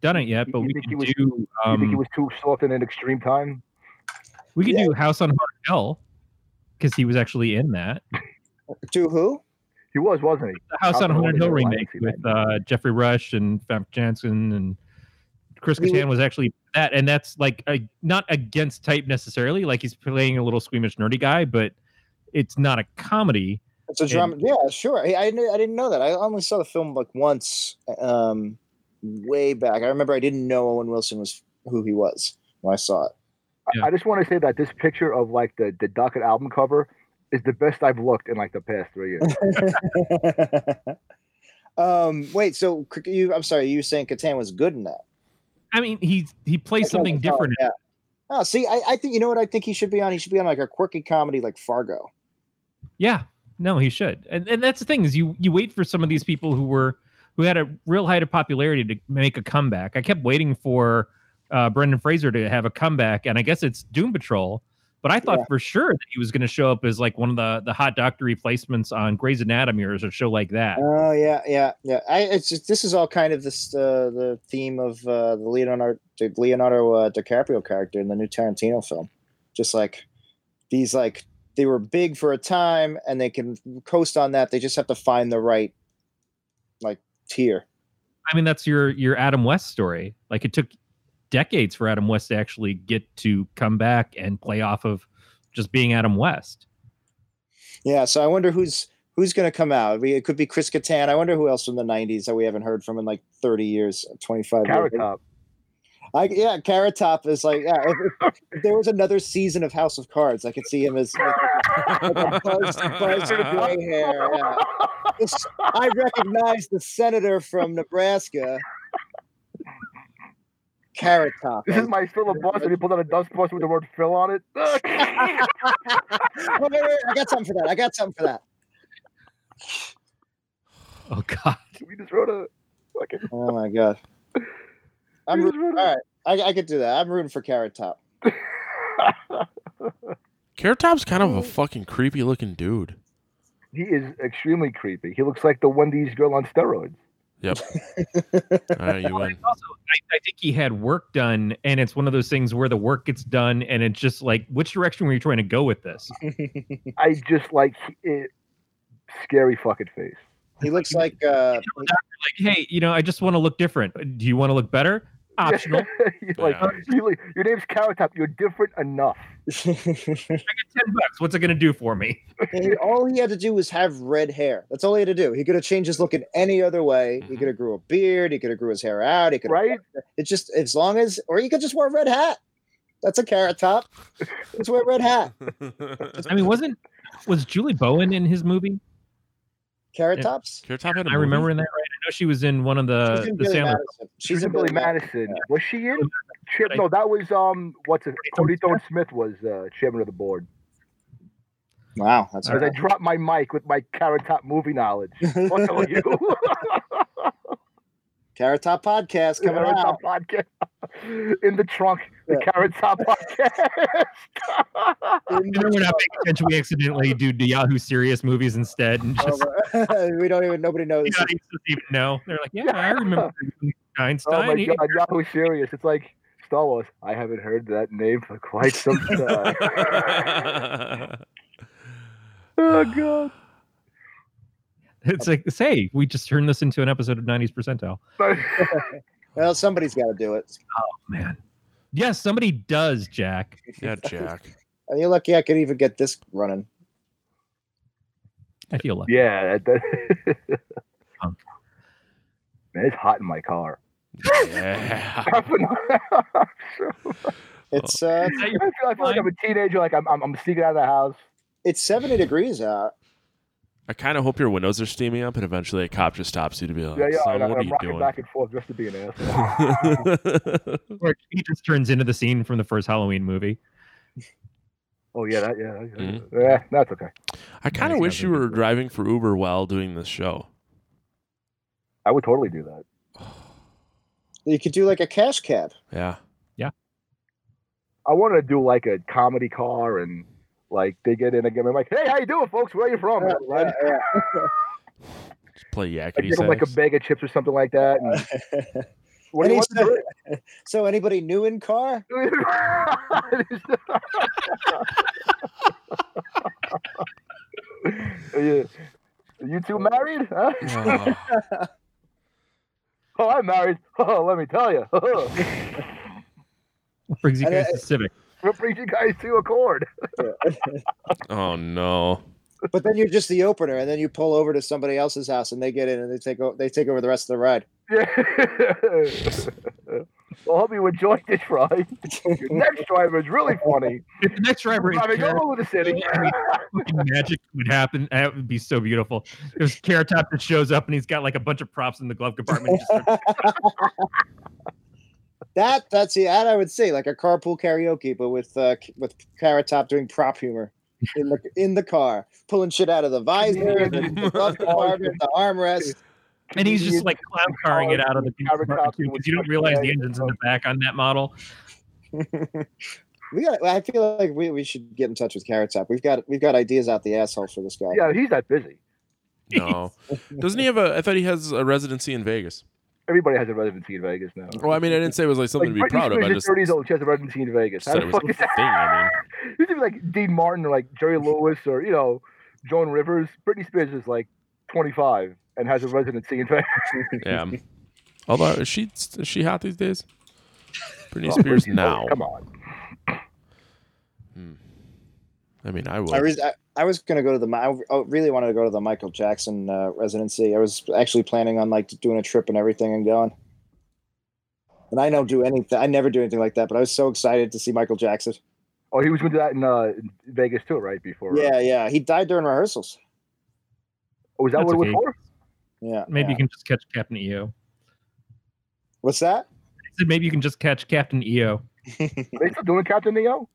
Speaker 4: done it yet, but
Speaker 3: You
Speaker 4: we
Speaker 3: think
Speaker 4: can
Speaker 3: he was-
Speaker 4: do
Speaker 3: you think
Speaker 4: um,
Speaker 3: he was too soft in an extreme time?
Speaker 4: we could
Speaker 5: Yeah.
Speaker 4: do House on Haunted Hill because he was actually in that.
Speaker 5: to who
Speaker 3: He was, wasn't he?
Speaker 4: the House
Speaker 3: House
Speaker 4: on
Speaker 3: on
Speaker 4: Haunted Hill
Speaker 3: Haunted Hill, I
Speaker 4: remake
Speaker 3: haven't seen
Speaker 4: with uh, Jeffrey Rush and Famke Janssen and Chris
Speaker 5: We-
Speaker 4: Kattan was actually that, and that's like a, not against type necessarily. Like he's playing a little squeamish nerdy guy, but it's not a comedy.
Speaker 5: it's a drama yeah sure I, I, knew- I didn't know that i only saw the film like once um way back i remember i didn't know owen wilson was who he was when i saw it
Speaker 4: Yeah.
Speaker 3: I just want to say that this picture of like the the docket album cover is the best I've looked in like the past three years.
Speaker 5: um, wait, so c- you? I'm sorry, you were saying Catan was good in that?
Speaker 4: I mean, he he plays
Speaker 5: That's what I
Speaker 4: something
Speaker 5: thought,
Speaker 4: different.
Speaker 5: Yeah. Oh, see, I, I think you know what I think he should be on. He should be on like a quirky comedy like Fargo.
Speaker 4: Yeah, no, he should, and and that's the thing is you you wait for some of these people who were who had a real height of popularity to make a comeback. I kept waiting for uh, Brendan Fraser to have a comeback, and I guess it's Doom Patrol. But I thought
Speaker 5: Yeah.
Speaker 4: for sure that he was going to show up as like one of the the hot doctor replacements on Grey's Anatomy or a show like that.
Speaker 5: Oh yeah, yeah, yeah. I it's just, this is all kind of this uh, the theme of uh, the Leonardo the Leonardo uh, DiCaprio character in the new Tarantino film. Just like these, like they were big for a time, and they can coast on that. They just have to find the right like tier.
Speaker 4: I mean, that's your your Adam West story. Like it took decades for Adam West to actually get to come back and play off of just being Adam West.
Speaker 5: Yeah, so I wonder who's who's going to come out. We, it could be Chris Kattan. I wonder who else from the '90s that we haven't heard from in like 30 years, 25
Speaker 3: Carrot
Speaker 5: years.
Speaker 3: Top.
Speaker 5: I yeah, Carrot Top is like yeah. If, if there was another season of House of Cards, I could see him as like, a buzzed, buzzed gray hair. yeah. This- I recognize the senator from Nebraska. Carrot Top.
Speaker 3: This is my filibuster. He pulled out a dustbuster with the word Phil on it.
Speaker 5: Wait, wait, wait, I got something for that. I got something for that.
Speaker 4: Oh God.
Speaker 3: we just wrote a fucking.
Speaker 5: Oh my god. I'm
Speaker 3: we
Speaker 5: rooting,
Speaker 3: just wrote a-
Speaker 5: all right. I, I could do that. I'm rooting for Carrot Top.
Speaker 2: Carrot Top's kind of a fucking creepy looking dude.
Speaker 3: He is extremely creepy. He looks like the Wendy's girl on steroids.
Speaker 2: Yep. All right, you win.
Speaker 4: Also, I, I think he had work done, and it's one of those things where the work gets done, and it's just like, which direction were you trying to go with this?
Speaker 3: I just like it. Scary fucking face.
Speaker 5: He looks like uh,
Speaker 4: Like, hey, you know, I just want to look different. Do you want to look better? Optional.
Speaker 3: You're like,
Speaker 2: Yeah.
Speaker 3: you're like, your name's Carrot Top. You're different enough.
Speaker 5: he-
Speaker 4: Ten bucks. What's it gonna do for me?
Speaker 5: all he had to do was have red hair. That's all he had to do. He could have changed his look in any other way. He could have grew a beard. He could have grew his hair out. He could
Speaker 3: Mm-hmm. Right?
Speaker 5: It's just as long as, or he could just wear a red hat. That's a carrot top. Just wear a red hat.
Speaker 4: I mean, wasn't was Julie Bowen in his movie?
Speaker 5: Carrot
Speaker 4: Yeah.
Speaker 5: tops.
Speaker 2: Carrot Top had a
Speaker 4: I remember in that, right? I know she was in one of
Speaker 3: Uh,
Speaker 5: She's
Speaker 4: the,
Speaker 5: in
Speaker 4: the
Speaker 5: Billy
Speaker 4: Sandler.
Speaker 5: Madison.
Speaker 3: She was in Billy Madison. Was she in? Chip,
Speaker 4: But I-
Speaker 3: no, that was um, what's it? Cody
Speaker 4: Tony
Speaker 3: Thorne Smith was uh, chairman of the board.
Speaker 5: Wow, that's
Speaker 3: As I dropped my mic with my Carrot Top movie knowledge. What the you?
Speaker 5: Carrot Top podcast coming
Speaker 3: Carrot
Speaker 5: out.
Speaker 3: Top podcast in the trunk. The Carrot Top podcast.
Speaker 4: You know, we're not paying attention. We accidentally do the Yahoo Serious movies instead, and just
Speaker 5: we don't even. Nobody knows.
Speaker 4: the audience doesn't even know. They're like, yeah, I remember
Speaker 3: oh
Speaker 4: Einstein.
Speaker 3: my
Speaker 4: he-
Speaker 3: god, Yahoo serious. It's like Star Wars. I haven't heard that name for quite some time. oh god.
Speaker 4: It's like, say, we just turned this into an episode of 90s percentile.
Speaker 5: Well, somebody's got to do it.
Speaker 4: Man. Yes, somebody does, Jack.
Speaker 2: yeah, Jack.
Speaker 5: And You're lucky I could even get this running.
Speaker 4: I feel like
Speaker 3: yeah, that, that Man, it's hot in my car.
Speaker 2: Yeah.
Speaker 3: I feel, Oh.
Speaker 5: It's uh,
Speaker 4: Is that your-
Speaker 3: I feel like I'm a teenager. Like I'm, I'm, I'm sneaking out of the house.
Speaker 5: it's seventy degrees out.
Speaker 2: I kind of hope your windows are steaming up, and eventually a cop just stops you to be like,
Speaker 3: Yeah, yeah.
Speaker 2: "Son,
Speaker 3: and I-
Speaker 2: Uh, what are
Speaker 3: I'm
Speaker 2: you
Speaker 3: rocking
Speaker 2: doing?"
Speaker 3: back and forth just to be an asshole.
Speaker 4: or he just turns into the scene from the first Halloween movie.
Speaker 3: Oh yeah, that, yeah, that-
Speaker 2: Mhm.
Speaker 3: yeah. That's okay.
Speaker 2: I kind of
Speaker 4: Nice,
Speaker 2: wish
Speaker 4: that's
Speaker 2: you
Speaker 4: a good
Speaker 2: were
Speaker 4: one.
Speaker 2: driving for Uber while doing this show.
Speaker 3: I would totally do that.
Speaker 5: You could do like a cash cab.
Speaker 2: Yeah.
Speaker 3: I wanted to do like a comedy car and like they get in again. I'm like, hey, how you doing, folks? Where are you from?
Speaker 5: Yeah,
Speaker 3: Run.
Speaker 5: yeah,
Speaker 2: Just play
Speaker 3: I
Speaker 2: yakety
Speaker 3: give them like a
Speaker 2: sax.
Speaker 3: bag of chips or something like that. And
Speaker 5: yeah.
Speaker 3: what do you
Speaker 5: Any
Speaker 3: want to drink?
Speaker 5: so, so anybody new in car?
Speaker 3: Are you, are you two married? Huh?
Speaker 2: Oh,
Speaker 3: Oh, I'm married. Oh, let me tell you.
Speaker 4: What brings you
Speaker 5: And,
Speaker 4: guys
Speaker 5: uh,
Speaker 4: to Civic?
Speaker 3: We'll bring you guys to Accord.
Speaker 2: oh, no.
Speaker 5: But then you're just the opener, and then you pull over to somebody else's house, and they get in, and they take o- they take over the rest of the ride.
Speaker 3: Yeah. well, hope you enjoyed this ride. Your next driver is really funny.
Speaker 4: If the next driver is
Speaker 3: Driving
Speaker 4: Carrot,
Speaker 3: all over the city.
Speaker 4: fucking magic would happen. That would be so beautiful. There's Carrot Top that shows up and he's got like a bunch of props in the glove compartment. He just starts-
Speaker 5: That that's the ad I would say, like a carpool karaoke, but with uh, c- with Carrot Top doing prop humor in the in the car, pulling shit out of the visor, the, the glove compartment, the armrest.
Speaker 4: and he's just like clown carring it out of the
Speaker 3: Carrot Top
Speaker 4: because you don't realize the engines in the back on that model.
Speaker 5: We got. I feel like we, we should get in touch with Carrot Top. We've got we've got ideas out the asshole for this guy.
Speaker 3: Yeah, he's not busy.
Speaker 2: No. Doesn't he have a. I thought he has a residency in Vegas.
Speaker 3: Everybody has a residency in Vegas now.
Speaker 2: Well, I mean, I didn't say it was like something
Speaker 3: Like,
Speaker 2: to be proud of. I
Speaker 3: in
Speaker 2: just
Speaker 3: 30s old. She has a residency in Vegas. How
Speaker 2: said
Speaker 3: the
Speaker 2: it was
Speaker 3: fuck
Speaker 2: a
Speaker 3: is
Speaker 2: thing.
Speaker 3: that?
Speaker 2: I
Speaker 3: You think like Dean Martin or like Jerry Lewis or you know Joan Rivers. Britney Spears is like 25 and has a residency in Vegas.
Speaker 2: mean, yeah. Although, is she, is she hot these days? Britney Spears now.
Speaker 3: Oh, Come on.
Speaker 2: I mean, I would.
Speaker 5: I, re- I, I was gonna go to the. Mi- I I really wanted to go to the Michael Jackson uh, residency. I was actually planning on like doing a trip and everything and going. And I don't do anything. I never do anything like that. But I was so excited to see Michael Jackson.
Speaker 3: Oh, he was into that in uh, Vegas too, right? Before. uh,
Speaker 5: Yeah, yeah. He died during rehearsals.
Speaker 3: Oh, is that
Speaker 4: That's
Speaker 3: what it was
Speaker 4: okay.
Speaker 3: for?
Speaker 5: Yeah.
Speaker 4: Maybe
Speaker 5: yeah.
Speaker 4: you can just catch Captain EO.
Speaker 5: What's that?
Speaker 4: I said maybe you can just catch Captain E EO.
Speaker 3: They still doing Captain Neo?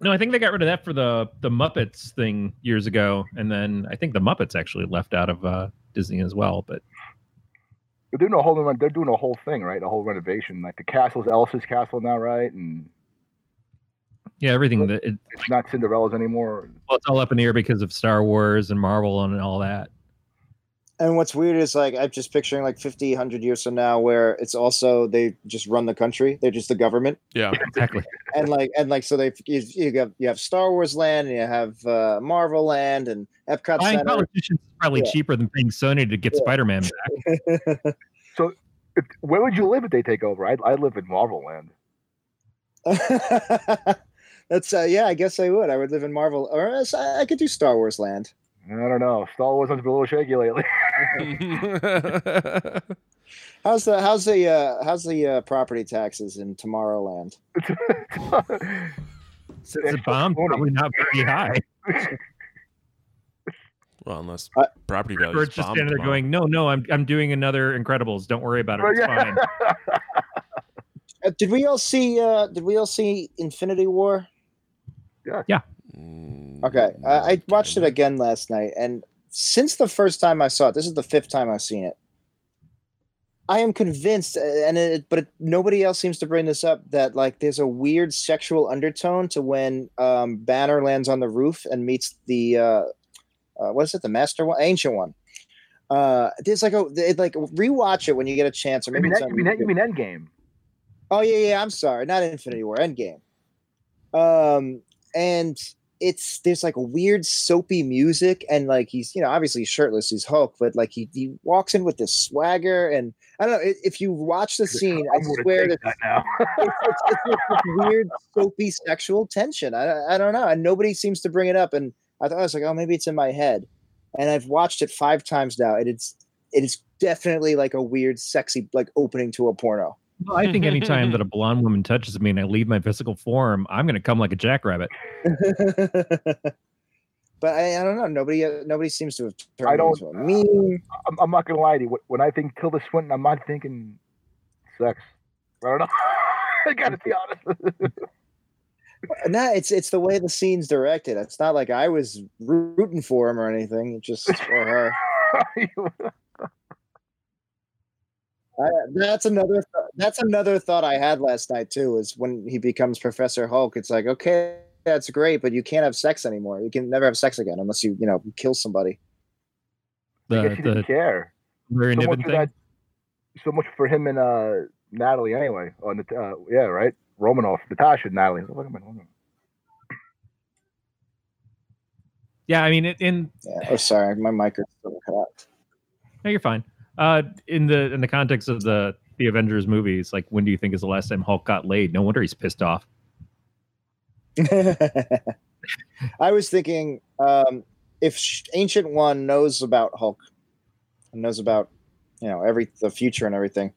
Speaker 4: No, I think they got rid of that for the the Muppets thing years ago, and then I think the Muppets actually left out of uh, Disney as well. But
Speaker 3: They're doing a whole run. They're doing a whole thing, right? A whole renovation. Like the castle's Elsa's castle now, right? And
Speaker 4: yeah, everything that it,
Speaker 3: it's not Cinderella's anymore.
Speaker 4: well, it's all up in the air because of Star Wars and Marvel and all that.
Speaker 5: And what's weird is like I'm just picturing like 50, 100 years from now where it's also they just run the country. They're just the government.
Speaker 2: Yeah.
Speaker 4: Exactly.
Speaker 5: and like and like so they you, you have you have Star Wars Land and you have uh, Marvel Land and Epcot
Speaker 4: Buying
Speaker 5: Center.
Speaker 4: politicians is probably
Speaker 5: Yeah.
Speaker 4: cheaper than paying Sony to get
Speaker 5: Yeah.
Speaker 4: Spider-Man back.
Speaker 3: If, where would you live if they take over? I, I live in Marvel Land.
Speaker 5: That's uh, yeah, I guess I would. I would live in Marvel, or else I, I could do Star Wars Land.
Speaker 3: I don't know. Star Wars has been a little shaky lately.
Speaker 5: How's the how's the uh, how's the uh, property taxes in Tomorrowland?
Speaker 4: Since the bomb probably not very high.
Speaker 2: well, unless
Speaker 5: I-
Speaker 2: property value.
Speaker 4: Bird's just standing there going, "No, no, I'm I'm doing another Incredibles. Don't worry about it.
Speaker 5: Oh,
Speaker 4: It's fine."
Speaker 5: Uh, did we all see? Uh, did we all see Infinity War? Okay,
Speaker 2: Mm,
Speaker 5: I, I watched it again last night, and since the first time I saw it, this is the fifth time I've seen it. I am convinced, uh, and it, but it, nobody else seems to bring this up that like there's a weird sexual undertone to when um, Banner lands on the roof and meets the uh, uh, what is it, the Master one, Ancient one. Uh, there's like a it, like rewatch it when you get a chance, or
Speaker 3: you,
Speaker 5: maybe
Speaker 3: mean,
Speaker 5: it's
Speaker 3: End-
Speaker 5: on
Speaker 3: you, mean, End-
Speaker 5: YouTube.
Speaker 3: you mean Endgame?
Speaker 5: Oh yeah, yeah. I'm sorry, not Infinity War, Endgame. Um, and it's there's like weird soapy music, and like he's you know obviously he's shirtless, he's Hulk, but like he he walks in with this swagger, and I don't know i- if you watch the scene, I
Speaker 3: I'm gonna
Speaker 5: swear
Speaker 3: take
Speaker 5: that
Speaker 3: that now.
Speaker 5: it's, it's, it's this weird soapy sexual tension. I I don't know, and nobody seems to bring it up, and I thought I was like, oh, maybe it's in my head, and I've watched it five times now, and it's it is definitely like a weird sexy like opening to a porno.
Speaker 4: Well, I think anytime that a blonde woman touches me and I leave my physical form, I'm going to come like a jackrabbit.
Speaker 5: but I, I don't know. Nobody uh, nobody seems to have turned
Speaker 3: I don't-
Speaker 5: into a meme.
Speaker 3: I'm, I'm not gonna lie to you. When I think Tilda Swinton, I'm not thinking sex. I don't know. I gotta be honest.
Speaker 5: No, it's it's the way the scene's directed. It's not like I was rooting for him or anything. It's just for her. I, that's another th- that's another thought I had last night too. Is when he becomes Professor Hulk, it's like okay, that's great, but you can't have sex anymore. You can never have sex again unless you you know kill somebody.
Speaker 3: I
Speaker 4: The
Speaker 3: guess she didn't
Speaker 4: the
Speaker 3: care.
Speaker 4: Larry
Speaker 3: So much,
Speaker 4: Niven
Speaker 3: for
Speaker 4: thing.
Speaker 3: that, so much for him and uh, Natalie, anyway. On the uh, yeah, right. Romanoff, Natasha, and Natalie. What am I doing?
Speaker 4: Yeah, I mean, it, in
Speaker 5: Yeah. Oh, sorry, my mic is still cut out.
Speaker 4: no, you're fine. Uh, in the in the context of the the Avengers movies, like when do you think is the last time Hulk got laid? No wonder he's pissed off.
Speaker 5: I was thinking um, if Sh- Ancient One knows about Hulk and knows about you know every the future and everything,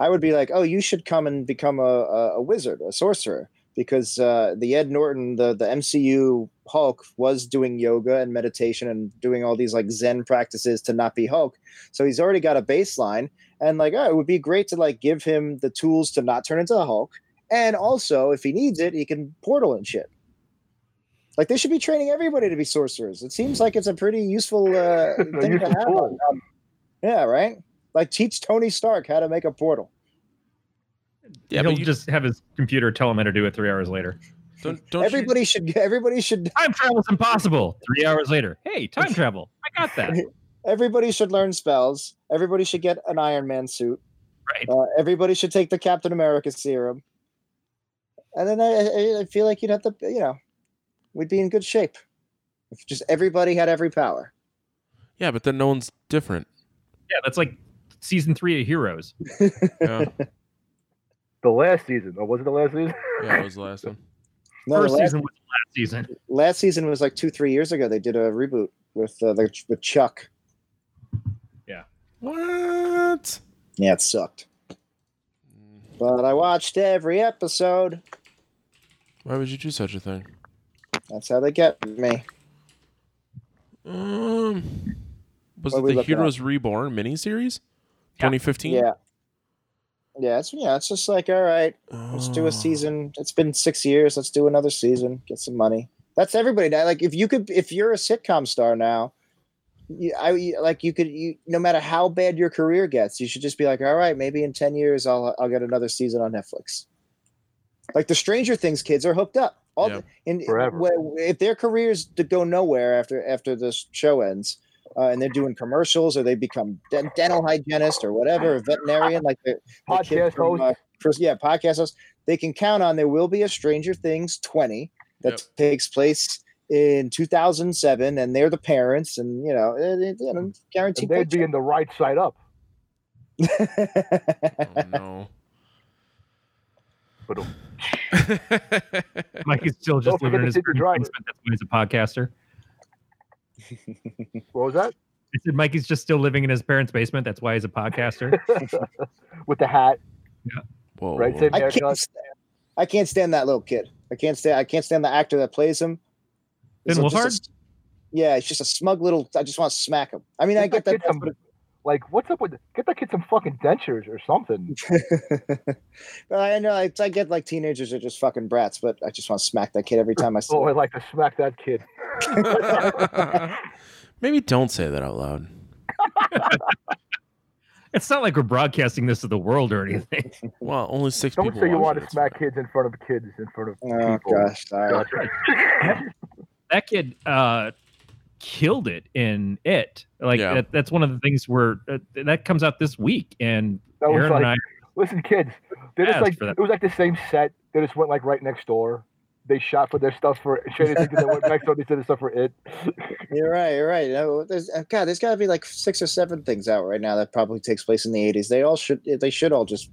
Speaker 5: I would be like, oh, you should come and become a, a, a wizard, a sorcerer, because uh, the Ed Norton, the the MCU Hulk, was doing yoga and meditation and doing all these like Zen practices to not be Hulk. So he's already got a baseline, and like, oh, it would be great to like give him the tools to not turn into the Hulk, and also if he needs it, he can portal and shit. Like they should be training everybody to be sorcerers. It seems like it's a pretty useful uh,
Speaker 3: A
Speaker 5: thing
Speaker 3: useful
Speaker 5: to have.
Speaker 3: tool.
Speaker 5: on- on- yeah, right. Like teach Tony Stark how to make a portal.
Speaker 2: Yeah,
Speaker 4: He'll
Speaker 2: but you
Speaker 4: just have his computer tell him how to do it three hours later.
Speaker 2: don't
Speaker 4: Oh,
Speaker 2: don't you-
Speaker 5: everybody should. Everybody should.
Speaker 4: Time travel's impossible. Three hours later. Hey, time travel. I got that.
Speaker 5: Everybody should learn spells. Everybody should get an Iron Man suit.
Speaker 4: Right.
Speaker 5: Uh, everybody should take the Captain America serum. And then I- I, I feel like you'd have to, you know, we'd be in good shape if just everybody had every power.
Speaker 2: Yeah, but then no one's different.
Speaker 4: Yeah, that's like season three of Heroes.
Speaker 2: Yeah,
Speaker 3: The last season, or was it the last season?
Speaker 2: yeah, that was the last one.
Speaker 5: No,
Speaker 4: First
Speaker 5: last,
Speaker 4: season was the last season.
Speaker 5: last season was like two, three years ago. They did a reboot with uh, the with Chuck.
Speaker 2: What?
Speaker 5: Yeah, it sucked. But I watched every episode.
Speaker 2: Why would you do such a thing?
Speaker 5: That's how they get me.
Speaker 2: Um, was
Speaker 5: What
Speaker 2: it
Speaker 5: we
Speaker 2: the
Speaker 5: looking at?
Speaker 2: Heroes Reborn miniseries? 2015?
Speaker 5: Yeah. Yeah, it's yeah, it's just like all right, let's do
Speaker 2: Oh.
Speaker 5: a season. It's been six years. Let's do another season. Get some money. That's everybody now. Like if you could, if you're a sitcom star now, you, I you- like you could. You no matter how bad your career gets, you should just be like, all right, maybe in ten years I'll I'll get another season on Netflix. Like the Stranger Things kids are hooked up. All
Speaker 2: Yeah.
Speaker 5: the, and
Speaker 3: Forever.
Speaker 5: well, if their careers to go nowhere after after this show ends, uh, and they're doing commercials or they become den- dental hygienist or whatever, veterinarian, like the the kid
Speaker 3: Podcast
Speaker 5: from,
Speaker 3: host.
Speaker 5: uh, Chris- yeah, podcast host. They can count on there will be a Stranger Things 20 that
Speaker 2: Yep.
Speaker 5: takes place in 2007, and they're the parents, and you know, it, it, you know guaranteed.
Speaker 3: And they'd be
Speaker 5: paycheck.
Speaker 3: in the right side up.
Speaker 2: Oh, no.
Speaker 3: But
Speaker 4: Mike is still
Speaker 3: Don't
Speaker 4: just
Speaker 3: forget
Speaker 4: living in
Speaker 3: to
Speaker 4: his
Speaker 3: take your driver.
Speaker 4: basement. That's why he's a podcaster.
Speaker 3: what was that?
Speaker 4: I said Mike is just still living in his parents' basement. That's why he's a podcaster.
Speaker 3: With the hat,
Speaker 2: Whoa.
Speaker 3: right? Same
Speaker 5: I
Speaker 3: haircut.
Speaker 5: can't. Stand, I can't stand that little kid. I can't stand. I can't stand the actor that plays him.
Speaker 4: Ben
Speaker 5: He's just a-
Speaker 4: Wolfhard?
Speaker 5: yeah, he's just a smug little. I just want to smack him. I mean, I
Speaker 3: Get
Speaker 5: get
Speaker 3: that
Speaker 5: that.
Speaker 3: kid some- Like, what's up with get that kid some fucking dentures or something?
Speaker 5: Well, I know. I, I get like teenagers are just fucking brats, but I just want to smack that kid every time I see.
Speaker 3: Oh,
Speaker 5: him.
Speaker 3: I like to smack that kid.
Speaker 2: Maybe don't say that out loud.
Speaker 4: it's not like we're broadcasting this to the world or anything.
Speaker 2: Well, only 6
Speaker 3: Don't
Speaker 2: people.
Speaker 3: say you
Speaker 2: watch
Speaker 3: want
Speaker 2: it,
Speaker 3: to
Speaker 2: it's
Speaker 3: smack
Speaker 2: fine.
Speaker 3: kids in front of kids in front of
Speaker 5: Oh
Speaker 3: people.
Speaker 5: gosh, sorry.
Speaker 3: God.
Speaker 4: That kid uh, killed it in it. Like
Speaker 2: Yeah.
Speaker 4: that, that's one of the things where uh, that comes out this week, and
Speaker 3: That was
Speaker 4: Aaron
Speaker 3: like,
Speaker 4: and I
Speaker 3: listen, kids. They're just
Speaker 4: Asked
Speaker 3: like
Speaker 4: for that.
Speaker 3: it was like the same set. They just went like right next door. They shot for their stuff for Shady Things, and they went next door. They did their stuff for it.
Speaker 5: You're right. You're right. You know, there's, uh, God, there's got to be like six or seven things out right now that probably takes place in the '80s. They all should. They should all just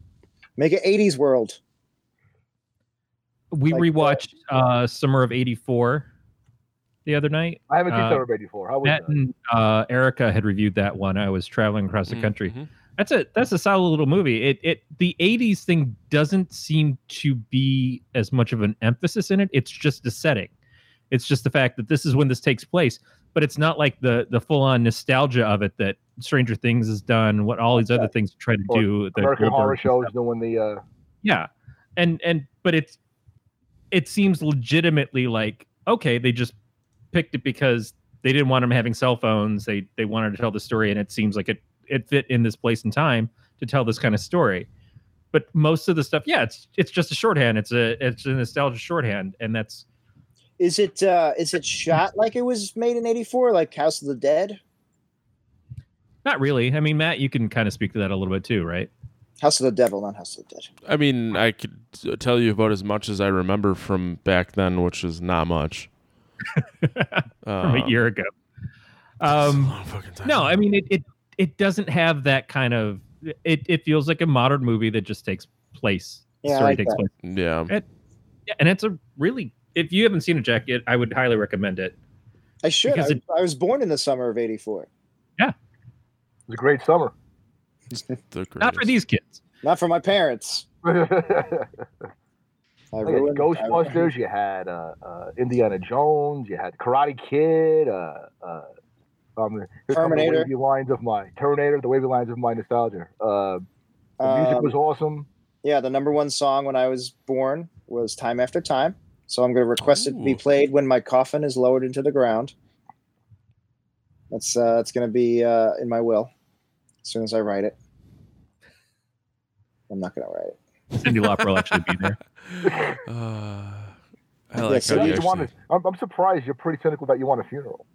Speaker 5: make an '80s world.
Speaker 4: we
Speaker 5: like the-
Speaker 4: rewatched uh, Summer of '84 the other night.
Speaker 3: I haven't seen
Speaker 4: Uh,
Speaker 3: Summer before. How was
Speaker 4: Matt
Speaker 3: that?
Speaker 4: and uh, Erica had reviewed that one. I was traveling across the country.
Speaker 2: Mhm.
Speaker 4: That's a that's a solid little movie. It it the '80s thing doesn't seem to be as much of an emphasis in it. It's just the setting. It's just the fact that this is when this takes place. But it's not like the the full on nostalgia of it that Stranger Things has done. What all these other things try to
Speaker 3: Or
Speaker 4: do. the
Speaker 3: American
Speaker 4: Goldbergs
Speaker 3: Horror
Speaker 4: and
Speaker 3: Show
Speaker 4: stuff.
Speaker 3: is doing the. Uh,
Speaker 4: Yeah. And and but it's it seems legitimately like okay, they just picked it because they didn't want them having cell phones. They they wanted to tell the story and it seems like it it fit in this place and time to tell this kind of story. But most of the stuff, yeah, it's it's just a shorthand. It's a it's a nostalgia shorthand and that's
Speaker 5: Is it? uh Is it shot like it was made in '84, like House of the Dead?
Speaker 4: not really. I mean, Matt, you can kind of speak to that a little bit too, right?
Speaker 5: House of the Devil, not House of the Dead.
Speaker 2: I mean, I could t- tell you about as much as I remember from back then, which is not much.
Speaker 4: From a
Speaker 2: Um,
Speaker 4: year ago.
Speaker 2: that's a
Speaker 4: Um
Speaker 2: long fucking time.
Speaker 4: No, I mean it, it it doesn't have that kind of it it feels like a modern movie that just takes place. The
Speaker 5: Yeah, I
Speaker 4: story
Speaker 5: like
Speaker 4: takes
Speaker 5: that.
Speaker 4: place.
Speaker 2: yeah.
Speaker 4: Yeah, and it's a really if you haven't seen it, Jack, it, I would highly recommend it.
Speaker 5: I should. I,
Speaker 4: Because it-
Speaker 5: I was born in the summer of '84.
Speaker 3: it was a great summer.
Speaker 2: The
Speaker 4: Not for
Speaker 2: greatest.
Speaker 4: these kids.
Speaker 5: Not for my parents.
Speaker 3: Like,
Speaker 5: I
Speaker 3: you had
Speaker 5: ruined- I-
Speaker 3: Ghostbusters. You had uh, uh, Indiana Jones. You had Karate Kid. Uh, uh, um, here come
Speaker 5: Terminator.
Speaker 3: The wavy lines of my Terminator. The wavy lines of my nostalgia. Uh, the music
Speaker 5: um,
Speaker 3: was awesome.
Speaker 5: Yeah, the number one song when I was born was "Time After Time." So I'm going to request it be
Speaker 2: Ooh.
Speaker 5: played when my coffin is lowered into the ground. That's uh, that's going to be uh, in my will as soon as I write it. I'm not going to write it.
Speaker 4: Cindy Lauper will actually be there.
Speaker 2: Uh, I like
Speaker 5: so
Speaker 2: how
Speaker 3: You
Speaker 2: you
Speaker 5: you
Speaker 2: actually-
Speaker 3: just wanted- I'm, I'm surprised you're pretty cynical that you want a funeral.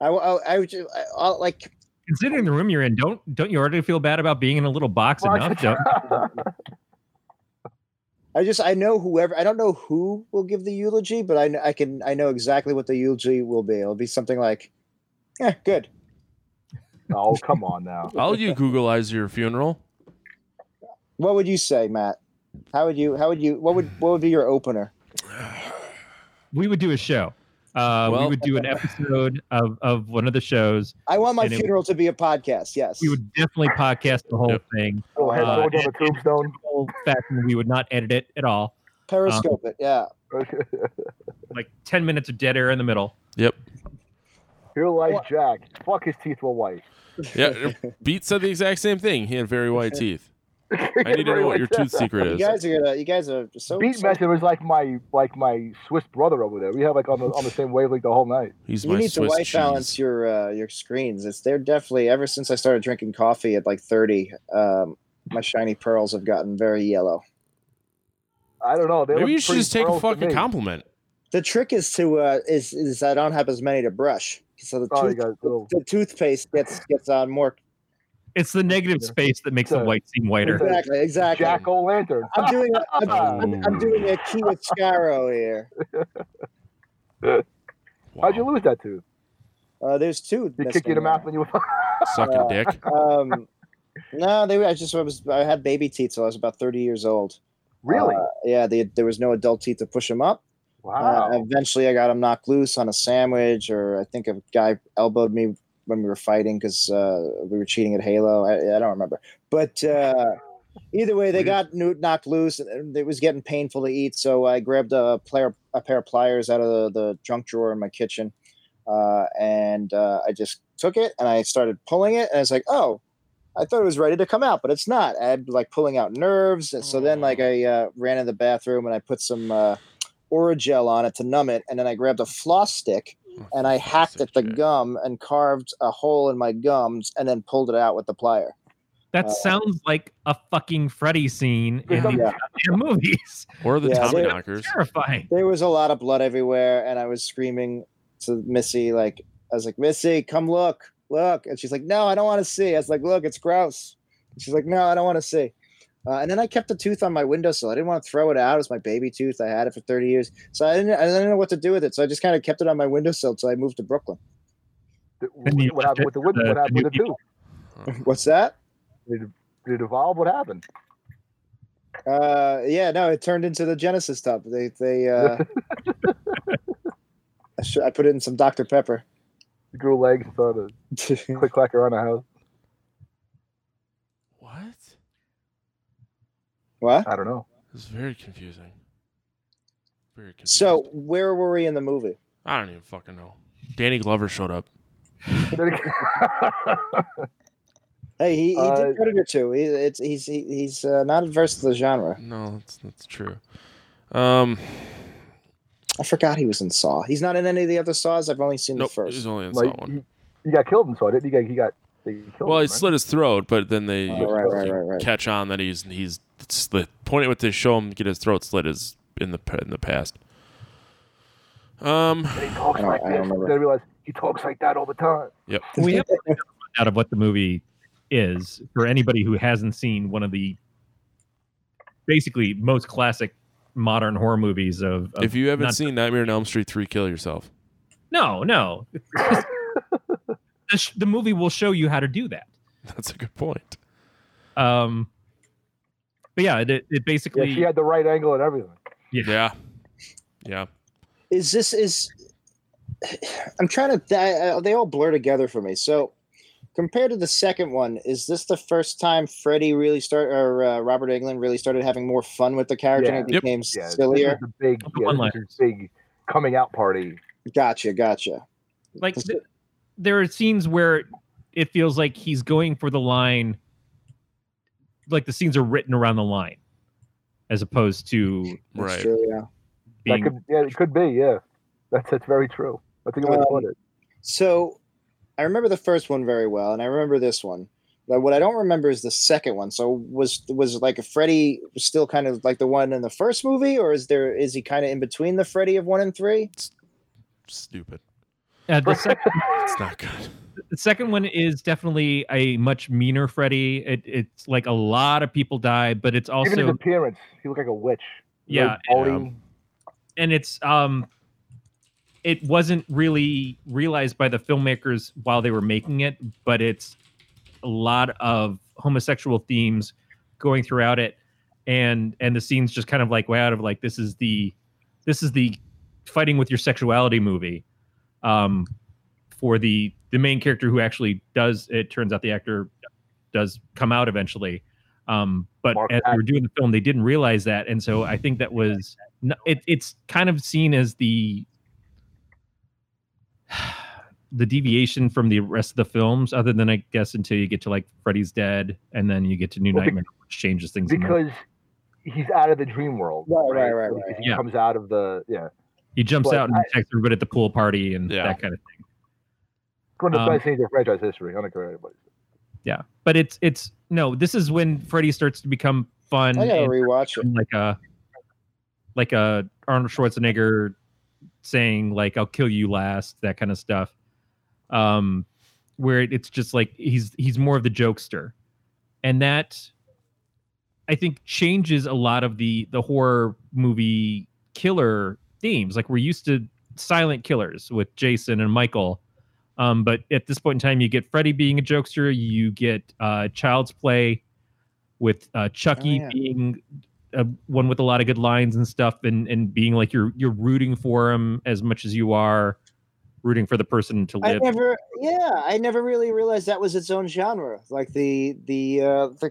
Speaker 5: I, I, I, would ju- I, I'll, like
Speaker 4: Considering the room you're in, don't don't you already feel bad about being in a little box enough? Don't,
Speaker 5: I just I know whoever I don't know who will give the eulogy, but I kn- I can I know exactly what the eulogy will be. It'll be something like, "Yeah, good."
Speaker 3: oh, come on now.
Speaker 2: I'll you Googleize your funeral.
Speaker 5: What would you say, Matt? How would you? How would you? What would? What would be your opener?
Speaker 4: we would do a show. Uh, we
Speaker 2: Well-
Speaker 4: would do an episode of, of one of the shows.
Speaker 5: I want my
Speaker 4: And it-
Speaker 5: funeral to be a podcast. Yes.
Speaker 4: We would definitely podcast the whole
Speaker 2: Yep.
Speaker 4: thing.
Speaker 3: Little head
Speaker 4: Uh,
Speaker 3: rolled on the tombstone.
Speaker 4: Old fashioned. We would not edit it at all.
Speaker 5: periscope it. Yeah.
Speaker 4: Like ten minutes of dead air in the middle.
Speaker 2: Yep.
Speaker 3: Here lies Jack. Fuck his teeth were white.
Speaker 2: Yeah. Beat said the exact same thing. He had very white teeth. I need to
Speaker 3: Very
Speaker 2: know what
Speaker 3: white
Speaker 2: your tooth
Speaker 3: teeth.
Speaker 2: secret
Speaker 5: You
Speaker 2: is.
Speaker 5: guys are gonna. You guys are just so.
Speaker 3: Beat
Speaker 5: so
Speaker 3: Messer was like my like my Swiss brother over there. We had like on the on the same wavelength the whole night.
Speaker 2: He's
Speaker 5: you
Speaker 2: my
Speaker 5: need
Speaker 2: Swiss
Speaker 5: to white
Speaker 2: cheese.
Speaker 5: balance your uh, your screens. It's they're definitely ever since I started drinking coffee at like thirty. Um, my shiny pearls have gotten very yellow.
Speaker 3: I don't know. They
Speaker 2: Maybe
Speaker 3: look
Speaker 2: you should
Speaker 3: pretty
Speaker 2: just take a
Speaker 3: pearls to
Speaker 2: fucking
Speaker 3: me.
Speaker 2: compliment.
Speaker 5: The trick is to uh, is is I don't have as many to brush, so the,
Speaker 3: Oh, you
Speaker 5: tooth,
Speaker 3: got little.
Speaker 5: the toothpaste gets gets on more.
Speaker 4: It's the negative
Speaker 3: Yeah.
Speaker 4: space that makes the
Speaker 3: So-
Speaker 4: white seem whiter.
Speaker 5: Exactly, exactly.
Speaker 3: Jack o' lantern.
Speaker 5: I'm doing a, I'm,
Speaker 2: Oh.
Speaker 5: I'm, I'm doing a chiaroscuro here.
Speaker 2: Wow.
Speaker 3: How'd you lose that tooth?
Speaker 5: Uh, there's two.
Speaker 3: Did he
Speaker 5: missing
Speaker 3: kick you in the
Speaker 5: there.
Speaker 3: mouth when you were
Speaker 2: Sucking dick.
Speaker 5: Um, no, they. were- I just I was I had baby teeth till I was about thirty years old.
Speaker 3: really?
Speaker 5: Uh, yeah, the, there was no adult teeth to push them up.
Speaker 3: wow.
Speaker 5: Uh, eventually, I got him knocked loose on a sandwich, or I think a guy elbowed me when we were fighting because uh, we were cheating at Halo. I, I don't remember, but uh, either way, they got new, knocked loose. and It was getting painful to eat, so I grabbed a player, a pair of pliers out of the, the junk drawer in my kitchen, uh, and uh, I just took it and I started pulling it, and I was like, oh. I thought it was ready to come out, but it's not. I had like pulling out nerves, and so then like I uh, ran in the bathroom and I put some uh, Oragel on it to numb it, and then I grabbed a floss stick and I hacked at the gum and carved a hole in my gums and then pulled it out with the plier.
Speaker 4: That
Speaker 5: Uh,
Speaker 4: sounds like a fucking Freddy scene in
Speaker 3: Yeah.
Speaker 4: these goddamn movies.
Speaker 2: Or the
Speaker 5: Yeah,
Speaker 2: Tommy
Speaker 5: they're-
Speaker 2: knockers.
Speaker 4: Terrifying.
Speaker 5: There was a lot of blood everywhere, and I was screaming to Missy, like, I was like, Missy, come look, look. And she's like, No, I don't want to see. I was like, Look, it's gross. And she's like, No, I don't want to see. Uh, and then I kept the tooth on my windowsill. I didn't want to throw it out. It was my baby tooth. I had it for 30 years. So I didn't, I didn't know what to do with it. So I just kind of kept it on my windowsill until I moved to Brooklyn.
Speaker 3: Th-
Speaker 4: Then you
Speaker 3: what happened with the,
Speaker 4: looked
Speaker 3: wood?
Speaker 4: at the-
Speaker 3: what
Speaker 4: the
Speaker 3: happened
Speaker 4: new
Speaker 3: with the
Speaker 4: people.
Speaker 3: tooth?
Speaker 5: What's that?
Speaker 3: Did it evolve? What happened?
Speaker 5: Uh, yeah, no, it turned into the Genesis tub. They, they, uh, I, sh- I put in some Dr. Pepper.
Speaker 3: You grew legs and started to click clack around the house.
Speaker 2: What?
Speaker 5: what?
Speaker 3: I don't know.
Speaker 2: This is very confusing. Very confusing.
Speaker 5: So, where were we in the movie?
Speaker 2: I don't even fucking know. Danny Glover showed up.
Speaker 5: Hey, he, he
Speaker 3: Uh,
Speaker 5: did Predator 2. He, it's, he's, he, he's, uh, not adverse to the genre.
Speaker 2: No, that's that's true. Um,
Speaker 5: I forgot he was in Saw. He's not in any of the other Saws. I've only seen
Speaker 2: nope.
Speaker 5: the
Speaker 2: He's
Speaker 5: first.
Speaker 2: only in
Speaker 3: like,
Speaker 2: that one.
Speaker 3: you, you got killed and saw it. You got, he got they killed
Speaker 2: Well,
Speaker 3: him,
Speaker 2: he
Speaker 3: right?
Speaker 2: slit his throat, but then they
Speaker 5: Oh, right, right, right, right.
Speaker 2: catch on that he's he's slit. Point what they show him get his throat slit is in the pa- in the past. Um,
Speaker 3: And he talks
Speaker 5: I don't-
Speaker 3: like
Speaker 5: I
Speaker 3: this.
Speaker 5: don't
Speaker 3: Then
Speaker 5: remember.
Speaker 3: I realized he talks like that all the time.
Speaker 4: We have to find out of what the movie is for anybody who hasn't seen one of the basically most classic modern horror movies of, of
Speaker 2: if you haven't
Speaker 4: not-
Speaker 2: seen Nightmare on Elm Street three, kill yourself.
Speaker 4: No, no. the, sh- the movie will show you how to do that.
Speaker 2: That's a good point.
Speaker 4: Um, but yeah, it, it
Speaker 3: Yeah,
Speaker 4: basically
Speaker 3: she had the right angle and everything.
Speaker 2: Yeah, yeah.
Speaker 5: Is this, is, I'm trying to, I, I- they all blur together for me. So, compared to the second one, is this the first time Freddie really started, or uh, Robert Englund really started having more fun with the character and it
Speaker 2: Yeah. Yep.
Speaker 5: became
Speaker 3: Yeah, this
Speaker 5: sillier?
Speaker 3: is the big,
Speaker 4: The
Speaker 3: yeah, this
Speaker 4: one-liners.
Speaker 3: is the big coming out party.
Speaker 5: Gotcha, gotcha.
Speaker 4: like th- there are scenes where it feels like he's going for the line like the scenes are written around the line as opposed to
Speaker 5: That's
Speaker 2: Right.
Speaker 5: true, yeah.
Speaker 4: being
Speaker 3: that could, yeah, it could be. Yeah, that's that's very true. That's a good way to put it.
Speaker 5: So, I remember the first one very well, and I remember this one. But what I don't remember is the second one. So was was like a Freddy still kind of like the one in the first movie, or is there is he kind of in between the Freddy of one and three?
Speaker 2: Stupid.
Speaker 4: uh, the, sec-
Speaker 2: It's not good.
Speaker 4: the second one is definitely a much meaner freddy it, it's like a lot of people die but it's
Speaker 3: Even his
Speaker 4: also
Speaker 3: appearance, he looked like a witch.
Speaker 4: yeah
Speaker 3: Very
Speaker 2: Yeah.
Speaker 3: bony.
Speaker 4: and it's um it wasn't really realized by the filmmakers while they were making it but it's a lot of homosexual themes going throughout it and and the scenes just kind of like way out of like this is the this is the fighting with your sexuality movie um, for the the main character who actually does. It turns out the actor does come out eventually. Um, but
Speaker 3: Mark
Speaker 4: as they were doing the film, they didn't realize that, and so I think that was n- it, it's kind of seen as the the deviation from the rest of the films, other than I guess until you get to like Freddy's Dead, and then you get to New
Speaker 3: Well, be-
Speaker 4: Nightmare, which changes things. in the-
Speaker 3: because he's out of the dream world.
Speaker 5: Right, right, right,
Speaker 3: Because
Speaker 5: right.
Speaker 3: He
Speaker 4: Yeah.
Speaker 3: comes out of the yeah.
Speaker 4: he jumps
Speaker 3: but
Speaker 4: out and
Speaker 3: I-
Speaker 4: attacks everybody at the pool party and
Speaker 2: Yeah.
Speaker 4: that kind of thing.
Speaker 3: It's One of the
Speaker 4: Um,
Speaker 3: best things in franchise history. I don't care what anybody. says.
Speaker 4: Yeah, but it's it's no. This is when Freddy starts to become fun,
Speaker 5: I gotta
Speaker 4: and
Speaker 5: rewatch it.
Speaker 4: become like a like a Arnold Schwarzenegger saying like "I'll kill you last," that kind of stuff. Um, where it, it's just like he's he's more of the jokester, and that I think changes a lot of the the horror movie killer themes. Like we're used to silent killers with Jason and Michael. Um, but at this point in time, you get Freddy being a jokester. You get uh, Child's Play with uh, Chucky
Speaker 5: Oh, yeah.
Speaker 4: being uh, one with a lot of good lines and stuff, and and being like you're you're rooting for him as much as you are rooting for the person to
Speaker 5: I
Speaker 4: live.
Speaker 5: never, yeah, I never really realized that was its own genre. Like the the uh, the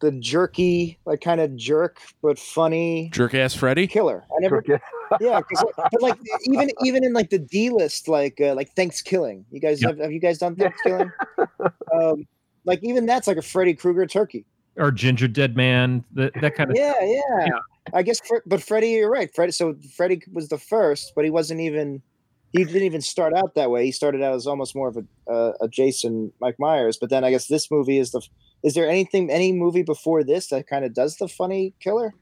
Speaker 5: the jerky, like kind of jerk but funny
Speaker 2: Jerk ass Freddy.
Speaker 5: killer. I never,
Speaker 3: Yeah.
Speaker 5: yeah, 'cause, like- but like even even in like the D list, like uh, like Thanksgiving. You guys
Speaker 4: Yeah.
Speaker 5: have, have you guys done
Speaker 3: Yeah.
Speaker 5: Thanksgiving? um, like even that's like a Freddy Krueger turkey.
Speaker 4: or Ginger Dead Man, that that kind of
Speaker 5: Yeah, yeah. I guess, Fre- but Freddy, you're right. Freddy, so Freddy was the first, but he wasn't even. He didn't even start out that way. He started out as almost more of a uh, a Jason Mike Myers. But then I guess this movie is the. Is there anything any movie before this that kind of does the funny killer?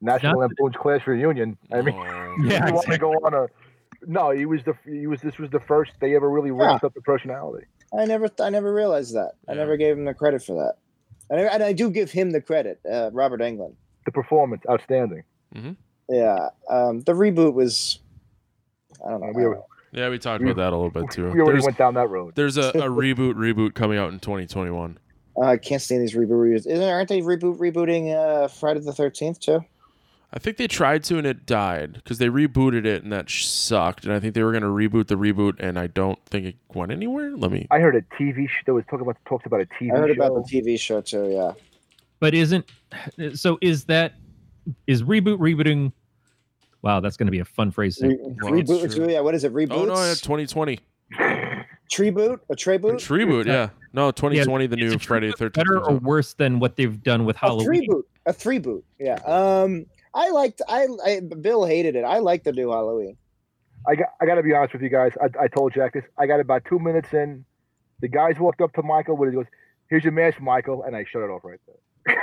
Speaker 3: National Lampoon's Class Reunion. I mean,
Speaker 2: Oh.
Speaker 4: Yeah,
Speaker 3: you want
Speaker 4: exactly.
Speaker 3: to go on a. No, he was the he was this was the first they ever really
Speaker 5: Yeah.
Speaker 3: ramped up the personality.
Speaker 5: I never I never realized that. I
Speaker 2: Yeah.
Speaker 5: never gave him the credit for that. And I, and I do give him the credit, uh, Robert Englund.
Speaker 3: The performance outstanding.
Speaker 5: Yeah, um, the reboot was. I don't know.
Speaker 3: We were-
Speaker 2: yeah, we talked about that a little bit too.
Speaker 3: We already
Speaker 2: There's,
Speaker 3: went down that road.
Speaker 2: there's a, a reboot reboot coming out in 2021.
Speaker 5: Uh, I can't stand these reboot reboots. Isn't aren't they reboot rebooting uh, Friday the Thirteenth too?
Speaker 2: I think they tried to and it died because they rebooted it and that sh- sucked. And I think they were going to reboot the reboot and I don't think it went anywhere. Let me.
Speaker 3: I heard a TV show that was talking about talked about a TV
Speaker 5: I heard
Speaker 3: show.
Speaker 5: about the TV show too. Yeah,
Speaker 4: but isn't so is that is reboot rebooting wow that's going to be a fun phrase to-
Speaker 5: Re-
Speaker 2: Well,
Speaker 5: reboot.
Speaker 2: it's true.
Speaker 5: Yeah, what is it? Reboots?
Speaker 2: Oh no, yeah, 2020
Speaker 5: tree boot? A tree boot?
Speaker 2: It's reboot. Yeah, no, 2020 the
Speaker 4: Is
Speaker 2: new
Speaker 4: it
Speaker 2: Friday the 13th.
Speaker 4: better
Speaker 2: comes
Speaker 4: or
Speaker 2: out.
Speaker 4: worse than what they've done with
Speaker 5: A three
Speaker 4: halloween
Speaker 5: boot? A three boot? Yeah. Um, I liked. I, I Bill hated it. I like the new Halloween.
Speaker 3: I got, I got to be honest with you guys. I, I told Jack this. I got about two minutes in. The guys walked up to Michael with it. He goes, "Here's your mask, Michael," and I shut it off right there.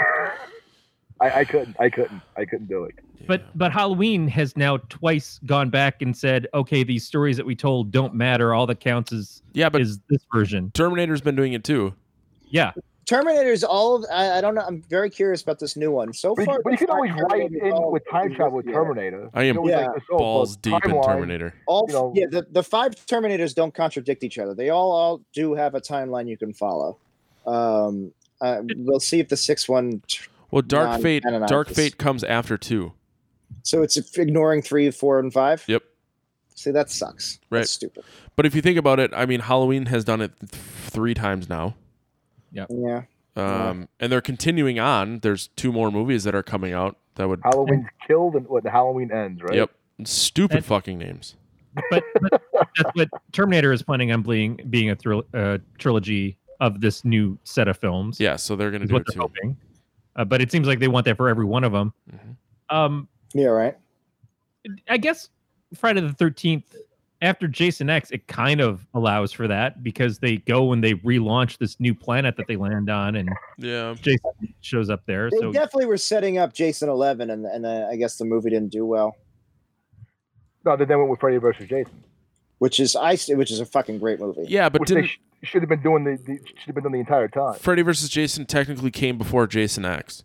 Speaker 3: I, I couldn't. I couldn't. I couldn't do it.
Speaker 2: Yeah.
Speaker 4: but but halloween has now twice gone back and said okay these stories that we told don't matter all that counts is
Speaker 2: yeah, but
Speaker 4: is this version
Speaker 2: Terminator's been doing it too.
Speaker 4: yeah
Speaker 5: Terminator's all. Of, I, I don't know. I'm very curious about this new one. So
Speaker 3: But,
Speaker 5: far,
Speaker 3: you- but you
Speaker 5: it's
Speaker 3: can
Speaker 5: not
Speaker 3: always write
Speaker 5: Terminator's
Speaker 3: in
Speaker 5: all-
Speaker 3: with time travel with
Speaker 5: yeah.
Speaker 3: Terminator.
Speaker 2: I am
Speaker 3: You can always make this up,
Speaker 2: Balls
Speaker 3: but
Speaker 2: deep in
Speaker 3: Oh, timeline-
Speaker 2: Terminator.
Speaker 5: All
Speaker 3: you know-
Speaker 5: yeah, the, the five Terminators don't contradict each other. They all all do have a timeline you can follow. Um, uh, we'll see if the sixth one.
Speaker 2: Well, Dark
Speaker 5: Non-
Speaker 2: Fate
Speaker 5: Ananias.
Speaker 2: Dark Fate comes after two.
Speaker 5: So it's ignoring three, four, and five.
Speaker 2: Yep.
Speaker 5: See, that sucks.
Speaker 2: Right.
Speaker 5: That's stupid.
Speaker 2: But if you think about it, I mean, Halloween has done it th- three times now,
Speaker 5: Yeah.
Speaker 2: um, and they're continuing on. There's two more movies that are coming out that would.
Speaker 3: Halloween's killed and what? Halloween ends, right?
Speaker 2: Yep. Stupid
Speaker 4: And-
Speaker 2: fucking names.
Speaker 4: but, but that's what terminator is planning on being being a thril- uh, trilogy of this new set of films
Speaker 2: Yeah, so they're gonna
Speaker 4: is
Speaker 2: do
Speaker 4: what
Speaker 2: it
Speaker 4: they're
Speaker 2: too.
Speaker 4: hoping uh, but it seems like they want that for every one of them
Speaker 2: Mhm.
Speaker 4: um
Speaker 5: Yeah. Right.
Speaker 4: I guess Friday the Thirteenth after Jason X, it kind of allows for that because they go and they relaunch this new planet that they land on, and
Speaker 2: Yeah.
Speaker 4: Jason shows up there.
Speaker 5: They
Speaker 4: So
Speaker 5: definitely were setting up Jason Eleven, and and uh, I guess the movie didn't do well,
Speaker 3: No, then they went with Freddy versus Jason,
Speaker 5: which is I which is a fucking great movie.
Speaker 2: Yeah, but
Speaker 3: which they
Speaker 2: didn't
Speaker 3: sh- should have been doing the, the should have been doing the entire time.
Speaker 2: Freddy versus Jason technically came before Jason X?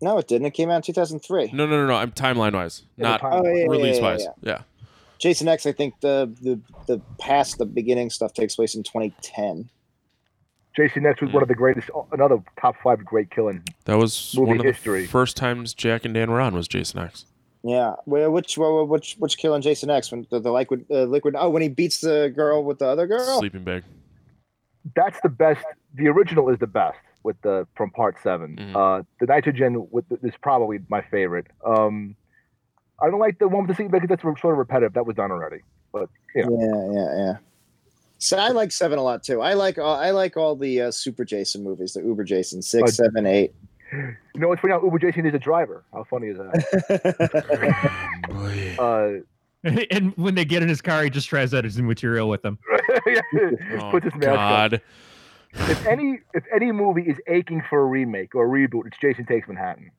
Speaker 5: No, it didn't. It came out in two thousand three.
Speaker 2: No, no, no, no. I'm timeline wise,
Speaker 3: Yeah, the
Speaker 2: not
Speaker 3: timeline.
Speaker 5: Oh yeah, yeah,
Speaker 2: release
Speaker 5: yeah, yeah,
Speaker 2: wise.
Speaker 5: yeah.
Speaker 2: Yeah.
Speaker 5: Jason X, I think the the the past the beginning stuff takes place in twenty ten.
Speaker 3: Jason X was one of the greatest, uh, another top five great killing.
Speaker 2: That was
Speaker 3: Movie
Speaker 2: one of
Speaker 3: history.
Speaker 2: the first times Jack and Dan were on was Jason X.
Speaker 5: Yeah, Where- which where- which which killing Jason X when the, the liquid uh, liquid? Oh, when he beats the girl with the other girl.
Speaker 2: Sleeping bag.
Speaker 3: that's the best. The original is the best with the from part 7
Speaker 2: Mhm.
Speaker 3: Uh, the nitrogen with the, is probably my favorite. Um, I don't like the one with the seat because that's sort of repetitive. That was done already.
Speaker 5: Yeah, yeah, yeah. So I like seven a lot too. I like all, I like all the uh, Super Jason movies, the Uber Jason six, seven, eight.
Speaker 3: You know, it's funny how Uber Jason is a driver. How funny is that? uh,
Speaker 4: and when they get in his car, he just tries out his new material with them.
Speaker 2: Oh,
Speaker 3: puts his mask on.
Speaker 2: God.
Speaker 3: If any if any movie is aching for a remake or a reboot, it's Jason Takes Manhattan.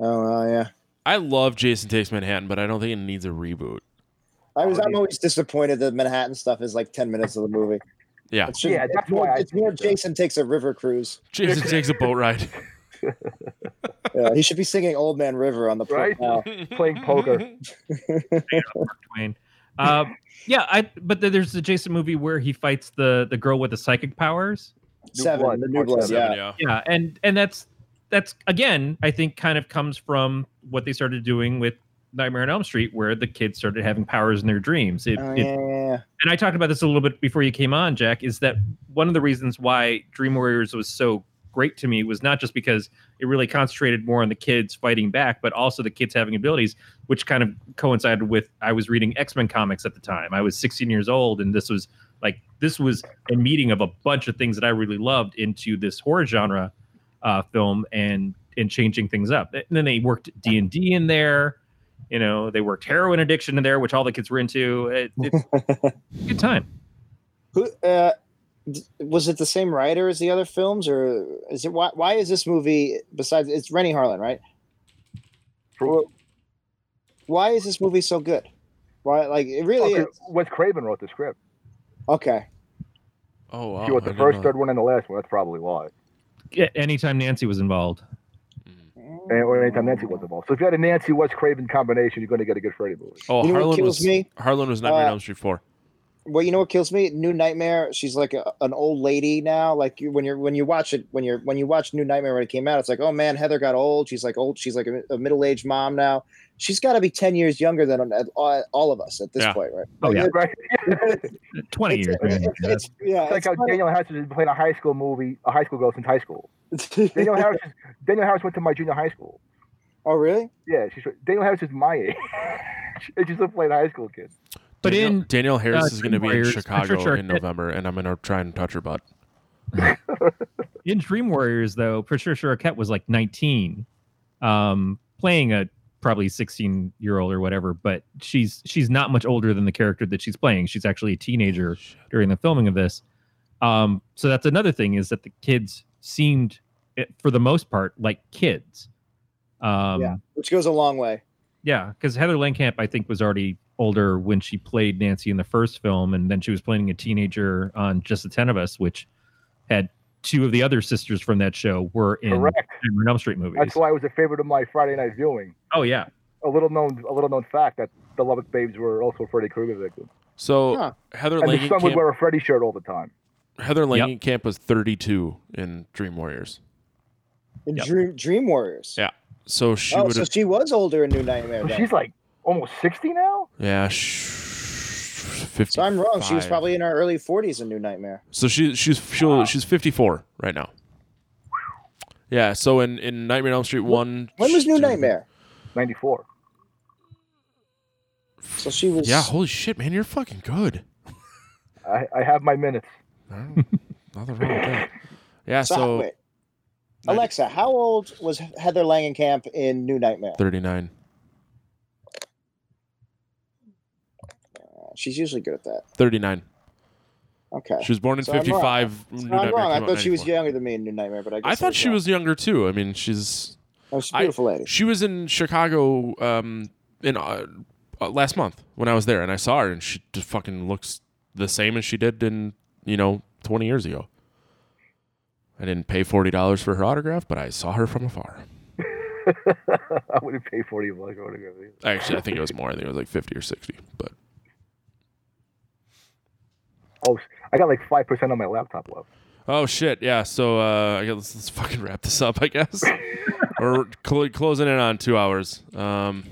Speaker 5: Oh well, yeah.
Speaker 2: I love Jason Takes Manhattan, but I don't think it needs a reboot.
Speaker 5: I was
Speaker 3: Oh,
Speaker 5: I'm
Speaker 3: yeah.
Speaker 5: always disappointed that Manhattan stuff is like ten minutes of the movie.
Speaker 2: Yeah.
Speaker 5: It should-
Speaker 3: Yeah, that's
Speaker 5: it's more,
Speaker 3: why I
Speaker 5: it's more
Speaker 3: think so.
Speaker 5: Jason takes a river cruise.
Speaker 2: Jason takes a boat ride.
Speaker 5: Yeah, he should be singing "Old Man River" on the
Speaker 3: Right?
Speaker 5: now.
Speaker 3: Playing poker.
Speaker 4: Twain. Uh, yeah, I. But then there's the Jason movie where he fights the the girl with the psychic powers.
Speaker 3: New
Speaker 5: seven,
Speaker 3: Blood,
Speaker 5: the new
Speaker 3: part
Speaker 5: blood.
Speaker 3: seven,
Speaker 5: Yeah,
Speaker 2: yeah.
Speaker 4: yeah and and that's that's again i think kind of comes from what they started doing with nightmare on elm street where the kids started having powers in their dreams it,
Speaker 5: Oh,
Speaker 4: it-
Speaker 5: yeah, yeah, yeah.
Speaker 4: and i talked about this a little bit before you came on jack is that one of the reasons why dream warriors was so great to me was not just because it really concentrated more on the kids fighting back but also the kids having abilities which kind of coincided with i was reading x-men comics at the time i was 16 years old and this was like this was a meeting of a bunch of things that i really loved into this horror genre uh, film and and changing things up and then they worked d&d in there you know they worked heroin addiction in there which all the kids were into it, it's a good time
Speaker 5: Who uh, d- was it? The same writer as the other films, or is it why? Why is this movie? Besides, it's Rennie Harlan, right? Wh- Why is this movie so good? Why, like, it
Speaker 3: Oh,
Speaker 5: really
Speaker 3: 'cause
Speaker 5: is.
Speaker 3: Wes Craven wrote the script.
Speaker 5: Okay,
Speaker 2: Oh, wow.
Speaker 3: he wrote
Speaker 2: I
Speaker 3: the
Speaker 2: didn't
Speaker 3: first,
Speaker 2: know
Speaker 3: third one, and the last one. That's probably why.
Speaker 4: Yeah, anytime nancy was involved
Speaker 3: And, or anytime Nancy was involved. So if you had a Nancy Wes Craven combination, you're going to get a good Freddy movie.
Speaker 2: that. Oh,
Speaker 5: You know what
Speaker 2: Harlan
Speaker 5: kills
Speaker 2: was
Speaker 5: me?
Speaker 2: Harlan was Nightmare on
Speaker 5: Uh,
Speaker 2: Elm Street four.
Speaker 5: Well, you know what kills me? New Nightmare. She's like a, an old lady now. Like you- when you're when you watch it when you're when you watch New Nightmare when it came out, it's like, oh man, Heather got old. She's like old. She's like a, a middle aged mom now. She's got to be ten years younger than uh, all of us at this
Speaker 2: Yeah.
Speaker 5: point, right?
Speaker 4: Oh, yeah.
Speaker 3: Right?
Speaker 4: Twenty
Speaker 5: It's-
Speaker 4: years. man.
Speaker 5: it's- it's- yeah,
Speaker 3: It's like
Speaker 5: it's
Speaker 3: how
Speaker 5: funny.
Speaker 3: Daniel Harris has been playing a high school movie, a high school girl since high school. Daniel Harris, is, Daniel Harris went to my junior high school.
Speaker 5: oh, really?
Speaker 3: Yeah, she's Daniel Harris is my age. She's still playing high school kids.
Speaker 4: but
Speaker 2: Daniel,
Speaker 4: in
Speaker 2: Daniel Harris
Speaker 4: uh,
Speaker 2: is going to be in
Speaker 4: Warriors,
Speaker 2: Chicago
Speaker 4: Patricia
Speaker 2: in
Speaker 4: Arquette-
Speaker 2: November, and I'm going to try and touch her butt.
Speaker 4: in Dream Warriors, though, Patricia Arquette was like 19, um, playing a probably 16 year old or whatever. But she's she's not much older than the character that she's playing. She's actually a
Speaker 5: Oh,
Speaker 4: teenager during the filming of this. Um, so that's another thing is that the kids seemed, eh, for the most part, like kids. Um,
Speaker 5: Yeah. Which goes a long way.
Speaker 4: Yeah, because Heather Lankamp, I think, was already older when she played Nancy in the first film, and then she was playing a teenager on Just the Ten of Us, which had two of the other sisters from that show were in
Speaker 3: Correct.
Speaker 4: Nightmare on Elm Street movies.
Speaker 3: That's why it was a favorite of my Friday night viewing.
Speaker 4: oh yeah,
Speaker 3: A little known, a little known fact that the Lubbock Babes were also Freddy Krueger victims,
Speaker 2: So
Speaker 5: Huh.
Speaker 2: Heather
Speaker 3: and the son would
Speaker 2: Langenkamp,
Speaker 3: wear a Freddy shirt all the time.
Speaker 2: Heather Langenkamp was 32 in Dream Warriors.
Speaker 5: In
Speaker 4: Yep.
Speaker 5: Dream Dream Warriors.
Speaker 2: Yeah, So she
Speaker 5: oh,
Speaker 2: would
Speaker 5: so
Speaker 2: have,
Speaker 5: she was older in New Nightmare.
Speaker 3: So
Speaker 5: Then.
Speaker 3: she's like almost sixty now.
Speaker 2: yeah. Sh- 55.
Speaker 5: so I'm wrong. She was probably in her early 40s in New Nightmare.
Speaker 2: So she she's she'll, she's 54 right now. Yeah. So in in Nightmare on Elm Street one.
Speaker 5: When was New
Speaker 2: she-
Speaker 5: Nightmare?
Speaker 3: Ninety four.
Speaker 5: So she was.
Speaker 2: Yeah. Holy shit, man! You're fucking good.
Speaker 3: I, I have my minutes.
Speaker 2: I don't- Nothing wrong with that. Yeah.
Speaker 5: so,
Speaker 2: So
Speaker 5: wait. Alexa, how old was Heather Langenkamp in New Nightmare?
Speaker 2: 39.
Speaker 5: She's usually good at that.
Speaker 2: 39.
Speaker 5: Okay.
Speaker 2: She was born in
Speaker 5: So I'm wrong.
Speaker 2: 55. New
Speaker 5: So
Speaker 2: Nightmare
Speaker 5: I'm wrong. I
Speaker 2: came out
Speaker 5: thought she was
Speaker 2: 94.
Speaker 5: younger than me in New Nightmare, but I guess
Speaker 2: I thought she
Speaker 5: wrong.
Speaker 2: was younger too. I mean, she's
Speaker 5: Oh, she's a
Speaker 2: I-
Speaker 5: beautiful lady.
Speaker 2: she was in Chicago um in uh, uh, last month when I was there and I saw her and she just fucking looks the same as she did in, you know, 20 years ago. I didn't pay $40 for her autograph, but I saw her from afar.
Speaker 3: I wouldn't pay forty bucks for autograph. either.
Speaker 2: Actually, I think it was more. I think it was like 50 or 60, but
Speaker 3: Oh, I got like five percent on my laptop left.
Speaker 2: Oh shit! Yeah, so uh, I guess let's, let's fucking wrap this up, I guess. We're cl- closing in on two hours. Um,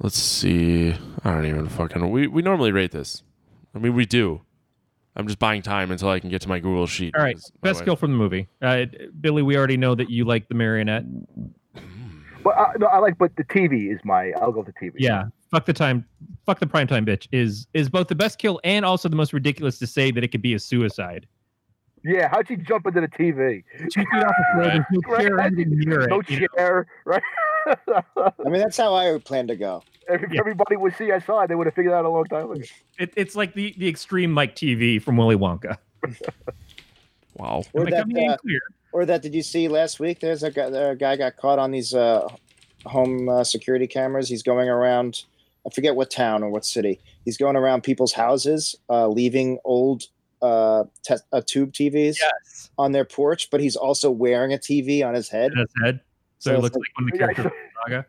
Speaker 2: Let's see. I don't even fucking. We we normally rate this. I mean, we do. I'm just buying time until I can get to my Google sheet.
Speaker 4: All right,
Speaker 2: because
Speaker 4: best
Speaker 2: otherwise-
Speaker 4: kill from the movie. Uh, Billy, we already know that you like the marionette.
Speaker 3: Mm-hmm. But I, no, I like. But the TV is my. I'll go with the TV.
Speaker 4: Yeah, fuck the time, fuck the prime time bitch is is both the best kill and also the most ridiculous to say that it could be a suicide.
Speaker 3: Yeah. How'd she jump into the TV?
Speaker 4: She feet off the floor, there's no chair
Speaker 3: Right.
Speaker 4: ending near it.
Speaker 3: No
Speaker 4: you know?
Speaker 3: chair, right?
Speaker 5: I mean, that's how I plan to go.
Speaker 3: If
Speaker 4: Yeah.
Speaker 3: everybody would see, I saw it. They would have figured out a long time ago.
Speaker 4: It, it's like the the extreme Mike TV from Willy Wonka.
Speaker 2: Wow.
Speaker 5: Or
Speaker 4: Like,
Speaker 5: that,
Speaker 4: I'm being
Speaker 5: uh,
Speaker 4: clear.
Speaker 5: or that. Did you see last week? There's a guy. There, a guy got caught on these uh, home uh, security cameras. He's going around. I forget what town or what city. He's going around people's houses, uh, leaving old uh, te- uh, tube TVs
Speaker 4: Yes,
Speaker 5: on their porch. But he's also wearing a TV on his head.
Speaker 4: that's head. So,
Speaker 5: So
Speaker 4: it
Speaker 5: it's
Speaker 4: looks like one of the
Speaker 3: Yeah,
Speaker 4: characters from Saga.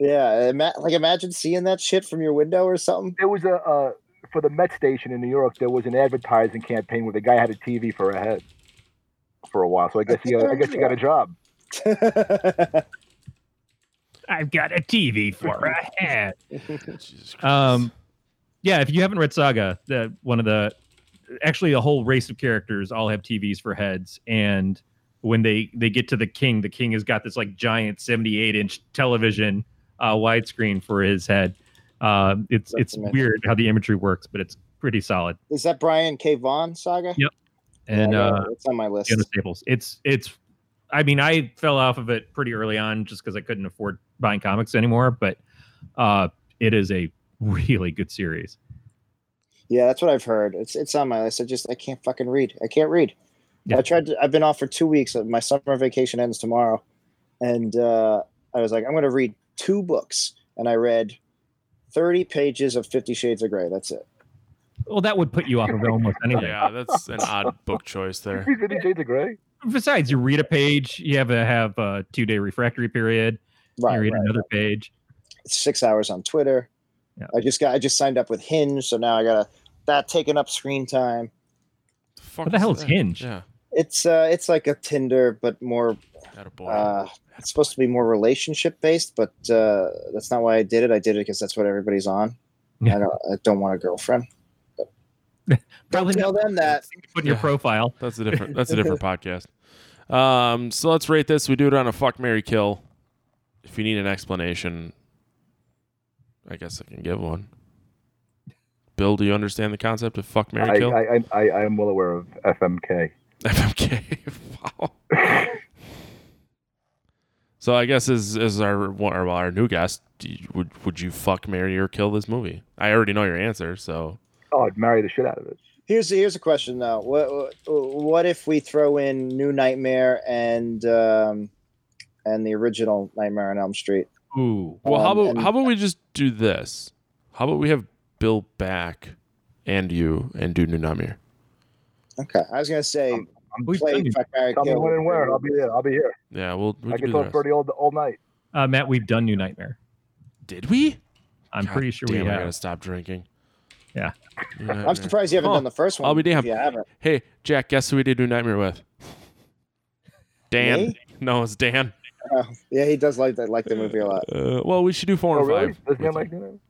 Speaker 5: Yeah, ima- like imagine seeing that shit from your window or something.
Speaker 3: There was a uh, for the Met station in New York. There was an advertising campaign where the guy had a TV for a head for a while. So I guess he, I guess he got a job.
Speaker 4: I've got a TV for a head.
Speaker 2: Jesus Christ.
Speaker 4: Um, yeah, if you haven't read Saga, the one of the actually a whole race of characters all have TVs for heads, and when they they get to the king, the king has got this like giant seventy eight inch television uh, widescreen for his head. Uh, it's
Speaker 5: That's
Speaker 4: it's
Speaker 5: amazing.
Speaker 4: weird how the imagery works, but it's pretty solid.
Speaker 5: Is that Brian K. Vaughn saga?
Speaker 4: Yeah, And
Speaker 5: Yeah, I
Speaker 4: uh,
Speaker 5: got it. it's on my list.
Speaker 4: Fiona Staples. It's it's. I mean, I fell off of it pretty early on just because I couldn't afford buying comics anymore. But uh, it is a really good series.
Speaker 5: Yeah, that's what I've heard. It's it's on my list. I just I can't fucking read. I can't read.
Speaker 4: Yeah.
Speaker 5: I tried. To, I've been off for two weeks. My summer vacation ends tomorrow, and uh, I was like, I'm going to read two books, and I read thirty pages of Fifty Shades of Grey. That's it.
Speaker 4: Well, that would put you off of almost anything.
Speaker 2: Oh, yeah, that's an odd book choice there.
Speaker 3: He's Fifty Shades of Gray.
Speaker 4: Besides, you read a page, you have a have a two day refractory period.
Speaker 5: Right.
Speaker 4: you read
Speaker 5: right.
Speaker 4: another page.
Speaker 5: It's six hours on Twitter.
Speaker 4: Yeah.
Speaker 5: I just got. I just signed up with Hinge, so now I gotta that taking up screen time.
Speaker 2: The fuck
Speaker 4: What the hell is
Speaker 2: that?
Speaker 4: Hinge?
Speaker 2: Yeah.
Speaker 5: It's uh, it's like a Tinder, but more
Speaker 2: Attaboy.
Speaker 5: uh, it's supposed to be more relationship based, but uh, that's not why I did it. I did it because that's what everybody's on.
Speaker 4: Yeah.
Speaker 5: I, don't, I don't want a girlfriend. Don't
Speaker 4: Probably
Speaker 5: tell them that.
Speaker 4: Put in your
Speaker 2: Yeah.
Speaker 4: profile.
Speaker 2: That's a different. That's a different podcast. Um, so let's rate this. We do it on a fuck Mary kill. If you need an explanation, I guess I can give one. Bill, do you understand the concept of fuck Mary
Speaker 3: I,
Speaker 2: kill?
Speaker 3: I, I, I, I am well aware of FMK.
Speaker 2: FMK. wow. so I guess as as our one- our, our new guest, do you- would would you fuck Mary or kill this movie? I already know your answer, so
Speaker 3: Oh, I'd marry the shit out of it.
Speaker 5: Here's here's a question though. What what if we throw in New Nightmare and um, and the original Nightmare on Elm Street?
Speaker 4: Ooh.
Speaker 2: Well, how
Speaker 5: Um,
Speaker 2: about
Speaker 5: and-
Speaker 2: how about we just do this? How about we have Bill back and you and do Nunamir?
Speaker 5: Okay, I was gonna say
Speaker 4: We've
Speaker 5: play
Speaker 4: Um, done it.
Speaker 5: Fuck Mary
Speaker 3: Tell me
Speaker 5: Kill.
Speaker 3: when and where, and I'll be there. I'll be here.
Speaker 2: Yeah, we'll. we
Speaker 3: I
Speaker 2: can do
Speaker 3: can
Speaker 2: the
Speaker 3: talk
Speaker 2: rest.
Speaker 3: dirty all all night.
Speaker 4: Uh, Matt, we've done New Nightmare.
Speaker 2: Did we?
Speaker 4: I'm
Speaker 2: God
Speaker 4: pretty sure
Speaker 2: damn,
Speaker 4: we
Speaker 2: I gotta
Speaker 4: have.
Speaker 2: stop drinking.
Speaker 4: Yeah. Oh,
Speaker 2: New Nightmare.
Speaker 5: I'm surprised you haven't
Speaker 2: Huh.
Speaker 5: done the first one.
Speaker 2: I'll be damned.
Speaker 5: Yeah, I haven't.
Speaker 2: Hey, Jack, guess who we did New Nightmare with? Dan.
Speaker 5: Me?
Speaker 2: No, it's Dan.
Speaker 5: Yeah, he does like that like the movie a lot.
Speaker 2: Uh, well, we should do four
Speaker 3: Oh,
Speaker 2: and
Speaker 3: really?
Speaker 2: five.
Speaker 3: Does man
Speaker 2: with
Speaker 3: like
Speaker 2: you.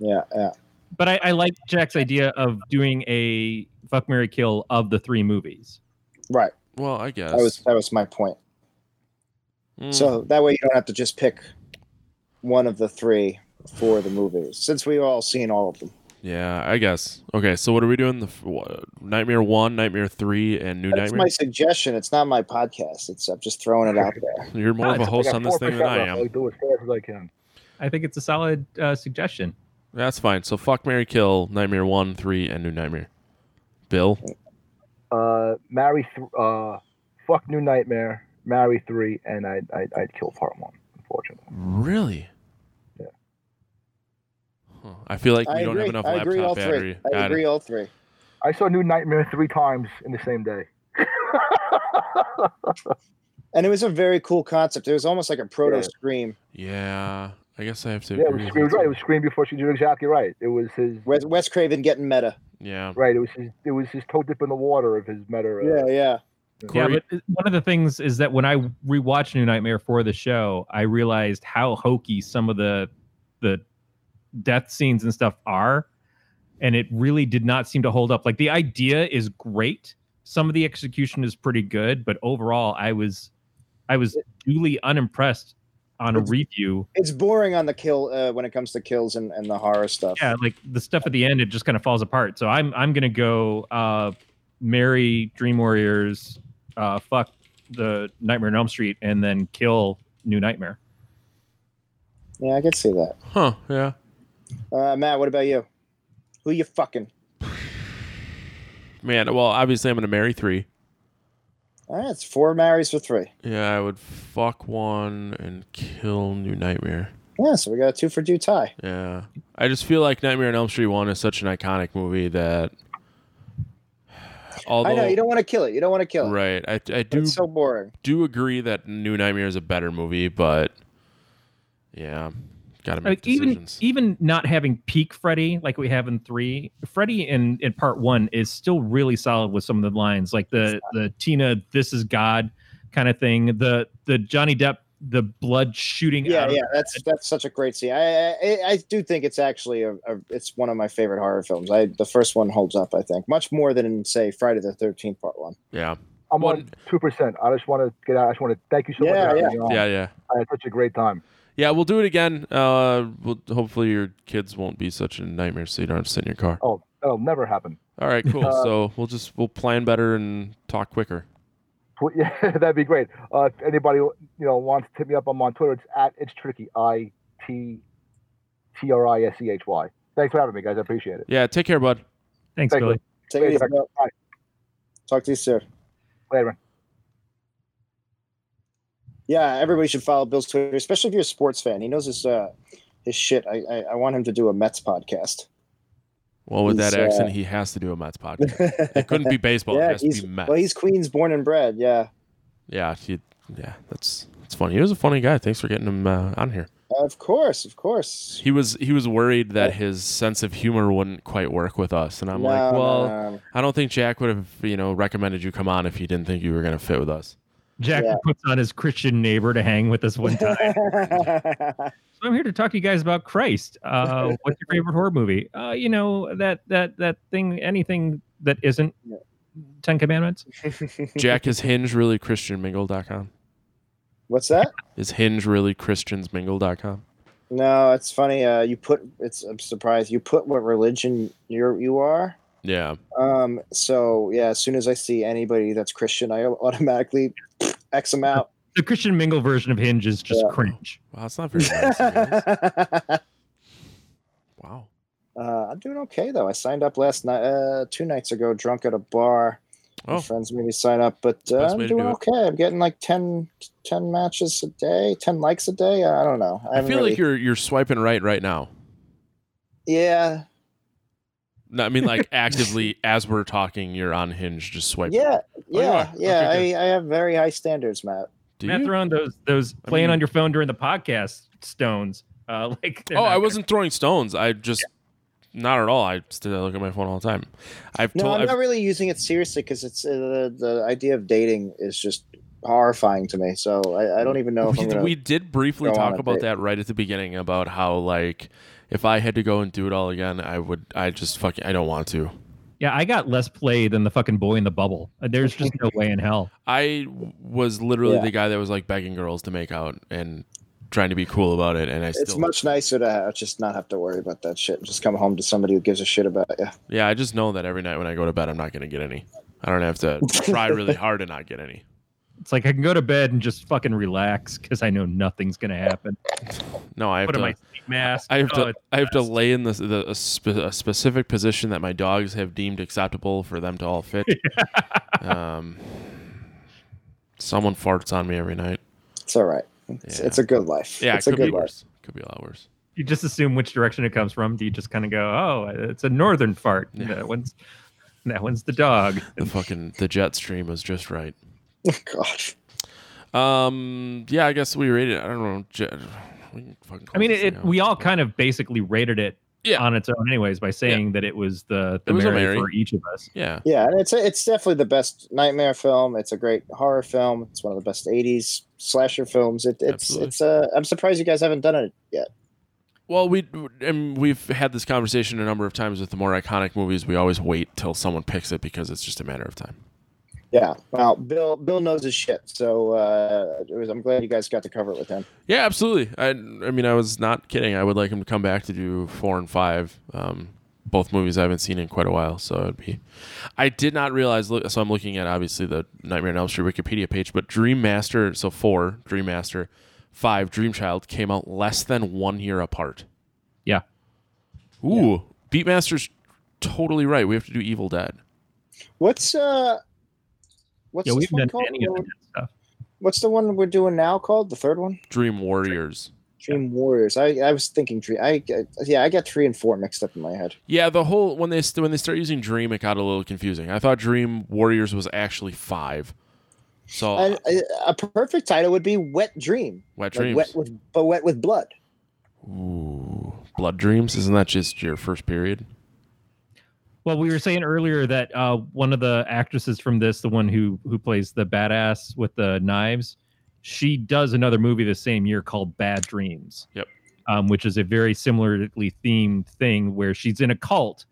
Speaker 3: that?
Speaker 5: Yeah, yeah.
Speaker 4: But I, I like Jack's idea of doing a fuck Mary Kill of the three movies.
Speaker 5: Right.
Speaker 2: well, I guess.
Speaker 5: That was that was my point.
Speaker 2: Mm,
Speaker 5: So that way you don't have to just pick one of the three for the movies, since we've all seen all of them.
Speaker 2: yeah, I guess. Okay, so what are we doing? The f- what, Nightmare One, Nightmare Three, and New
Speaker 5: That's
Speaker 2: Nightmare.
Speaker 5: my suggestion. It's not my podcast. It's I'm just throwing it out there.
Speaker 2: You're more of a
Speaker 4: Nice.
Speaker 2: host
Speaker 3: I got
Speaker 2: on this
Speaker 3: 4%
Speaker 2: thing than I
Speaker 3: left.
Speaker 2: am.
Speaker 3: I'll do it as fast as I can.
Speaker 4: I think it's a solid uh, suggestion.
Speaker 2: That's fine. So fuck Mary Kill, Nightmare One, Three, and New Nightmare. Bill.
Speaker 3: uh, marry, th- uh, fuck New Nightmare, marry three, and I'd, I'd, I'd kill part one, unfortunately.
Speaker 2: Really?
Speaker 3: Yeah.
Speaker 2: Huh. I feel like we
Speaker 5: I
Speaker 2: don't have
Speaker 5: agree.
Speaker 2: enough
Speaker 5: I
Speaker 2: laptop
Speaker 5: agree. All
Speaker 2: battery.
Speaker 5: three. I
Speaker 2: Got it.
Speaker 5: agree. All three.
Speaker 3: I saw New Nightmare three times in the same day.
Speaker 5: And it was a very cool concept. It was almost like a proto
Speaker 3: Yeah.
Speaker 5: scream.
Speaker 2: Yeah. I guess I have to.
Speaker 3: yeah, it was,
Speaker 2: agree with
Speaker 3: it was
Speaker 2: you.
Speaker 3: right. It was Scream before she did exactly right. It was his
Speaker 5: Wes, Wes Craven getting meta.
Speaker 2: Yeah.
Speaker 3: right. It was his it was his toe dip in the water of his meta. Uh,
Speaker 5: Yeah, yeah.
Speaker 2: Corey,
Speaker 4: Yeah, but one of the things is that when I rewatched New Nightmare for the show, I realized how hokey some of the the death scenes and stuff are, and it really did not seem to hold up. Like the idea is great. Some of the execution is pretty good, but overall, I was, I was duly unimpressed on a
Speaker 5: It's-
Speaker 4: review.
Speaker 5: It's boring on the kill uh, when it comes to kills and, and the horror stuff.
Speaker 4: Yeah, like the stuff at the end, it just kind of falls apart. So I'm, I'm gonna go, uh, marry Dream Warriors, uh, fuck the Nightmare on Elm Street, and then kill New Nightmare.
Speaker 5: yeah, I could see that.
Speaker 2: Huh? Yeah.
Speaker 5: Uh, Matt, what about you? Who you fucking?
Speaker 2: Man. Well, obviously, I'm gonna marry three.
Speaker 5: All right, it's four marries for three.
Speaker 2: Yeah, I would fuck one and kill New Nightmare.
Speaker 5: Yeah, so we got a two for two tie.
Speaker 2: Yeah. I just feel like Nightmare on Elm Street 1 is such an iconic movie that. Although,
Speaker 5: I know you don't want to kill it. You don't want to kill it.
Speaker 2: Right. I, I
Speaker 5: But
Speaker 2: do
Speaker 5: It's so boring.
Speaker 2: do agree that New Nightmare is a better movie, but. Yeah. Gotta make
Speaker 4: like even e-
Speaker 2: decisions.
Speaker 4: even not having peak Freddy like we have in three, Freddy in in part one is still really solid with some of the lines, like the the Tina "This is God" kind of thing. The the Johnny Depp the blood shooting.
Speaker 5: Yeah,
Speaker 4: out of-
Speaker 5: yeah, that's that's such a great scene. I I, I- I do think it's actually a, a it's one of my favorite horror films. I the first one holds up, I think, much more than say Friday the Thirteenth Part One.
Speaker 2: yeah.
Speaker 3: I'm
Speaker 2: Well-
Speaker 3: on two percent. I just want to get out. I just want to thank you so
Speaker 5: Yeah,
Speaker 3: much. for
Speaker 5: yeah.
Speaker 3: having me on.
Speaker 2: Yeah, yeah.
Speaker 3: I had such a great time.
Speaker 2: Yeah, we'll do it again. Uh, we'll, hopefully, your kids won't be such a nightmare so you don't have to sit in your car.
Speaker 3: Oh, that'll never happen.
Speaker 2: All right, cool.
Speaker 3: Uh,
Speaker 2: so we'll just we'll plan better and talk quicker.
Speaker 3: Pl- Yeah, that'd be great. Uh, if anybody you know wants to hit me up, I'm on Twitter. It's at it's tricky. I T T R I S E H Y. Thanks for having me, guys. I appreciate it.
Speaker 2: Yeah, take care, bud.
Speaker 4: Thanks,
Speaker 3: Thank you.
Speaker 4: Billy.
Speaker 5: Take it easy.
Speaker 3: Later.
Speaker 5: bro.
Speaker 3: Bye.
Speaker 5: Talk to you soon.
Speaker 3: Later.
Speaker 5: Yeah, everybody should follow Bill's Twitter, especially if you're a sports fan. He knows his uh his shit. I I, I want him to do a Mets podcast.
Speaker 2: Well, with
Speaker 5: He's,
Speaker 2: that
Speaker 5: uh,
Speaker 2: accent, he has to do a Mets podcast. It couldn't be baseball. it
Speaker 5: yeah,
Speaker 2: has
Speaker 5: he's,
Speaker 2: to be Mets.
Speaker 5: well, he's Queens born and bred. Yeah,
Speaker 2: yeah, he, yeah, that's that's funny. He was a funny guy. Thanks for getting him uh, on here.
Speaker 5: of course, of course.
Speaker 2: He was he was worried that his sense of humor wouldn't quite work with us, and I'm
Speaker 5: No,
Speaker 2: like,
Speaker 5: no,
Speaker 2: well,
Speaker 5: no, no.
Speaker 2: I don't think Jack would have you know recommended you come on if he didn't think you were gonna fit with us.
Speaker 4: Jack
Speaker 5: Yeah.
Speaker 4: puts on his Christian neighbor to hang with us one time. So I'm here to talk to you guys about Christ. Uh, what's your favorite horror movie? Uh, you know that that that thing, anything that isn't
Speaker 5: Yeah.
Speaker 4: Ten Commandments.
Speaker 2: Jack is hinge really christianmingle.com.
Speaker 5: What's that?
Speaker 2: Is hinge really christiansmingle.com?
Speaker 5: No, it's funny. Uh, you put it's. I'm surprised you put what religion you're you are.
Speaker 2: Yeah,
Speaker 5: Um. So yeah, as soon as I see anybody that's Christian, I automatically X them out.
Speaker 4: The Christian Mingle version of Hinge is just
Speaker 5: Yeah.
Speaker 4: cringe.
Speaker 2: wow, that's not very nice. of you guys.
Speaker 5: uh,
Speaker 2: Wow.
Speaker 5: I'm doing okay though. I signed up last night, uh, two nights ago, drunk at a bar. My
Speaker 2: Oh,
Speaker 5: friends made me sign up, but uh,
Speaker 2: Best
Speaker 5: I'm
Speaker 2: way to
Speaker 5: doing
Speaker 2: do it.
Speaker 5: okay. I'm getting like 10, 10 matches a day, ten likes a day. I don't know.
Speaker 2: I
Speaker 5: haven't
Speaker 2: feel
Speaker 5: really-
Speaker 2: like you're you're swiping right right now.
Speaker 5: yeah,
Speaker 2: No, I mean like actively as we're talking, you're on Hinge just swiping.
Speaker 5: yeah,
Speaker 2: oh, you
Speaker 5: yeah,
Speaker 2: are.
Speaker 5: yeah.
Speaker 2: Okay,
Speaker 5: I, I have very high standards, Matt.
Speaker 2: Do
Speaker 4: Matt,
Speaker 2: you?
Speaker 4: they're on those those
Speaker 2: I
Speaker 4: playing
Speaker 2: mean-
Speaker 4: on your phone during the podcast stones. Uh, like they're
Speaker 2: Oh,
Speaker 4: not
Speaker 2: I
Speaker 4: gonna-
Speaker 2: wasn't throwing stones. I just not at all. I still look at my phone all the time. I've
Speaker 5: No,
Speaker 2: told.
Speaker 5: I'm
Speaker 2: I've,
Speaker 5: not really using it seriously because it's uh, the the idea of dating is just horrifying to me. So I, I don't even know if
Speaker 2: we,
Speaker 5: I'm gonna.
Speaker 2: we did briefly
Speaker 5: go on
Speaker 2: talk
Speaker 5: a
Speaker 2: about
Speaker 5: date.
Speaker 2: that right at the beginning about how like if I had to go and do it all again, I would. I just fucking. I don't want to.
Speaker 4: Yeah, I got less play than the fucking boy in the bubble. Uh, There's just no way in hell.
Speaker 2: I w- was literally
Speaker 5: Yeah.
Speaker 2: the guy that was like begging girls to make out and trying to be cool about it, and I
Speaker 5: it's
Speaker 2: still.
Speaker 5: much nicer to have, just not have to worry about that shit. Just come home to somebody who gives a shit about you.
Speaker 2: Yeah, I just know that every night when I go to bed, I'm not going to get any. I don't have to try really hard to not get any.
Speaker 4: It's like I can go to bed and just fucking relax because I know nothing's gonna happen.
Speaker 2: No, I have
Speaker 4: Put
Speaker 2: to.
Speaker 4: on my sleep mask.
Speaker 2: I have
Speaker 4: Oh,
Speaker 2: to.
Speaker 4: it's
Speaker 2: I have to
Speaker 4: best.
Speaker 2: lay in the, the a, spe- a specific position that my dogs have deemed acceptable for them to all fit. um, someone farts on me every night.
Speaker 5: It's all right. It's,
Speaker 2: Yeah.
Speaker 5: it's a good life.
Speaker 2: Yeah,
Speaker 5: it's
Speaker 2: it
Speaker 5: a
Speaker 2: could be
Speaker 5: good life.
Speaker 2: worse. Could be a lot worse.
Speaker 4: You just assume which direction it comes from. Do you just kind of go, oh, it's a northern fart.
Speaker 2: Yeah.
Speaker 4: That one's that one's the dog.
Speaker 2: The fucking the jet stream was just right.
Speaker 5: God,
Speaker 2: Um, yeah, I guess we rated. I don't know. Jet, we can fucking
Speaker 4: I mean,
Speaker 2: close this
Speaker 4: it,
Speaker 2: thing
Speaker 4: it,
Speaker 2: out.
Speaker 4: we all kind of basically rated it
Speaker 2: Yeah.
Speaker 4: on its own, anyways, by saying that it was the the
Speaker 2: It was a
Speaker 4: Mary,
Speaker 2: Mary.
Speaker 4: for each of us.
Speaker 2: Yeah,
Speaker 5: yeah, and it's it's definitely the best nightmare film. It's a great horror film. It's one of the best '80s slasher films. It, it's
Speaker 2: Absolutely.
Speaker 5: it's. Uh, I'm surprised you guys haven't done it yet.
Speaker 2: Well, we and we've had this conversation a number of times with the more iconic movies. We always wait till someone picks it because it's just a matter of time.
Speaker 5: Yeah. Well, Bill Bill knows his shit, so uh, it was, I'm glad you guys got to cover it with him.
Speaker 2: Yeah, absolutely. I, I mean, I was not kidding. I would like him to come back to do four and five. Um, both movies I haven't seen in quite a while, so it'd be. I did not realize. Look, so I'm looking at obviously the Nightmare on Elm Street Wikipedia page, but Dream Master. So four, Dream Master, five, Dream Child came out less than one year apart.
Speaker 4: Yeah.
Speaker 2: Ooh, Beatmaster's totally right. We have to do Evil Dead.
Speaker 5: What's uh, what's
Speaker 4: Yeah, we
Speaker 5: this one
Speaker 4: haven't done
Speaker 5: called?
Speaker 4: any of that stuff.
Speaker 5: What's the one we're doing now called? The third one?
Speaker 2: Dream Warriors.
Speaker 5: Dream Warriors. I, I was thinking Dream. I, I yeah, I got three and four mixed up in my head.
Speaker 2: Yeah, the whole when they st- when they start using Dream, it got a little confusing. I thought Dream Warriors was actually five. So
Speaker 5: And a, a perfect title would be Wet Dream.
Speaker 2: wet
Speaker 5: Like
Speaker 2: dreams.
Speaker 5: wet with, but wet with blood.
Speaker 2: Ooh, blood dreams. Isn't that just your first period?
Speaker 4: Well, we were saying earlier that uh, one of the actresses from this, the one who who plays the badass with the knives, she does another movie the same year called Bad Dreams.
Speaker 2: Yep.
Speaker 4: Um, which is a very similarly themed thing where she's in a cult,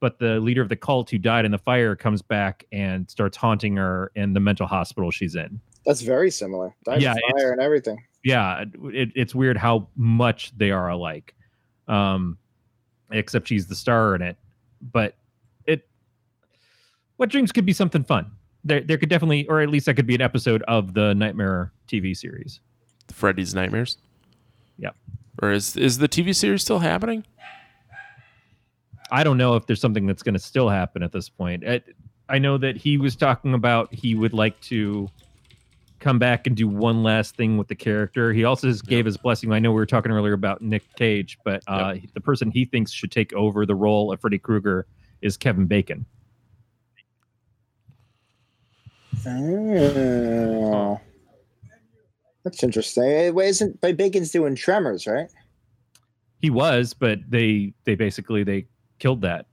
Speaker 4: but the leader of the cult who died in the fire comes back and starts haunting her in the mental hospital she's in.
Speaker 5: That's very similar. Diamond
Speaker 4: Yeah, it's-
Speaker 5: fire and everything.
Speaker 4: yeah, it, it's weird how much they are alike. Um, except she's the star in it, but it. What dreams could be something fun? There, there could definitely, or at least that could be an episode of the Nightmare TV series.
Speaker 2: Freddy's Nightmares.
Speaker 4: Yep.
Speaker 2: Or is is the TV series still happening?
Speaker 4: I don't know if there's something that's going to still happen at this point. It, I know that he was talking about he would like to come back and do one last thing with the character. He also just gave his blessing. I know we were talking earlier about Nick Cage, but uh, the person he thinks should take over the role of Freddy Krueger is Kevin Bacon.
Speaker 5: Oh. That's interesting. Eh, Wait, isn't but Bacon's doing Tremors, right?
Speaker 4: He was, but they they basically they killed that.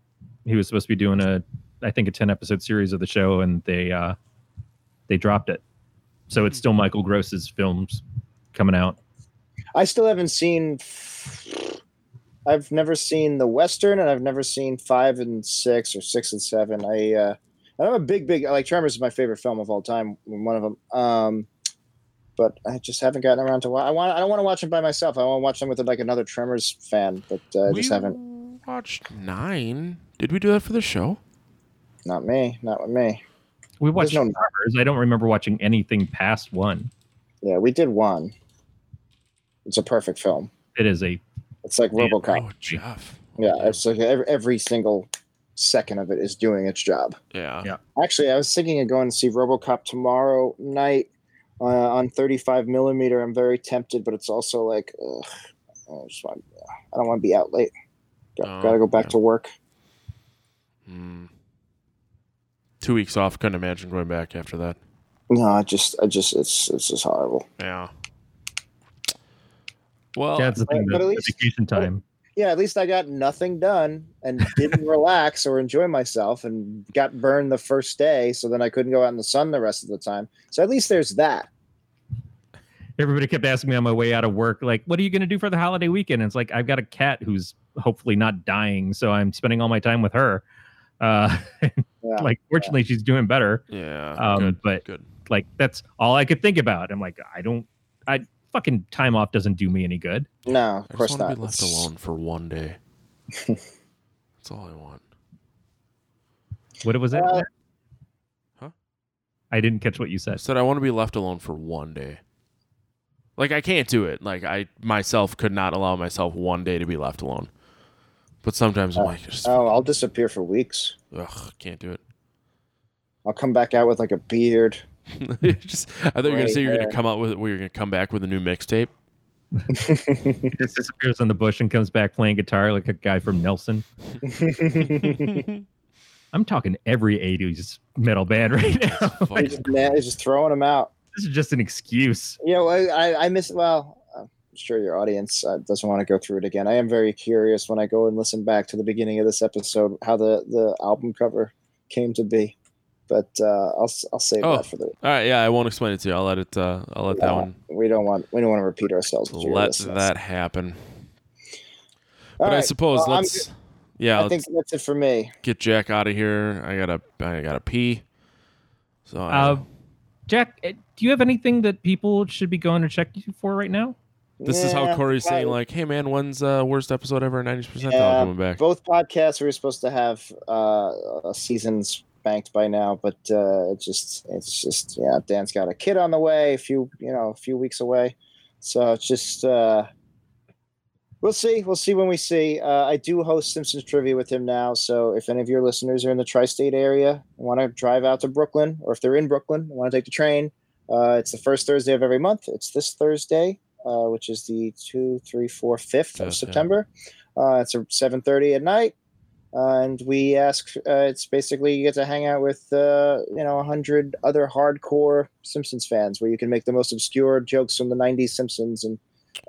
Speaker 4: He was supposed to be doing a I think a 10 episode series of the show and they uh they dropped it. So it's still Michael Gross's films coming out.
Speaker 5: I still haven't seen. I've never seen the Western, and I've never seen five and six or six and seven. I uh, and I'm a big, big like Tremors is my favorite film of all time, one of them. Um, but I just haven't gotten around to. Wa- I want. I don't want to watch them by myself. I want to watch them with like another Tremors fan, but uh, I just haven't.
Speaker 2: watched nine. Did we do that for the show?
Speaker 5: Not me. Not with me.
Speaker 4: We
Speaker 5: There's
Speaker 4: watched
Speaker 5: no.
Speaker 4: Tremors. I don't remember watching anything past one.
Speaker 5: Yeah, we did one. It's a perfect film.
Speaker 4: It is a
Speaker 5: It's like
Speaker 4: Yeah.
Speaker 5: RoboCop.
Speaker 2: Oh, Jeff.
Speaker 5: Yeah, it's like every, every single second of it is doing its job.
Speaker 2: Yeah.
Speaker 4: Yeah.
Speaker 5: Actually, I was thinking of going to see RoboCop tomorrow night uh, on 35 millimeter. I'm very tempted, but it's also like, ugh, I, just want, I don't want to be out late. Got,
Speaker 2: Oh,
Speaker 5: gotta go back
Speaker 2: yeah.
Speaker 5: to work.
Speaker 2: Hmm. Two weeks off. Couldn't imagine going back after that.
Speaker 5: No, I just, I just, it's, it's just horrible.
Speaker 2: Yeah. Well,
Speaker 4: that's the thing.
Speaker 5: Oh, but- but
Speaker 4: the- the
Speaker 5: at least- oh.
Speaker 4: vacation time.
Speaker 5: Yeah, at least I got nothing done and didn't relax or enjoy myself and got burned the first day. So then I couldn't go out in the sun the rest of the time. So at least there's that.
Speaker 4: Everybody kept asking me on my way out of work, like, "What are you going to do for the holiday weekend?" And it's like I've got a cat who's hopefully not dying, so I'm spending all my time with her. Uh,
Speaker 5: Yeah.
Speaker 4: like, fortunately, she's doing better.
Speaker 2: yeah.
Speaker 4: Um,
Speaker 2: good.
Speaker 4: but
Speaker 2: Good.
Speaker 4: like, that's all I could think about. I'm like, I don't, I fucking time off doesn't do me any good.
Speaker 5: No,
Speaker 2: I
Speaker 5: of
Speaker 2: just
Speaker 5: course
Speaker 2: want to
Speaker 5: not.
Speaker 2: be left
Speaker 5: It's-
Speaker 2: alone for one day. That's all I want.
Speaker 4: What was it?
Speaker 5: Uh,
Speaker 2: Huh?
Speaker 4: I didn't catch what you
Speaker 2: I
Speaker 4: said.
Speaker 2: said I want to be left alone for one day. Like I can't do it. Like I myself could not allow myself one day to be left alone. But sometimes I'm like, just,
Speaker 5: Oh, I'll disappear for weeks.
Speaker 2: ugh, can't do
Speaker 5: I'll come back out with like a beard.
Speaker 2: it. just, I thought you were gonna
Speaker 5: Right
Speaker 2: say you're gonna
Speaker 5: there.
Speaker 2: come out with, where you're gonna come back with a new mixtape.
Speaker 4: He just disappears in the bush and comes back playing guitar like a guy from Nelson. I'm talking every 80s metal band right now.
Speaker 5: He's
Speaker 2: Fucking-
Speaker 5: just, mad- he's just throwing them out.
Speaker 4: this is just an excuse.
Speaker 5: Yeah, well, I, I miss. Well, I'm sure your audience uh, doesn't want to go through it again. I am very curious when I go and listen back to the beginning of this episode how the the album cover came to be, but uh, I'll s- I'll save
Speaker 2: Oh.
Speaker 5: that for the.
Speaker 2: all right, yeah, I won't explain it to you. I'll let it. Uh, I'll let that
Speaker 5: No,
Speaker 2: one.
Speaker 5: we don't want we don't want to repeat ourselves. with your
Speaker 2: Let
Speaker 5: listeners.
Speaker 2: that happen.
Speaker 5: All
Speaker 2: but I
Speaker 5: right.
Speaker 2: suppose
Speaker 5: Well, I'm
Speaker 2: let's yeah
Speaker 5: I
Speaker 2: let's
Speaker 5: think that's it for me.
Speaker 2: get Jack out of here. I gotta I gotta pee. So
Speaker 4: Uh,
Speaker 2: uh,
Speaker 4: Jack, eh, do you have anything that people should be going to check you for right now?
Speaker 2: this is how
Speaker 5: Yeah,
Speaker 2: Corey's saying
Speaker 5: probably.
Speaker 2: like, hey man, when's uh, worst episode ever? Ninety percent
Speaker 5: Yeah,
Speaker 2: coming back.
Speaker 5: Uh, Both podcasts we were supposed to have uh, seasons banked by now, but uh, it just it's just yeah. Dan's got a kid on the way, a few you know a few weeks away, so it's just uh, we'll see. We'll see when we see. Uh, I do host Simpsons trivia with him now, so if any of your listeners are in the tri-state area and want to drive out to Brooklyn, or if they're in Brooklyn and want to take the train, uh, it's the first Thursday of every month. It's this Thursday, uh, which is the two, three, four, fifth
Speaker 2: Yeah, yeah.
Speaker 5: of September. Uh, it's seven thirty at night, uh, and we ask. Uh, it's basically you get to hang out with uh, you know a hundred other hardcore Simpsons fans, where you can make the most obscure jokes from the '90s Simpsons, and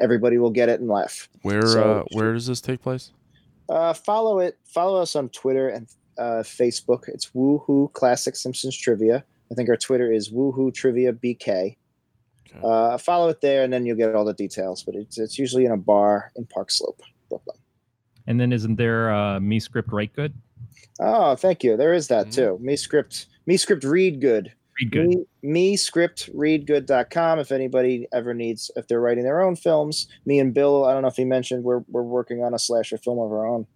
Speaker 5: everybody will get it and laugh.
Speaker 2: Where
Speaker 5: so-
Speaker 2: uh, where does this take place?
Speaker 5: Uh, follow it. Follow us on Twitter and uh, Facebook. It's Woohoo Classic Simpsons Trivia. I think our Twitter is Woohoo Trivia BK.
Speaker 2: Okay.
Speaker 5: Uh, follow it there, and then you'll get all the details. But it's it's usually in a bar in Park Slope, Brooklyn.
Speaker 4: And then isn't there uh, me script right good?
Speaker 5: Oh, thank you. There is that
Speaker 2: Mhm.
Speaker 5: too. Me script. Me script. Read good.
Speaker 4: Read good.
Speaker 5: Me, me script readgood.com if anybody ever needs if they're writing their own films me and bill i don't know if he mentioned we're, we're working on a slasher film of our own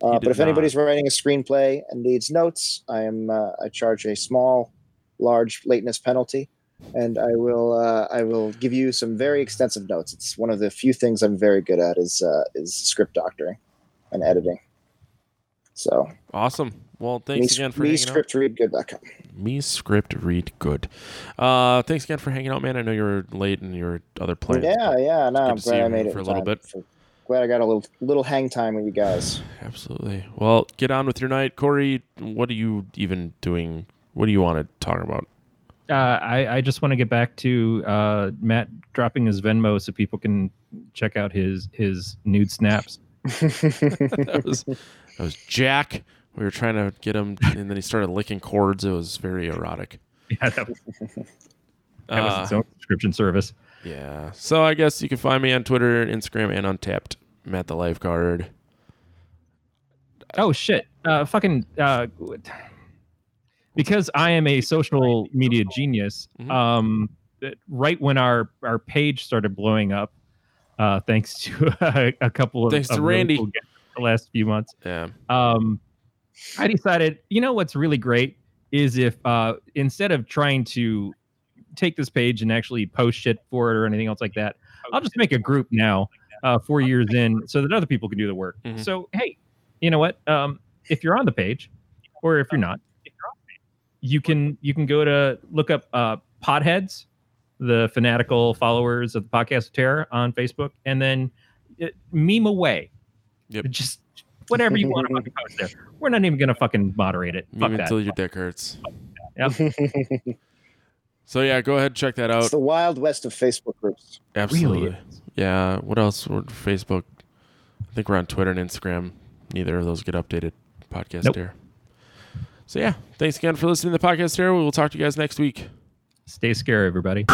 Speaker 2: He
Speaker 5: uh,
Speaker 2: did
Speaker 5: but if
Speaker 2: not.
Speaker 5: anybody's writing a screenplay and needs notes i am uh, i charge a small large lateness penalty and i will uh, i will give you some very extensive notes it's one of the few things i'm very good at is uh, is script doctoring and editing so
Speaker 2: Awesome. Well,
Speaker 5: me,
Speaker 2: thanks again for
Speaker 5: me
Speaker 2: hanging out.
Speaker 5: script readgood.com
Speaker 2: Me script read good. Uh, thanks again for hanging out, man. I know you were late and your other plans.
Speaker 5: Yeah, yeah. No, I'm
Speaker 2: to see
Speaker 5: glad
Speaker 2: you
Speaker 5: I made it
Speaker 2: for a
Speaker 5: in
Speaker 2: little
Speaker 5: time
Speaker 2: bit.
Speaker 5: for- glad I got a little little hang time with you guys.
Speaker 2: Absolutely. Well, get on with your night, Corey. What are you even doing? What do you want to talk about?
Speaker 4: Uh, I, I just want to get back to uh, Matt dropping his Venmo so people can check out his his nude snaps.
Speaker 2: That was, that was Jack. We were trying to get him, and then he started licking cords. It was very erotic.
Speaker 4: Yeah, that was, that was
Speaker 2: Uh,
Speaker 4: its own subscription service.
Speaker 2: yeah. So I guess you can find me on Twitter, Instagram, and on Tapped. Matt the lifeguard.
Speaker 4: Oh shit! Uh, fucking uh, because I am a social media genius.
Speaker 2: Mhm.
Speaker 4: Um, that- right when our our page started blowing up, uh, thanks to a, couple of
Speaker 2: Thanks to
Speaker 4: of really
Speaker 2: Randy.
Speaker 4: cool guests the last few months,
Speaker 2: Yeah.
Speaker 4: um, I decided you know what's really great is if uh, instead of trying to take this page and actually post shit for it or anything else like that, I'll just make a group now, uh, four years in, so that other people can do the work.
Speaker 2: Mhm.
Speaker 4: So hey, you know what? Um, if you're on the page, or if you're not, you can you can go to look up uh, Podheads, the fanatical followers of the podcast of terror on Facebook, and then uh, meme away.
Speaker 2: Yep.
Speaker 4: Just whatever you want to fucking post there. We're not even gonna fucking moderate it. Fuck
Speaker 2: Meme
Speaker 4: that.
Speaker 2: until your dick hurts.
Speaker 5: it's
Speaker 2: So yeah, go ahead check that out.
Speaker 5: the wild west of Facebook groups.
Speaker 2: Absolutely.
Speaker 4: Really?
Speaker 2: Yeah. What else? We're Facebook. I think we're on Twitter and Instagram. Neither of those get updated. Podcast
Speaker 4: Nope.
Speaker 2: here. So yeah, thanks again for listening to the podcast here. We will talk to you guys next week.
Speaker 4: Stay scary, everybody.